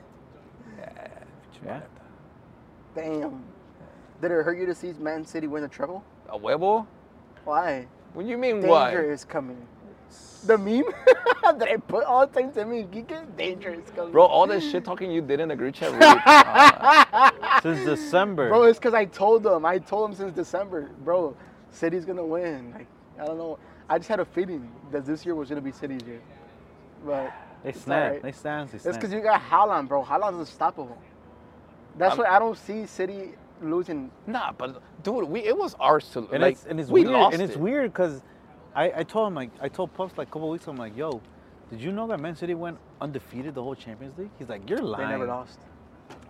[SPEAKER 2] Yeah.
[SPEAKER 3] Damn. Did it hurt you to see Man City win the treble?
[SPEAKER 4] A huevo?
[SPEAKER 3] Why?
[SPEAKER 4] What do you mean
[SPEAKER 3] Danger
[SPEAKER 4] why?
[SPEAKER 3] is coming. The meme that I put all the time to me, Geek, danger is coming.
[SPEAKER 4] Bro, all that shit talking you did in the group chat. Really, uh,
[SPEAKER 2] Since December.
[SPEAKER 3] Bro, it's because I told them. I told them since December, bro, City's gonna win. Like, I don't know. I just had a feeling that this year was gonna be City's year. But
[SPEAKER 2] they
[SPEAKER 3] it's
[SPEAKER 2] snap.
[SPEAKER 3] alright.
[SPEAKER 2] They stand. They
[SPEAKER 3] It's
[SPEAKER 2] snap.
[SPEAKER 3] because you got Haaland, bro. Haaland's unstoppable. That's
[SPEAKER 4] I'm-
[SPEAKER 3] why I don't see City losing.
[SPEAKER 4] nah, but dude, we it was ours to
[SPEAKER 2] and
[SPEAKER 4] like.
[SPEAKER 2] it's and it's
[SPEAKER 4] we
[SPEAKER 2] weird.
[SPEAKER 4] lost
[SPEAKER 2] And it's
[SPEAKER 4] it.
[SPEAKER 2] weird because I, I told him like I told Puffs like a couple weeks ago, I'm like, yo, did you know that Man City went undefeated the whole Champions League? He's like, you're lying.
[SPEAKER 3] They never lost.
[SPEAKER 2] He's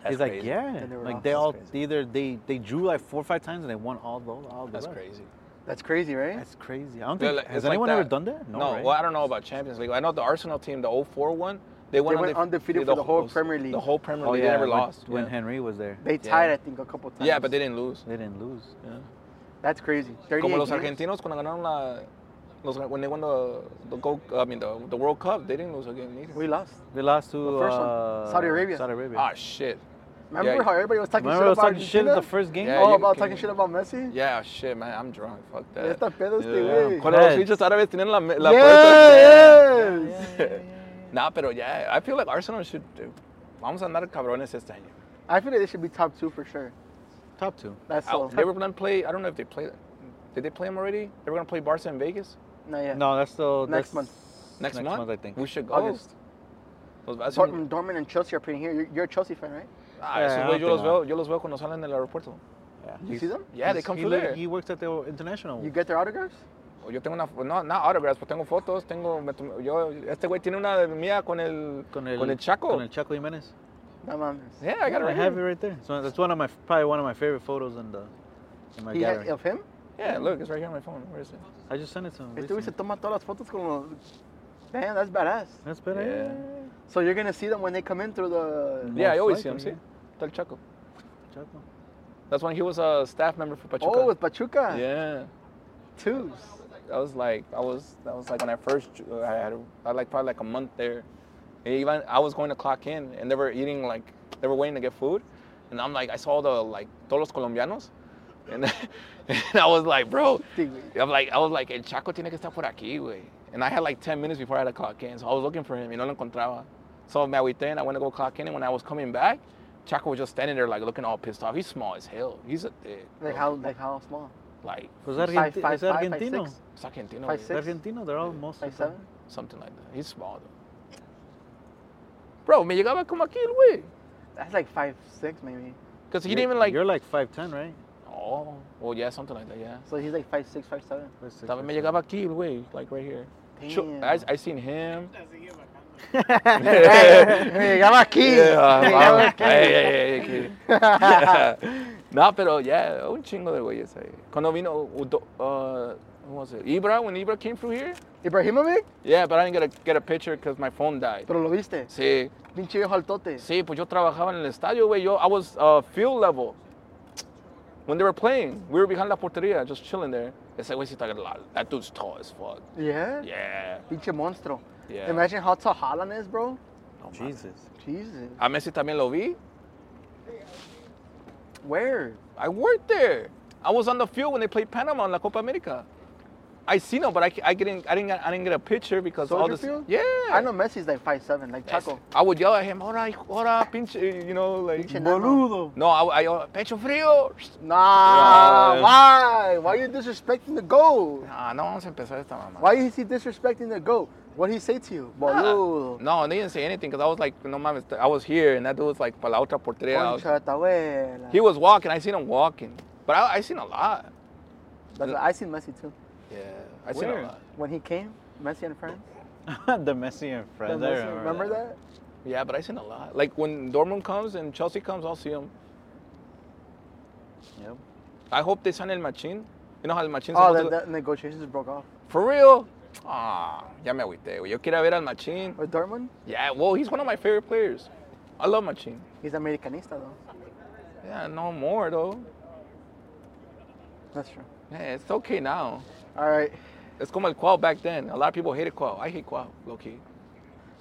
[SPEAKER 4] That's
[SPEAKER 2] like,
[SPEAKER 4] crazy.
[SPEAKER 2] yeah.
[SPEAKER 3] They never
[SPEAKER 2] like
[SPEAKER 3] lost.
[SPEAKER 2] they
[SPEAKER 3] That's
[SPEAKER 2] all
[SPEAKER 3] crazy.
[SPEAKER 2] they either they they drew like four or five times and they won all the all the
[SPEAKER 4] That's
[SPEAKER 2] rest.
[SPEAKER 4] crazy.
[SPEAKER 3] That's crazy, right?
[SPEAKER 2] That's crazy. I don't
[SPEAKER 4] Yeah,
[SPEAKER 2] think
[SPEAKER 4] like,
[SPEAKER 2] has
[SPEAKER 4] it's like
[SPEAKER 2] anyone ever
[SPEAKER 4] that.
[SPEAKER 2] done that?
[SPEAKER 4] No,
[SPEAKER 2] right?
[SPEAKER 4] well, I don't know about Champions League. I know the Arsenal team, the 0-4 one, they went,
[SPEAKER 3] They went undefeated for the whole Premier League.
[SPEAKER 4] The whole Premier
[SPEAKER 2] Oh,
[SPEAKER 4] League,
[SPEAKER 2] yeah,
[SPEAKER 4] they never
[SPEAKER 2] when,
[SPEAKER 4] lost.
[SPEAKER 2] when
[SPEAKER 4] yeah.
[SPEAKER 2] Henry was there.
[SPEAKER 3] they tied,
[SPEAKER 4] yeah.
[SPEAKER 3] I think, a couple times.
[SPEAKER 4] yeah, but they didn't lose.
[SPEAKER 2] They didn't lose.
[SPEAKER 4] Yeah.
[SPEAKER 3] That's crazy. 38
[SPEAKER 4] Como los
[SPEAKER 3] games?
[SPEAKER 4] argentinos cuando ganaron la, los, when they won the, the gold, I mean the, the World Cup, they didn't lose a game either.
[SPEAKER 3] We lost.
[SPEAKER 2] They lost to
[SPEAKER 3] The first one.
[SPEAKER 2] uh,
[SPEAKER 3] Saudi Arabia.
[SPEAKER 2] Saudi Arabia.
[SPEAKER 4] Ah shit.
[SPEAKER 3] Remember
[SPEAKER 4] Yeah.
[SPEAKER 3] how everybody was talking
[SPEAKER 2] Remember I
[SPEAKER 3] shit
[SPEAKER 2] was
[SPEAKER 3] about
[SPEAKER 2] talking shit in
[SPEAKER 3] Argentina?
[SPEAKER 2] the first game?
[SPEAKER 4] Yeah,
[SPEAKER 3] oh,
[SPEAKER 4] you
[SPEAKER 3] about
[SPEAKER 4] can-
[SPEAKER 3] talking shit about Messi?
[SPEAKER 4] Yeah, shit, man, I'm drunk. Fuck that.
[SPEAKER 3] Esta pedo este
[SPEAKER 2] Yeah.
[SPEAKER 3] güey.
[SPEAKER 4] Cuando los
[SPEAKER 2] Yes.
[SPEAKER 4] pinches árabes tienen la, la
[SPEAKER 3] Yes!
[SPEAKER 4] Nah, pero yeah, I feel like Arsenal should. Vamos a andar cabrones este año.
[SPEAKER 3] I feel like they should be top two for sure.
[SPEAKER 2] Top two.
[SPEAKER 3] That's all.
[SPEAKER 4] Ah, they were gonna play. I don't know if they played. Did they play them already? They were gonna play Barca in Vegas
[SPEAKER 3] Not yet.
[SPEAKER 2] No, that's still
[SPEAKER 3] Next
[SPEAKER 2] that's
[SPEAKER 3] month.
[SPEAKER 4] next,
[SPEAKER 2] next month I think.
[SPEAKER 4] We should go.
[SPEAKER 3] August.
[SPEAKER 4] Los vas-
[SPEAKER 3] Dortmund, Dortmund and Chelsea are playing here. You're, you're a Chelsea fan, right?
[SPEAKER 4] Ah,
[SPEAKER 2] Yeah, I
[SPEAKER 4] esos
[SPEAKER 2] don't
[SPEAKER 4] güey, yo
[SPEAKER 2] think
[SPEAKER 4] los
[SPEAKER 2] I-
[SPEAKER 4] veo, yo los veo cuando salen del aeropuerto.
[SPEAKER 2] Yeah.
[SPEAKER 3] You see them?
[SPEAKER 4] Yeah, they
[SPEAKER 2] He's-
[SPEAKER 4] come
[SPEAKER 2] he
[SPEAKER 4] through
[SPEAKER 2] li-
[SPEAKER 4] there.
[SPEAKER 2] He works at the international.
[SPEAKER 3] You get their autographs?
[SPEAKER 4] O Yo tengo una, no, no autographs, pero tengo fotos, tengo, me tomé- yo, este güey tiene una de mía con el, con el, chaco.
[SPEAKER 2] Con el Chaco Jimenez.
[SPEAKER 3] No, mames.
[SPEAKER 4] yeah, I got it
[SPEAKER 2] I
[SPEAKER 4] right
[SPEAKER 2] have it
[SPEAKER 4] here.
[SPEAKER 2] right there. So that's one of my probably one of my favorite photos in the in my
[SPEAKER 3] He had,
[SPEAKER 2] gallery.
[SPEAKER 3] of him?
[SPEAKER 4] Yeah, look, it's right here on my phone. Where is it?
[SPEAKER 2] I just sent it to him.
[SPEAKER 3] Este güey se
[SPEAKER 2] recently.
[SPEAKER 3] toma todas las fotos con los... Damn, that's badass.
[SPEAKER 2] That's better.
[SPEAKER 4] Yeah.
[SPEAKER 3] So you're gonna see them when they come in through the...
[SPEAKER 4] Yeah, I always see him, see?
[SPEAKER 2] likely,
[SPEAKER 4] Está el chaco.
[SPEAKER 2] Chaco.
[SPEAKER 4] That's when he was a staff member for Pachuca.
[SPEAKER 3] Oh, with Pachuca.
[SPEAKER 4] yeah.
[SPEAKER 3] Twos.
[SPEAKER 4] I was like, I was, that was like when I first, uh, I had, I had like probably like a month there. And even I was going to clock in, and they were eating like, they were waiting to get food, and I'm like, I saw the like todos los colombianos, And, and I was like, bro,
[SPEAKER 3] Sí, güey.
[SPEAKER 4] I'm like, I was like, el Chaco tiene que estar por aquí, güey. And I had like 10 minutes before I had to clock in, so I was looking for him y no lo encontraba. So me agüité and I went to go clock in, and when I was coming back, Chaco was just standing there like looking all pissed off. He's small as hell. He's a dick.
[SPEAKER 3] Like
[SPEAKER 4] bro.
[SPEAKER 3] how like how small?
[SPEAKER 4] Like,
[SPEAKER 2] Was
[SPEAKER 3] Five,
[SPEAKER 2] Argenti-
[SPEAKER 3] five,
[SPEAKER 2] is
[SPEAKER 3] five, five,
[SPEAKER 2] Argentino?
[SPEAKER 3] six,
[SPEAKER 4] it's Argentino,
[SPEAKER 3] Five,
[SPEAKER 4] güey.
[SPEAKER 3] six?
[SPEAKER 2] Argentino, they're all most.
[SPEAKER 3] five,
[SPEAKER 2] of them.
[SPEAKER 3] seven?
[SPEAKER 4] something like that. He's small though. Bro, me llegaba como aquí el güey.
[SPEAKER 3] That's like five six maybe.
[SPEAKER 4] Because he
[SPEAKER 2] You're-
[SPEAKER 4] didn't even like.
[SPEAKER 2] You're like 5'10, right?
[SPEAKER 4] Oh, well, yeah, something like that, yeah.
[SPEAKER 3] So he's like five six, five seven.
[SPEAKER 2] Five, six,
[SPEAKER 4] También
[SPEAKER 2] or
[SPEAKER 4] me
[SPEAKER 2] seven.
[SPEAKER 4] llegaba aquí el güey, like right here. Sure,
[SPEAKER 3] Damn.
[SPEAKER 4] I, I seen him.
[SPEAKER 5] La sigue bajando.
[SPEAKER 3] Hey, me llegaba aquí. Me llegaba
[SPEAKER 4] Yeah, wow.
[SPEAKER 3] aquí.
[SPEAKER 4] Ey, ey, ey, aquí. no, pero yeah, un chingo de güeyes ahí. Cuando vino, Udo- uh, who was it? Ibra, when Ibra came through here?
[SPEAKER 3] Ibrahimovic,
[SPEAKER 4] Yeah, but I didn't get a, get a picture because my phone died.
[SPEAKER 3] pero lo viste.
[SPEAKER 4] Sí,
[SPEAKER 3] Pinche viejo altote.
[SPEAKER 4] sí, pues yo trabajaba en el estadio, güey. Yo, I was uh, field level. When they were playing, we were behind la portería, just chilling there. Ese güey sí está largo. That dude's tall as fuck.
[SPEAKER 3] Yeah.
[SPEAKER 4] Yeah.
[SPEAKER 3] Pinche monstruo.
[SPEAKER 4] Yeah.
[SPEAKER 3] Imagine how tall Holland is, bro.
[SPEAKER 4] No mames.
[SPEAKER 2] Jesus.
[SPEAKER 3] Jesus.
[SPEAKER 4] A Messi también lo vi.
[SPEAKER 3] Where?
[SPEAKER 4] I worked there. I was on the field when they played Panama in La Copa America. I seen them, but I, I didn't I didn't I didn't get a picture because all
[SPEAKER 3] Soldier
[SPEAKER 4] this.
[SPEAKER 3] Field?
[SPEAKER 4] Yeah.
[SPEAKER 3] I know Messi's like five seven, like Chaco.
[SPEAKER 4] I would yell at him, "Ora, hijo- ora, pinche," you know, like.
[SPEAKER 3] Pinche
[SPEAKER 2] Boludo.
[SPEAKER 4] No, I, I yell, pecho frío.
[SPEAKER 3] Nah,
[SPEAKER 4] Yeah.
[SPEAKER 3] why? Why you disrespecting the goal?
[SPEAKER 4] Nah, Ah, no vamos a empezar esta mamá.
[SPEAKER 3] Why is he disrespecting the goat? What he say to you? Boludo.
[SPEAKER 4] No, they didn't say anything because I was like, no mames, I was here and that dude was like, para la otra portería. I was-
[SPEAKER 3] Concha de tu abuela.
[SPEAKER 4] He was walking, I seen him walking, but I, I seen a lot.
[SPEAKER 3] That's what- I seen Messi too.
[SPEAKER 4] Yeah, I seen
[SPEAKER 2] Where?
[SPEAKER 4] a lot.
[SPEAKER 3] When he came, Messi and friends.
[SPEAKER 2] the Messi and
[SPEAKER 3] The
[SPEAKER 2] friends. I
[SPEAKER 3] Messi- remember that?
[SPEAKER 4] Yeah, but I seen a lot. Like when Dortmund comes and Chelsea comes, I'll see him.
[SPEAKER 2] Yep.
[SPEAKER 4] I hope they sign El Machín. You know how El Machín
[SPEAKER 3] Oh,
[SPEAKER 4] supposed
[SPEAKER 3] that,
[SPEAKER 4] to-
[SPEAKER 3] that negotiations broke off.
[SPEAKER 4] For real? Ah, ya me agüité, güey. Yo quería ver al Machín.
[SPEAKER 3] With Dortmund,
[SPEAKER 4] Yeah, well, he's one of my favorite players. I love Machín.
[SPEAKER 3] he's Americanista though.
[SPEAKER 4] Yeah, no more, though.
[SPEAKER 3] That's true.
[SPEAKER 4] Yeah, it's okay now.
[SPEAKER 3] All right.
[SPEAKER 4] It's como el Cuau back then. A lot of people hated Cuau. I hate Cuau, low key.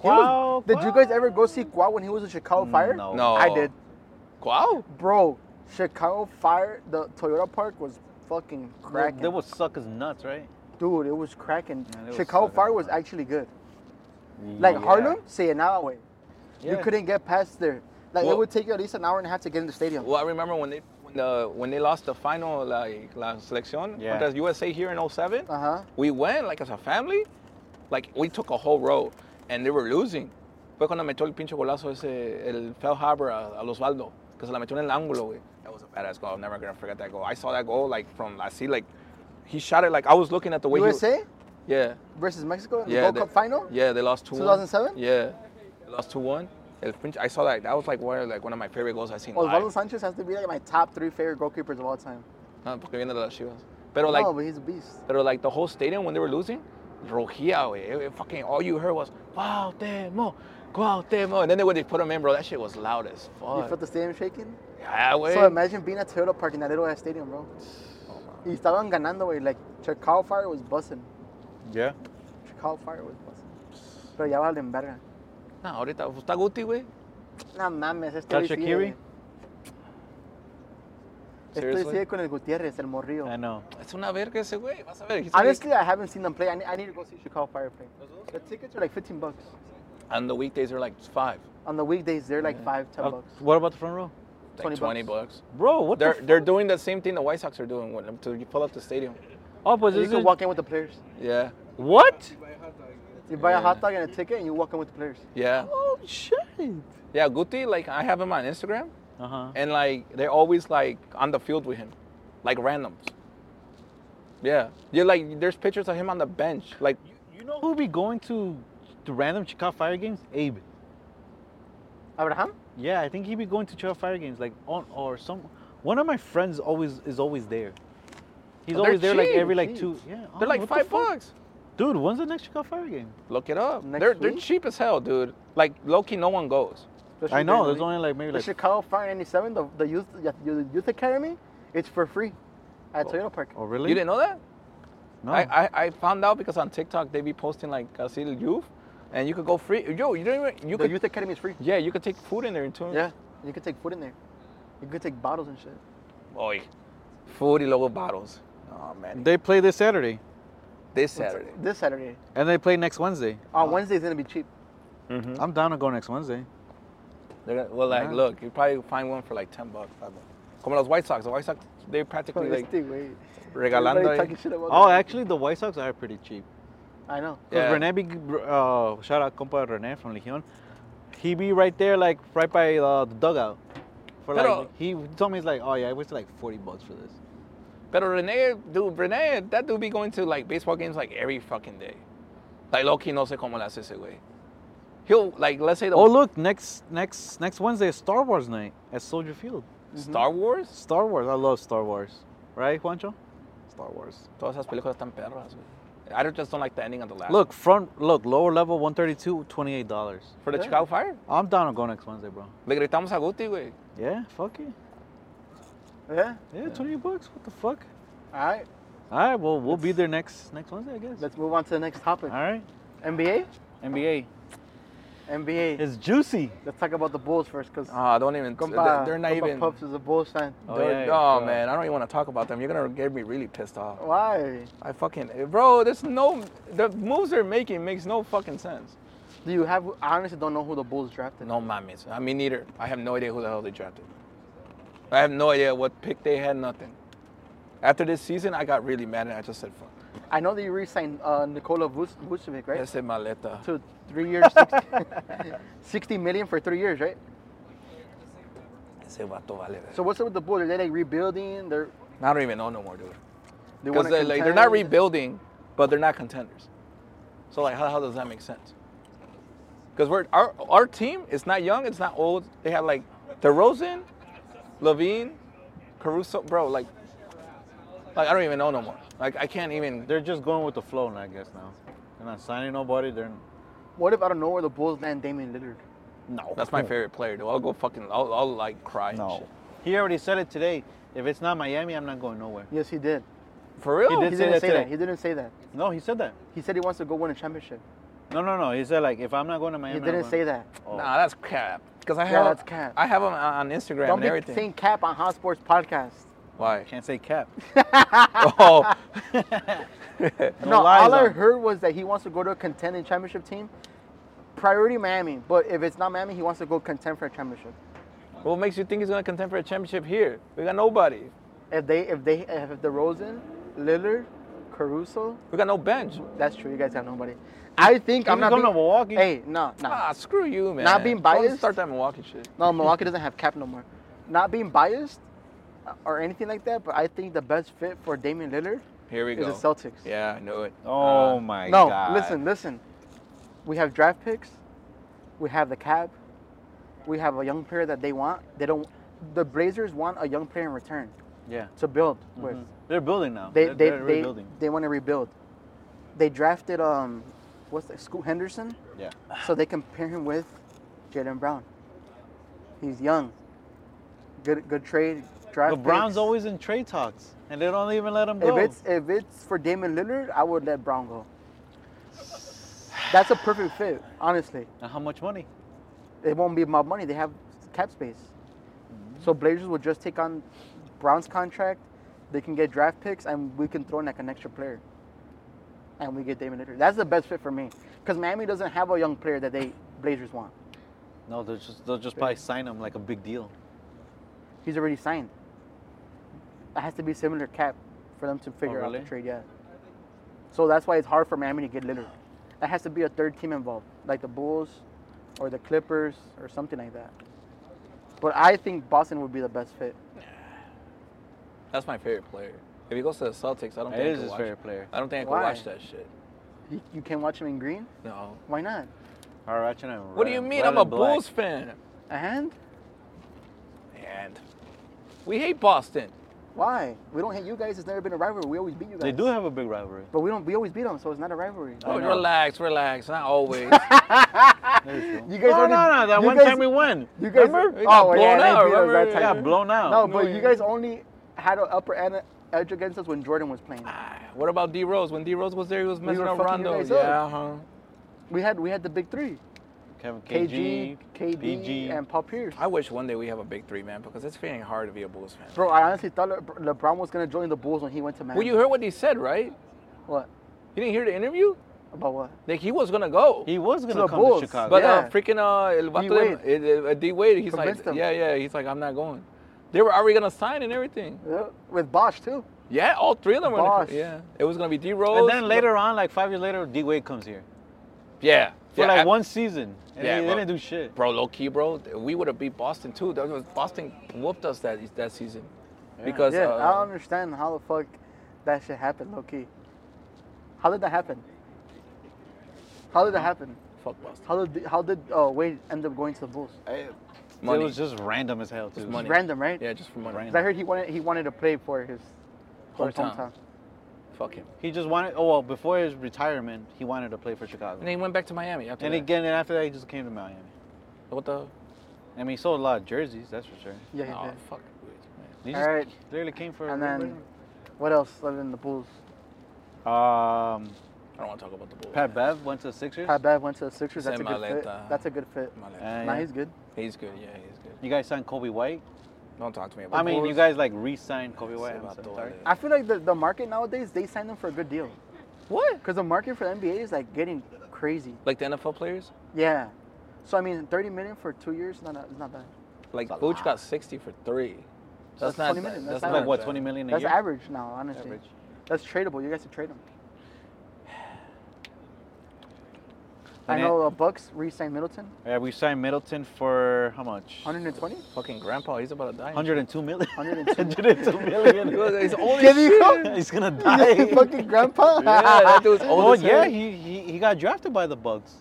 [SPEAKER 3] He was-
[SPEAKER 2] Cuau,
[SPEAKER 3] did you guys ever go see Quad when he was in Chicago Oh, Fire?
[SPEAKER 2] No.
[SPEAKER 4] Mm, No.
[SPEAKER 3] I did.
[SPEAKER 4] Cuau?
[SPEAKER 3] Bro, Chicago Fire, the Toyota Park was fucking cracking.
[SPEAKER 2] They would suck his nuts, right?
[SPEAKER 3] Dude, it was cracking.
[SPEAKER 2] Yeah, they was
[SPEAKER 3] Chicago
[SPEAKER 2] fucking
[SPEAKER 3] Fire was
[SPEAKER 2] nuts.
[SPEAKER 3] actually good. Like Harlem, say an hour away. You
[SPEAKER 2] Yeah.
[SPEAKER 3] couldn't get past there. Like it
[SPEAKER 4] Well-
[SPEAKER 3] would take you at least an hour and a half to get in the stadium.
[SPEAKER 4] Well, I remember when they when, the, when they lost the final, like, la selección
[SPEAKER 2] Yeah.
[SPEAKER 4] contra USA here in 07.
[SPEAKER 3] Uh huh.
[SPEAKER 4] We went like as a family, like we took a whole row, and they were losing. Fue cuando metió el pinche golazo ese, el Fell Harbor a, a Osvaldo, que se la metió en el ángulo, güey. That was a badass goal. I'm never gonna forget that goal. I saw that goal like from I see like he shot it like I was looking at the way
[SPEAKER 3] USA
[SPEAKER 4] He, yeah,
[SPEAKER 3] versus Mexico in
[SPEAKER 4] yeah.
[SPEAKER 3] the World
[SPEAKER 4] they-
[SPEAKER 3] Cup final.
[SPEAKER 4] Yeah, they lost two.
[SPEAKER 3] 2007?
[SPEAKER 4] Yeah, they lost two one. El pinche, I saw that. That was like one of, like one of my favorite goals I seen.
[SPEAKER 3] Osvaldo
[SPEAKER 4] live.
[SPEAKER 3] Sanchez has to be like my top three favorite goalkeepers of all time.
[SPEAKER 4] No, porque viene de las Chivas. Pero like
[SPEAKER 3] no, but he's a beast.
[SPEAKER 4] But like the whole stadium when they were losing, Rojia, güey, it, it fucking all you heard was Cuauhtémoc, Cuauhtémoc, and then they, when they put them in, bro, that shit was loud as
[SPEAKER 3] You felt
[SPEAKER 4] fuck.
[SPEAKER 3] the stadium shaking.
[SPEAKER 4] Yeah, güey.
[SPEAKER 3] So imagine being at Toyota Park in that little ass stadium, bro. Y estaban ganando, güey. Like Chicago Fire was busting.
[SPEAKER 2] Yeah.
[SPEAKER 3] Chicago Fire was busting. Pero ya valen verga.
[SPEAKER 4] Nah, ahorita pues, está Guti, güey.
[SPEAKER 3] No mames, este
[SPEAKER 2] ¿Está
[SPEAKER 3] güey sigue,
[SPEAKER 2] Shaqiri?
[SPEAKER 3] güey. Este güey
[SPEAKER 4] Seriously?
[SPEAKER 3] sigue con el Gutiérrez, el morrillo.
[SPEAKER 2] I know.
[SPEAKER 4] Es una verga ese güey. Vas a ver. he's like-
[SPEAKER 3] Honestly, I haven't seen them play. I need, I need to go see Chicago Fire play. The tickets are like 15 bucks.
[SPEAKER 4] on the weekdays they're like five,
[SPEAKER 3] On the weekdays, they're like five, ten
[SPEAKER 2] Uh,
[SPEAKER 3] bucks.
[SPEAKER 2] what about the front row?
[SPEAKER 4] like
[SPEAKER 3] 20
[SPEAKER 4] 20,
[SPEAKER 3] bucks.
[SPEAKER 4] bucks.
[SPEAKER 2] Bro, what
[SPEAKER 4] They're
[SPEAKER 2] the f-
[SPEAKER 4] they're doing the same thing the White Sox are doing with them to fill up the stadium.
[SPEAKER 2] Oh, but
[SPEAKER 3] So you
[SPEAKER 2] is
[SPEAKER 3] can
[SPEAKER 2] it
[SPEAKER 3] walk in with the players.
[SPEAKER 4] Yeah,
[SPEAKER 2] What?
[SPEAKER 3] You buy a
[SPEAKER 4] Yeah.
[SPEAKER 3] hot dog and a ticket, and you walk in with the players.
[SPEAKER 4] yeah,
[SPEAKER 2] Oh shit.
[SPEAKER 4] yeah. Guti, like I have him on Instagram,
[SPEAKER 2] Uh huh.
[SPEAKER 4] and like they're always like on the field with him, like randoms. Yeah, you're like there's pictures of him on the bench, like
[SPEAKER 2] You know who be going to the random Chicago Fire games? Abe.
[SPEAKER 3] Abraham?
[SPEAKER 2] Yeah, I think he be going to Chicago Fire games like on or some. One of my friends always is always there. He's
[SPEAKER 4] Oh, They're
[SPEAKER 2] always there like
[SPEAKER 4] cheap,
[SPEAKER 2] every like
[SPEAKER 3] cheap.
[SPEAKER 2] two. Yeah. oh,
[SPEAKER 4] They're like
[SPEAKER 2] what the
[SPEAKER 4] five
[SPEAKER 2] fuck?
[SPEAKER 4] bucks.
[SPEAKER 2] Dude, when's the next Chicago Fire game?
[SPEAKER 4] Look it up.
[SPEAKER 3] Next
[SPEAKER 4] they're they're
[SPEAKER 3] week?
[SPEAKER 4] cheap as hell, dude. Like Loki, no one goes.
[SPEAKER 2] I know. There's
[SPEAKER 3] only.
[SPEAKER 2] only like maybe
[SPEAKER 3] The
[SPEAKER 2] like
[SPEAKER 3] Chicago Fire 97, the, the youth the youth- youth academy, it's for free at Toyota Park.
[SPEAKER 2] Oh really?
[SPEAKER 4] You didn't know that?
[SPEAKER 2] No.
[SPEAKER 4] I, I I found out because on TikTok they be posting like I see the youth, and you could go free. Yo, you don't even you
[SPEAKER 3] the
[SPEAKER 4] could.
[SPEAKER 3] youth academy is free.
[SPEAKER 4] yeah, you could take food in there too.
[SPEAKER 3] Yeah, you could take food in there. You could take bottles and shit.
[SPEAKER 4] Boy, food y luego bottles. Oh man,
[SPEAKER 2] They play this Saturday,
[SPEAKER 4] this Saturday.
[SPEAKER 3] This Saturday.
[SPEAKER 2] and they play next Wednesday.
[SPEAKER 3] On Wednesday's gonna be cheap.
[SPEAKER 4] Mm-hmm.
[SPEAKER 2] I'm down to go next Wednesday.
[SPEAKER 4] They're gonna, well, like,
[SPEAKER 2] Yeah.
[SPEAKER 4] look, you probably find one for like ten bucks. five bucks. Como los White Sox. The White Sox, they practically
[SPEAKER 3] This
[SPEAKER 4] like
[SPEAKER 3] thing, wait.
[SPEAKER 4] regalando.
[SPEAKER 3] Everybody
[SPEAKER 4] ahí.
[SPEAKER 3] talking shit about
[SPEAKER 2] Oh,
[SPEAKER 3] that.
[SPEAKER 2] actually, the White Sox are pretty cheap.
[SPEAKER 3] I know.
[SPEAKER 2] Cause
[SPEAKER 4] Yeah.
[SPEAKER 2] Rene be, uh, shout out compa Rene from Legion. He be right there, like right by uh, the dugout. For like,
[SPEAKER 4] Pero-
[SPEAKER 2] he told me he's like, oh yeah, I wasted like forty bucks for this.
[SPEAKER 4] Pero Rene, dude, Rene, that dude be going to like baseball games like every fucking day. Like Loki no sé cómo le hace ese güey. He'll like let's say the
[SPEAKER 2] Oh look, next next next Wednesday is Star Wars night at Soldier Field.
[SPEAKER 4] Star
[SPEAKER 2] Mm-hmm.
[SPEAKER 4] Wars.
[SPEAKER 2] Star Wars, I love Star Wars, right, Juancho? Star Wars.
[SPEAKER 4] Todas esas películas están perras. güey. I don't- just don't like the ending of the last.
[SPEAKER 2] Look front, look lower level, 132, 28 dollars.
[SPEAKER 4] for the Chicago Fire,
[SPEAKER 2] I'm down to go next Wednesday, bro.
[SPEAKER 4] le gritamos a Guti, güey.
[SPEAKER 2] Yeah, fuck it.
[SPEAKER 3] Yeah.
[SPEAKER 2] Yeah, 28 bucks. What the fuck?
[SPEAKER 3] All right.
[SPEAKER 2] All right, well we'll be there next next Wednesday, I guess.
[SPEAKER 3] Let's move on to the next topic.
[SPEAKER 2] All right.
[SPEAKER 3] NBA.
[SPEAKER 2] NBA.
[SPEAKER 3] NBA.
[SPEAKER 2] It's juicy.
[SPEAKER 3] Let's talk about the Bulls first, because
[SPEAKER 4] Ah, don't even.
[SPEAKER 3] Compa,
[SPEAKER 4] they're, they're not
[SPEAKER 3] Compa
[SPEAKER 4] even.
[SPEAKER 3] Pups is a Bulls fan.
[SPEAKER 2] Oh,
[SPEAKER 4] they're-
[SPEAKER 2] yeah, yeah,
[SPEAKER 4] oh,
[SPEAKER 2] bro.
[SPEAKER 4] man, I don't even want to talk about them. You're gonna get me really pissed off.
[SPEAKER 3] Oh. Why?
[SPEAKER 4] I fucking bro, there's no the moves they're making makes no fucking sense.
[SPEAKER 3] Do you have? I honestly don't know who the Bulls drafted.
[SPEAKER 4] No mames. I mean neither. I have no idea who the hell they drafted. I have no idea what pick they had, nothing. After this season I got really mad and I just said fuck.
[SPEAKER 3] I know that you re-signed uh, Nikola Vuce- Vucevic, right?
[SPEAKER 4] Ese maleta.
[SPEAKER 3] To three years, 60, 60 million for three years, right?
[SPEAKER 4] Ese vato vale.
[SPEAKER 3] So what's up with the Bulls? Are they like rebuilding? They're
[SPEAKER 4] I don't even know no more, dude.
[SPEAKER 3] they
[SPEAKER 4] Because
[SPEAKER 3] wanna
[SPEAKER 4] they, like, they're not
[SPEAKER 3] contend?
[SPEAKER 4] rebuilding, but they're not contenders. So like how the hell does that make sense? Because we're our our team is not young, it's not old. They have like DeRozan, Levine, Caruso, bro, like like I don't even know no more. Like I can't even
[SPEAKER 2] They're just going with the flow, now, I guess now. They're not signing nobody. They're
[SPEAKER 3] What if I don't know where the Bulls land Damian Lillard?
[SPEAKER 2] no.
[SPEAKER 4] that's my favorite player, dude. I'll go fucking I'll, I'll like cry and
[SPEAKER 2] No,
[SPEAKER 4] shit.
[SPEAKER 2] he already said it today. If it's not Miami, I'm not going nowhere.
[SPEAKER 3] Yes, he did.
[SPEAKER 4] For real?
[SPEAKER 2] He
[SPEAKER 3] He
[SPEAKER 2] did
[SPEAKER 3] didn't
[SPEAKER 2] that
[SPEAKER 3] say
[SPEAKER 2] today.
[SPEAKER 3] that. He didn't say that.
[SPEAKER 2] No, he said that.
[SPEAKER 3] He said he wants to go win a championship.
[SPEAKER 2] No, no, no. He said like, if I'm not going to Miami,
[SPEAKER 3] He
[SPEAKER 2] I'm
[SPEAKER 3] didn't
[SPEAKER 2] going-
[SPEAKER 3] say that.
[SPEAKER 2] Oh.
[SPEAKER 4] Nah, that's cap. Because I have
[SPEAKER 3] Yeah, that's cap.
[SPEAKER 4] I have him on on Instagram
[SPEAKER 3] Don't
[SPEAKER 4] and
[SPEAKER 3] be
[SPEAKER 4] everything.
[SPEAKER 3] saying cap on Hot Sports podcast.
[SPEAKER 4] Why?
[SPEAKER 2] Can't say cap.
[SPEAKER 4] oh,
[SPEAKER 2] No,
[SPEAKER 3] No,
[SPEAKER 2] lies
[SPEAKER 3] all I
[SPEAKER 2] on-
[SPEAKER 3] heard was that he wants to go to a contending championship team. Priority Miami, but if it's not Miami, he wants to go contend for a championship.
[SPEAKER 4] what makes you think he's gonna contend for a championship here? We got nobody.
[SPEAKER 3] If they, if they, if DeRozan, Lillard, Caruso,
[SPEAKER 4] We got no bench.
[SPEAKER 3] that's true. You guys have nobody. I think I'm
[SPEAKER 2] was
[SPEAKER 3] not.
[SPEAKER 2] going
[SPEAKER 3] being-
[SPEAKER 2] to Milwaukee.
[SPEAKER 3] Hey, no, no,
[SPEAKER 4] Ah, screw you, man.
[SPEAKER 3] being
[SPEAKER 4] Don't
[SPEAKER 3] biased?
[SPEAKER 4] start that Milwaukee shit.
[SPEAKER 3] no. Milwaukee doesn't have cap no more. Not being biased uh, or anything like that, but I think the best fit for Damian Lillard
[SPEAKER 4] Here we
[SPEAKER 3] is
[SPEAKER 4] go.
[SPEAKER 3] the Celtics.
[SPEAKER 4] Yeah, I knew it.
[SPEAKER 2] Oh
[SPEAKER 4] Uh,
[SPEAKER 2] my
[SPEAKER 3] No,
[SPEAKER 2] god.
[SPEAKER 3] listen, listen. We have draft picks. We have the cap. We have a young player that they want. They don't. The Blazers want a young player in return
[SPEAKER 2] Yeah.
[SPEAKER 3] to build with.
[SPEAKER 2] They're building now.
[SPEAKER 3] They
[SPEAKER 2] they're,
[SPEAKER 3] they
[SPEAKER 2] they're
[SPEAKER 3] they,
[SPEAKER 2] rebuilding.
[SPEAKER 3] they want to rebuild. They drafted um, what's that? Scoot Henderson,
[SPEAKER 2] Yeah.
[SPEAKER 3] so they can pair him with Jalen Brown. He's young. Good good trade draft.
[SPEAKER 2] LeBron's
[SPEAKER 3] picks.
[SPEAKER 2] always in trade talks, and they don't even let him
[SPEAKER 3] If
[SPEAKER 2] go.
[SPEAKER 3] it's if it's for Damon Lillard, I would let Brown go. That's a perfect fit, honestly.
[SPEAKER 2] And how much money?
[SPEAKER 3] it won't be my money. They have cap space. So Blazers will just take on Brown's contract. They can get draft picks, and we can throw in like an extra player. And we get Damon Lillard. That's the best fit for me, because Miami doesn't have a young player that they Blazers want.
[SPEAKER 2] No, they'll just they'll just probably sign him like a big deal.
[SPEAKER 3] He's already signed. It has to be similar cap for them to figure out
[SPEAKER 2] Oh, really?
[SPEAKER 3] the trade. Yeah. So that's why it's hard for Miami to get Lillard. That has to be a third team involved, like the Bulls, or the Clippers, or something like that. But I think Boston would be the best fit.
[SPEAKER 4] That's my favorite player. If he goes to the Celtics, I don't
[SPEAKER 2] It
[SPEAKER 4] think I
[SPEAKER 2] is
[SPEAKER 4] could
[SPEAKER 2] his
[SPEAKER 4] watch
[SPEAKER 2] favorite
[SPEAKER 4] it.
[SPEAKER 2] player.
[SPEAKER 4] I don't think I could
[SPEAKER 3] Why?
[SPEAKER 4] watch that shit.
[SPEAKER 3] You, you can't watch him in green?
[SPEAKER 4] No.
[SPEAKER 3] Why not?
[SPEAKER 2] All right, and red-
[SPEAKER 4] What do you mean?
[SPEAKER 2] red
[SPEAKER 4] I'm a
[SPEAKER 2] and black.
[SPEAKER 4] Bulls fan.
[SPEAKER 3] And
[SPEAKER 4] And we hate Boston.
[SPEAKER 3] why? We don't hate you guys. It's never been a rivalry. We always beat you guys.
[SPEAKER 2] They do have a big rivalry.
[SPEAKER 3] But we don't. We always beat them, so it's not a rivalry.
[SPEAKER 4] Oh,
[SPEAKER 2] know.
[SPEAKER 4] relax, relax. Not always.
[SPEAKER 3] You guys
[SPEAKER 2] No, no,
[SPEAKER 3] only-
[SPEAKER 2] Oh, no. That
[SPEAKER 3] you
[SPEAKER 2] one
[SPEAKER 3] guys-
[SPEAKER 2] time we won.
[SPEAKER 3] You guys.
[SPEAKER 2] remember?
[SPEAKER 4] We got
[SPEAKER 3] Oh,
[SPEAKER 4] blown
[SPEAKER 3] yeah, they beat
[SPEAKER 4] out,
[SPEAKER 3] us
[SPEAKER 4] remember?
[SPEAKER 3] that
[SPEAKER 4] Yeah,
[SPEAKER 2] Yeah,
[SPEAKER 3] time.
[SPEAKER 2] blown out.
[SPEAKER 3] No, but
[SPEAKER 4] yeah.
[SPEAKER 3] you guys only had an upper an- edge against us when Jordan was playing.
[SPEAKER 4] what about D Rose? When D Rose was there, he was messing
[SPEAKER 3] were
[SPEAKER 4] up
[SPEAKER 3] fucking you
[SPEAKER 4] Rondo.
[SPEAKER 3] guys
[SPEAKER 4] Yeah,
[SPEAKER 3] up.
[SPEAKER 4] huh?
[SPEAKER 3] We had we had the big three.
[SPEAKER 2] Kevin
[SPEAKER 3] KG,
[SPEAKER 2] KG,
[SPEAKER 3] KD,
[SPEAKER 2] PG.
[SPEAKER 3] and Paul Pierce.
[SPEAKER 4] I wish one day we have a big three, man, because it's freaking hard to be a Bulls fan.
[SPEAKER 3] Bro, I honestly thought Le- LeBron was gonna join the Bulls when he went to
[SPEAKER 4] Well,
[SPEAKER 3] Miami.
[SPEAKER 4] you heard what he said, right?
[SPEAKER 3] what
[SPEAKER 4] You didn't hear the interview?
[SPEAKER 3] about what?
[SPEAKER 4] Like he was gonna go.
[SPEAKER 2] he was gonna
[SPEAKER 3] the
[SPEAKER 2] come
[SPEAKER 3] Bulls,
[SPEAKER 2] to Chicago.
[SPEAKER 4] But
[SPEAKER 3] Yeah.
[SPEAKER 4] uh, freaking uh, el vato
[SPEAKER 3] D-Wade.
[SPEAKER 4] de- eh, eh, D Wade, he's
[SPEAKER 3] Convinced
[SPEAKER 4] like,
[SPEAKER 3] him.
[SPEAKER 4] yeah, yeah, he's like, I'm not going. They were already gonna sign and everything.
[SPEAKER 3] Yeah, Uh, With Bosch too.
[SPEAKER 4] Yeah, all three of them were. in the-
[SPEAKER 3] Bosh.
[SPEAKER 4] yeah, it was gonna be D Rose.
[SPEAKER 2] and then later on, like five years later, D Wade comes here
[SPEAKER 4] yeah,
[SPEAKER 2] for
[SPEAKER 4] yeah,
[SPEAKER 2] like
[SPEAKER 4] I-
[SPEAKER 2] one season. And
[SPEAKER 4] Yeah,
[SPEAKER 2] they,
[SPEAKER 4] but-
[SPEAKER 2] they didn't do shit.
[SPEAKER 4] Bro, low key, bro, we would have beat Boston too. That was Boston whooped us that that season because
[SPEAKER 3] Yeah,
[SPEAKER 4] uh,
[SPEAKER 3] I don't understand how the fuck that shit happened, low key. How did that happen? How did that happen?
[SPEAKER 4] fuck Boston.
[SPEAKER 3] How did how did uh, Wade end up going to the Bulls?
[SPEAKER 4] Money.
[SPEAKER 2] It was just random as hell too.
[SPEAKER 4] Just money.
[SPEAKER 3] Random, right?
[SPEAKER 4] yeah, just for money.
[SPEAKER 2] Random.
[SPEAKER 3] 'Cause I heard he wanted he wanted to play for his, for his
[SPEAKER 4] Hometown.
[SPEAKER 3] hometown.
[SPEAKER 4] Fuck him.
[SPEAKER 2] He just wanted. Oh well, before his retirement, he wanted to play for Chicago.
[SPEAKER 4] And then he went back to Miami after
[SPEAKER 2] and
[SPEAKER 4] that.
[SPEAKER 2] again, and after that, he just came to Miami.
[SPEAKER 4] what the?
[SPEAKER 2] I mean, he sold a lot of jerseys, that's for sure.
[SPEAKER 3] Yeah, he
[SPEAKER 4] oh,
[SPEAKER 3] did.
[SPEAKER 4] fuck. man.
[SPEAKER 2] He
[SPEAKER 3] All
[SPEAKER 2] just
[SPEAKER 3] right.
[SPEAKER 2] Literally came for.
[SPEAKER 3] And then, what else other than the Bulls?
[SPEAKER 2] um,
[SPEAKER 4] I don't want to talk about the Bulls.
[SPEAKER 2] Pat Bev went to the Sixers.
[SPEAKER 3] Pat Bev went to the Sixers. That's a
[SPEAKER 4] Sam
[SPEAKER 3] good fit.
[SPEAKER 4] Maleta.
[SPEAKER 3] That's a good fit.
[SPEAKER 4] My left.
[SPEAKER 2] Uh,
[SPEAKER 3] Nah,
[SPEAKER 2] yeah.
[SPEAKER 3] he's good.
[SPEAKER 4] he's good. Yeah, he's good.
[SPEAKER 2] You guys signed Kobe White.
[SPEAKER 4] Don't talk to me about.
[SPEAKER 2] I mean,
[SPEAKER 4] Bulls.
[SPEAKER 2] you guys like re-signed Kobe White.
[SPEAKER 4] about
[SPEAKER 2] I'm so
[SPEAKER 4] the
[SPEAKER 2] sorry.
[SPEAKER 4] wallet.
[SPEAKER 3] I feel like the, the market nowadays they sign them for a good deal
[SPEAKER 4] What?
[SPEAKER 3] because the market for the NBA is like getting crazy.
[SPEAKER 4] Like the NFL players?
[SPEAKER 3] Yeah. So I mean, 30 million for two years, not it's not bad.
[SPEAKER 4] Like Booch got 60 for three.
[SPEAKER 3] That's 20 million, that's
[SPEAKER 2] Like what,
[SPEAKER 4] bad.
[SPEAKER 2] 20 million a
[SPEAKER 3] That's
[SPEAKER 2] year?
[SPEAKER 3] average now, honestly.
[SPEAKER 2] Average.
[SPEAKER 3] That's tradable. You guys should trade them. I
[SPEAKER 2] And
[SPEAKER 3] know uh, Bucks re-signed Middleton,
[SPEAKER 2] Yeah, we signed Middleton for how much?
[SPEAKER 3] 120.
[SPEAKER 4] Fucking grandpa, he's about to die.
[SPEAKER 2] 102 million.
[SPEAKER 3] 102
[SPEAKER 2] 102 million.
[SPEAKER 4] He was- he's old
[SPEAKER 3] Give
[SPEAKER 4] as
[SPEAKER 3] me
[SPEAKER 4] shit.
[SPEAKER 3] hope.
[SPEAKER 2] He's gonna die.
[SPEAKER 3] Your fucking grandpa.
[SPEAKER 4] Yeah, that dude's old
[SPEAKER 2] oh
[SPEAKER 4] as hell.
[SPEAKER 2] yeah, he, he he got drafted by the Bucks.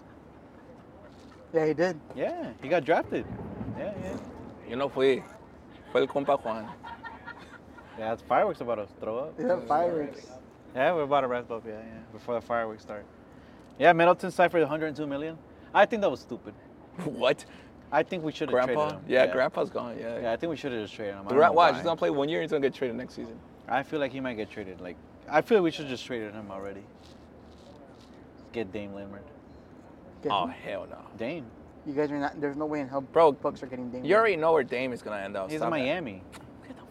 [SPEAKER 3] Yeah, he did.
[SPEAKER 2] Yeah, he got drafted. Yeah, yeah.
[SPEAKER 4] Yo no fui. Fue el compa Juan.
[SPEAKER 2] Yeah, that's fireworks about to throw up.
[SPEAKER 3] Yeah, fireworks.
[SPEAKER 2] Yeah, we're about to wrap up. Yeah, yeah. Before the fireworks start. Yeah, Middleton signed for 102 million. I think that was stupid.
[SPEAKER 4] What?
[SPEAKER 2] I think we should have traded
[SPEAKER 4] Grandpa?
[SPEAKER 2] him.
[SPEAKER 4] Yeah, grandpa's gone. Yeah.
[SPEAKER 2] Yeah, I think we should have just traded him. I don't
[SPEAKER 4] Durant,
[SPEAKER 2] know
[SPEAKER 4] watch,
[SPEAKER 2] why.
[SPEAKER 4] he's gonna play one year. He's gonna get traded next season.
[SPEAKER 2] I feel like he might get traded. Like, I feel we should just traded him already. Get Dame Lillard.
[SPEAKER 3] Yeah.
[SPEAKER 4] Oh hell no,
[SPEAKER 2] Dame.
[SPEAKER 3] You guys are not. There's no way in hell,
[SPEAKER 4] Bro,
[SPEAKER 3] Bucks are getting Dame.
[SPEAKER 4] you already know where Dame is gonna end up.
[SPEAKER 2] He's
[SPEAKER 4] Stop
[SPEAKER 2] in
[SPEAKER 4] that.
[SPEAKER 2] Miami.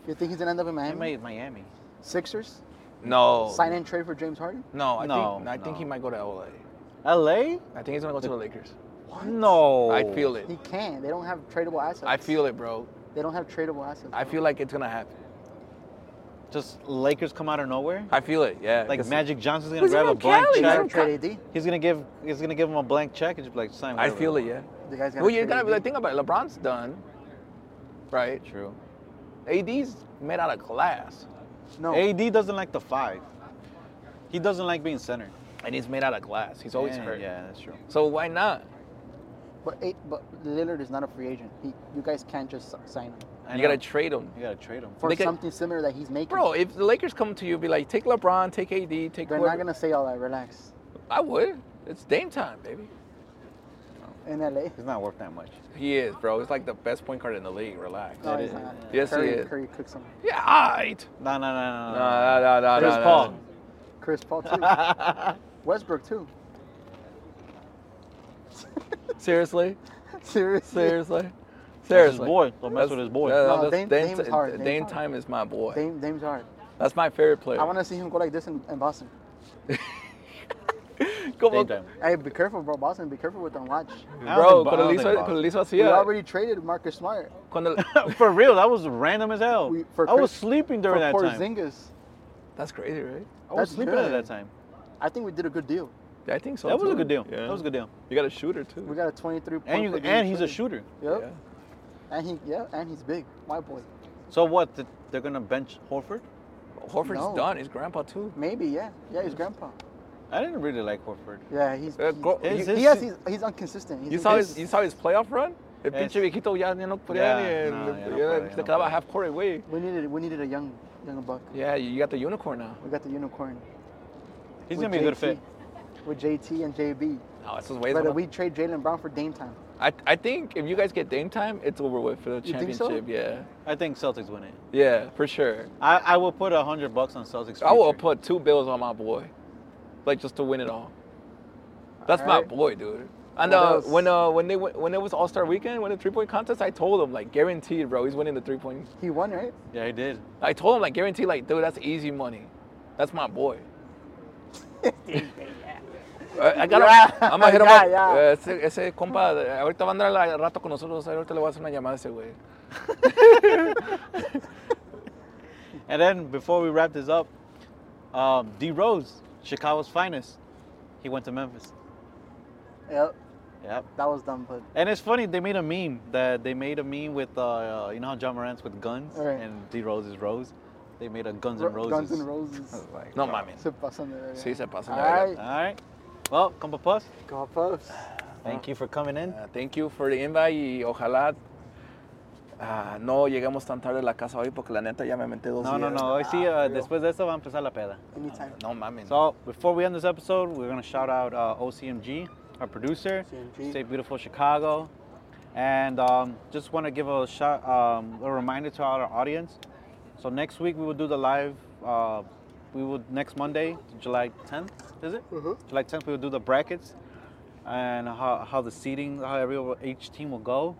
[SPEAKER 3] You think he's gonna end up in
[SPEAKER 2] He
[SPEAKER 3] Miami?
[SPEAKER 2] made Miami.
[SPEAKER 3] Sixers
[SPEAKER 4] No.
[SPEAKER 3] sign and trade for James Harden.
[SPEAKER 4] No, I
[SPEAKER 2] No,
[SPEAKER 4] think I think he
[SPEAKER 2] no.
[SPEAKER 4] might go to LA.
[SPEAKER 2] LA?
[SPEAKER 4] I think he's gonna go to the Lakers.
[SPEAKER 2] No.
[SPEAKER 4] I feel it.
[SPEAKER 3] He can't. They don't have tradable assets.
[SPEAKER 4] I feel it, bro.
[SPEAKER 3] They don't have tradable assets.
[SPEAKER 4] I feel like it's gonna happen.
[SPEAKER 2] Just Lakers come out of nowhere.
[SPEAKER 4] I feel it. Yeah.
[SPEAKER 2] Like
[SPEAKER 4] because-
[SPEAKER 2] Magic Johnson's gonna
[SPEAKER 4] Who's
[SPEAKER 2] grab
[SPEAKER 4] he
[SPEAKER 2] a
[SPEAKER 4] from
[SPEAKER 2] blank
[SPEAKER 4] Cali?
[SPEAKER 3] They
[SPEAKER 4] He's
[SPEAKER 2] check.
[SPEAKER 3] don't trade AD.
[SPEAKER 2] He's gonna give. He's gonna give him a blank check and just be like sign.
[SPEAKER 4] I
[SPEAKER 2] whatever
[SPEAKER 4] feel it.
[SPEAKER 2] want.
[SPEAKER 4] Yeah.
[SPEAKER 3] The guys got.
[SPEAKER 4] Well, you gotta like, think about it. LeBron's done, right?
[SPEAKER 2] True.
[SPEAKER 4] AD's made out of glass,
[SPEAKER 3] No.
[SPEAKER 2] AD doesn't like the five. He doesn't like being center.
[SPEAKER 4] and he's made out of glass. He's always
[SPEAKER 2] yeah,
[SPEAKER 4] hurt.
[SPEAKER 2] Yeah, that's true.
[SPEAKER 4] So why not?
[SPEAKER 3] But eight, but Lillard is not a free agent. He, you guys can't just s- sign him
[SPEAKER 2] I
[SPEAKER 4] you
[SPEAKER 2] know.
[SPEAKER 4] gotta trade him,
[SPEAKER 2] You gotta trade him.
[SPEAKER 3] for
[SPEAKER 4] They can-
[SPEAKER 3] something similar that he's making.
[SPEAKER 4] bro. If the Lakers come to you, be like, take LeBron, take AD, take.
[SPEAKER 3] they're
[SPEAKER 4] whoever.
[SPEAKER 3] not gonna say all that. Relax.
[SPEAKER 4] I would. It's Dame time, baby.
[SPEAKER 3] In LA.
[SPEAKER 2] He's not worth that much.
[SPEAKER 4] He is, bro. He's like the best point guard in the league. Relax.
[SPEAKER 3] No,
[SPEAKER 2] It
[SPEAKER 3] he's
[SPEAKER 2] is.
[SPEAKER 3] not.
[SPEAKER 4] Yes, he
[SPEAKER 3] Curry,
[SPEAKER 4] is.
[SPEAKER 3] Curry cooks him.
[SPEAKER 4] Yeah, alright.
[SPEAKER 2] No, no, no, no,
[SPEAKER 4] Nah, nah, nah,
[SPEAKER 2] Chris
[SPEAKER 4] nah,
[SPEAKER 2] Paul.
[SPEAKER 4] nah.
[SPEAKER 3] Chris Paul too. Westbrook too. Seriously.
[SPEAKER 4] Seriously, seriously, seriously.
[SPEAKER 2] That's his boy. Don't mess
[SPEAKER 4] That's-
[SPEAKER 2] with his boy.
[SPEAKER 4] yeah,
[SPEAKER 3] No,
[SPEAKER 4] that's-
[SPEAKER 3] Dame-
[SPEAKER 4] Dame,
[SPEAKER 3] Dame is hard. Dame's
[SPEAKER 4] Dame
[SPEAKER 3] hard.
[SPEAKER 4] time is my boy.
[SPEAKER 3] Dame, Dame's hard.
[SPEAKER 4] That's my favorite player.
[SPEAKER 3] I want to see him go like this in, in Boston.
[SPEAKER 4] Come
[SPEAKER 2] Dame
[SPEAKER 4] on,
[SPEAKER 2] time.
[SPEAKER 3] Hey, be careful, bro. Boston, be careful with them. Watch.
[SPEAKER 2] I don't
[SPEAKER 4] bro.
[SPEAKER 2] think-
[SPEAKER 4] Cuando
[SPEAKER 2] I
[SPEAKER 4] lo
[SPEAKER 2] don't think
[SPEAKER 4] hizo, cuando lo hizo así,
[SPEAKER 3] We
[SPEAKER 4] ah,
[SPEAKER 3] already traded Marcus Smart
[SPEAKER 4] cuando-
[SPEAKER 2] for real, that was random as hell.
[SPEAKER 3] We- for
[SPEAKER 2] I was
[SPEAKER 3] Chris-
[SPEAKER 2] sleeping during
[SPEAKER 3] for
[SPEAKER 2] that time.
[SPEAKER 3] Porzingis.
[SPEAKER 4] that's crazy, right?
[SPEAKER 2] I was
[SPEAKER 3] That's
[SPEAKER 2] sleeping at
[SPEAKER 3] good.
[SPEAKER 2] that time.
[SPEAKER 3] I think we did a good deal.
[SPEAKER 4] Yeah, I think so.
[SPEAKER 2] That was a
[SPEAKER 4] too.
[SPEAKER 2] good deal.
[SPEAKER 4] Yeah.
[SPEAKER 2] That was a good deal.
[SPEAKER 4] You got a shooter too.
[SPEAKER 3] We got a 23 point.
[SPEAKER 2] And you,
[SPEAKER 3] per game
[SPEAKER 2] and he's a shooter.
[SPEAKER 3] Yep.
[SPEAKER 4] Yeah.
[SPEAKER 3] And he, yeah, and he's big, white boy.
[SPEAKER 2] So what? th- They're gonna bench Horford?
[SPEAKER 4] Horford's
[SPEAKER 3] No.
[SPEAKER 4] done. His grandpa too.
[SPEAKER 3] Maybe, yeah, yeah, his grandpa.
[SPEAKER 2] I didn't really like Horford.
[SPEAKER 3] Yeah, he's.
[SPEAKER 4] Uh, go-
[SPEAKER 3] he-
[SPEAKER 2] Is
[SPEAKER 3] he,
[SPEAKER 2] this-
[SPEAKER 3] has, he's, he's inconsistent. He's
[SPEAKER 4] You saw his,
[SPEAKER 3] inconsistent.
[SPEAKER 4] you saw his playoff run. El
[SPEAKER 2] Yes.
[SPEAKER 4] pinche viejito ya ya no podía
[SPEAKER 2] Yeah,
[SPEAKER 4] ni,
[SPEAKER 2] no, ya
[SPEAKER 4] eh,
[SPEAKER 2] no
[SPEAKER 4] ya
[SPEAKER 2] puede, ya
[SPEAKER 4] se
[SPEAKER 2] no
[SPEAKER 4] quedaba
[SPEAKER 2] puede.
[SPEAKER 4] half court away.
[SPEAKER 3] We needed, we needed a young, young buck.
[SPEAKER 4] Yeah, you got the unicorn now.
[SPEAKER 3] We got the unicorn.
[SPEAKER 2] He's
[SPEAKER 3] with
[SPEAKER 2] gonna be a good
[SPEAKER 3] JT
[SPEAKER 2] fit.
[SPEAKER 3] With JT and JB,
[SPEAKER 4] No, it's just ways.
[SPEAKER 3] but we trade Jalen Brown for Dame time.
[SPEAKER 4] I, I think if you guys get Dame time, it's over with for the
[SPEAKER 3] You think so?
[SPEAKER 4] championship. Yeah,
[SPEAKER 2] I think Celtics win it.
[SPEAKER 4] yeah, for sure.
[SPEAKER 2] I, I will put a hundred bucks on Celtics.
[SPEAKER 4] I will
[SPEAKER 2] future.
[SPEAKER 4] put two bills on my boy, like just to win it all. That's my
[SPEAKER 3] Alright.
[SPEAKER 4] boy, dude. And
[SPEAKER 3] What
[SPEAKER 4] uh,
[SPEAKER 3] else?
[SPEAKER 4] when uh, when they went- when it was All Star Weekend, when the three point contest, I told him like guaranteed, bro, he's winning the three point.
[SPEAKER 3] He won, right?
[SPEAKER 2] Yeah, he did.
[SPEAKER 4] I told him like guaranteed, like dude, that's easy money. That's my boy. I, I gotta,
[SPEAKER 3] Yeah.
[SPEAKER 4] I'm gonna hit him
[SPEAKER 3] Yeah,
[SPEAKER 4] up.
[SPEAKER 3] yeah.
[SPEAKER 4] Eh, Ese, ese compa, eh, ahorita va a andar al rato con nosotros. Ahorita le voy a hacer una llamada a ese güey.
[SPEAKER 2] And then before we wrap this up, um, D Rose, Chicago's finest, he went to Memphis.
[SPEAKER 3] Yep,
[SPEAKER 2] Yep.
[SPEAKER 3] that was dumb, but
[SPEAKER 2] And it's funny they made a meme that they made a meme with uh, uh, you know how John Morant's with guns
[SPEAKER 3] Right.
[SPEAKER 2] and D Rose is Rose. They made a Guns and
[SPEAKER 3] Ro-
[SPEAKER 2] Roses.
[SPEAKER 3] Guns and Roses.
[SPEAKER 2] Like,
[SPEAKER 4] No mames.
[SPEAKER 3] se pasan de verga.
[SPEAKER 4] Sí, se pasan de verga.
[SPEAKER 3] All right,
[SPEAKER 2] All right. Well, compa Puss,
[SPEAKER 3] go Puffs.
[SPEAKER 2] thank you for coming in.
[SPEAKER 4] Ah, thank you for the invite y ojalá ah, no lleguemos tan tarde a la casa hoy porque la neta ya me metí dos
[SPEAKER 2] No, no,
[SPEAKER 4] días.
[SPEAKER 2] no. Hoy sí, uh, después de esto va a empezar la peda.
[SPEAKER 3] Anytime.
[SPEAKER 4] No mames.
[SPEAKER 2] So before we end this episode, we're gonna shout out uh, OCMG, our producer,
[SPEAKER 3] OCMG.
[SPEAKER 2] Stay Beautiful Chicago, and um, just want to give a shout, um, a reminder to all our audience. So next week we will do the live. Uh, we will next Monday, July 10th, is it? July 10th we will do the brackets and how, how the seating, how every each team will go.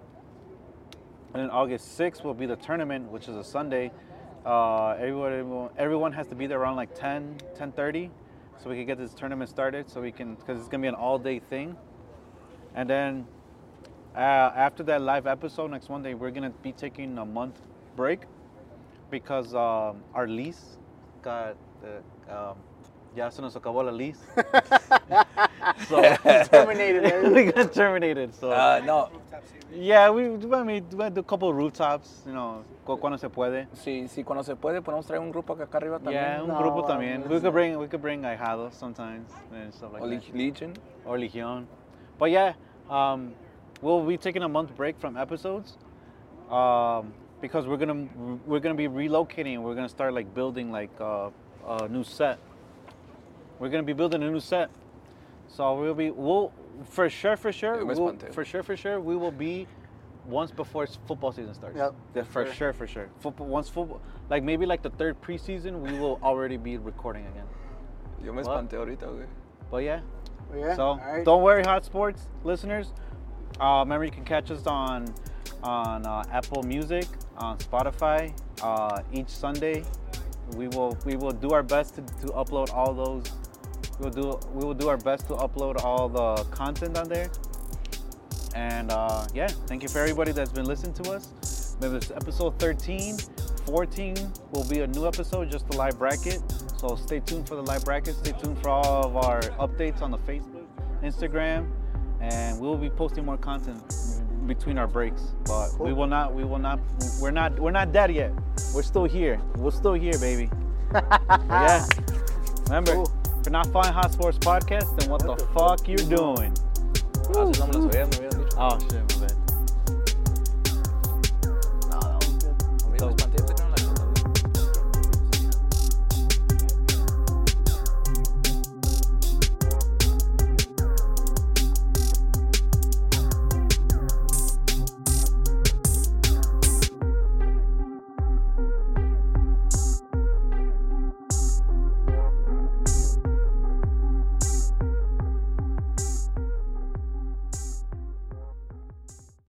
[SPEAKER 2] And then August 6th will be the tournament, which is a Sunday. Uh, everyone, everyone, everyone has to be there around like 10, 10.30 so we can get this tournament started so we can, because it's going to be an all-day thing. And then uh, after that live episode next Monday, we're going to be taking a month break because um, our lease got, uh, um, ya se nos acabó la lease. so
[SPEAKER 3] Terminated. eh?
[SPEAKER 2] we got terminated. So.
[SPEAKER 4] Ah, no.
[SPEAKER 5] Rooftop series.
[SPEAKER 2] Yeah, we I mean, we had a couple of rooftops, you know, cu- cuando se puede.
[SPEAKER 4] Sí, sí, cuando se puede podemos traer un grupo acá arriba también.
[SPEAKER 2] Yeah, un
[SPEAKER 3] No,
[SPEAKER 2] grupo
[SPEAKER 3] I
[SPEAKER 2] también.
[SPEAKER 3] mean,
[SPEAKER 2] We could
[SPEAKER 3] it's not-
[SPEAKER 2] bring we could bring ahijados sometimes and stuff like
[SPEAKER 4] O
[SPEAKER 2] that.
[SPEAKER 4] Leg- Legion.
[SPEAKER 2] Or Legion. But yeah, um, we'll be taking a month break from episodes um, because we're gonna we're gonna be relocating. We're gonna start like building like uh, a new set. We're gonna be building a new set, so we'll be we'll for sure for sure
[SPEAKER 4] It was
[SPEAKER 2] we'll,
[SPEAKER 4] fun too.
[SPEAKER 2] for sure for sure we will be once before s- football season starts.
[SPEAKER 3] Yep.
[SPEAKER 2] Yeah, for sure. for sure. Football once football like maybe like the third preseason we will already be recording again.
[SPEAKER 4] Yo me
[SPEAKER 2] What?
[SPEAKER 4] espanté ahorita, güey.
[SPEAKER 2] But yeah,
[SPEAKER 3] Yeah,
[SPEAKER 2] so
[SPEAKER 3] all right.
[SPEAKER 2] don't worry, Hot Sports listeners. Uh, remember, you can catch us on on uh, Apple Music, on Spotify. Uh, each Sunday, we will we will do our best to, to upload all those. We'll do we will do our best to upload all the content on there. And uh, yeah, thank you for everybody that's been listening to us. Maybe it's episode 13. 14 will be a new episode, just the live bracket. So stay tuned for the live bracket. Stay tuned for all of our updates on the Facebook, Instagram, and we'll be posting more content between our breaks. But we will not, we will not, we're not, we're not dead yet. We're still here. We're still here, baby. But yeah. Remember,
[SPEAKER 3] Cool.
[SPEAKER 2] if you're not following Hot Sports Podcast, then what, the, fuck, you doing?
[SPEAKER 4] Ah, sí, no me lo sabía, me habían dicho.
[SPEAKER 2] Oh shit.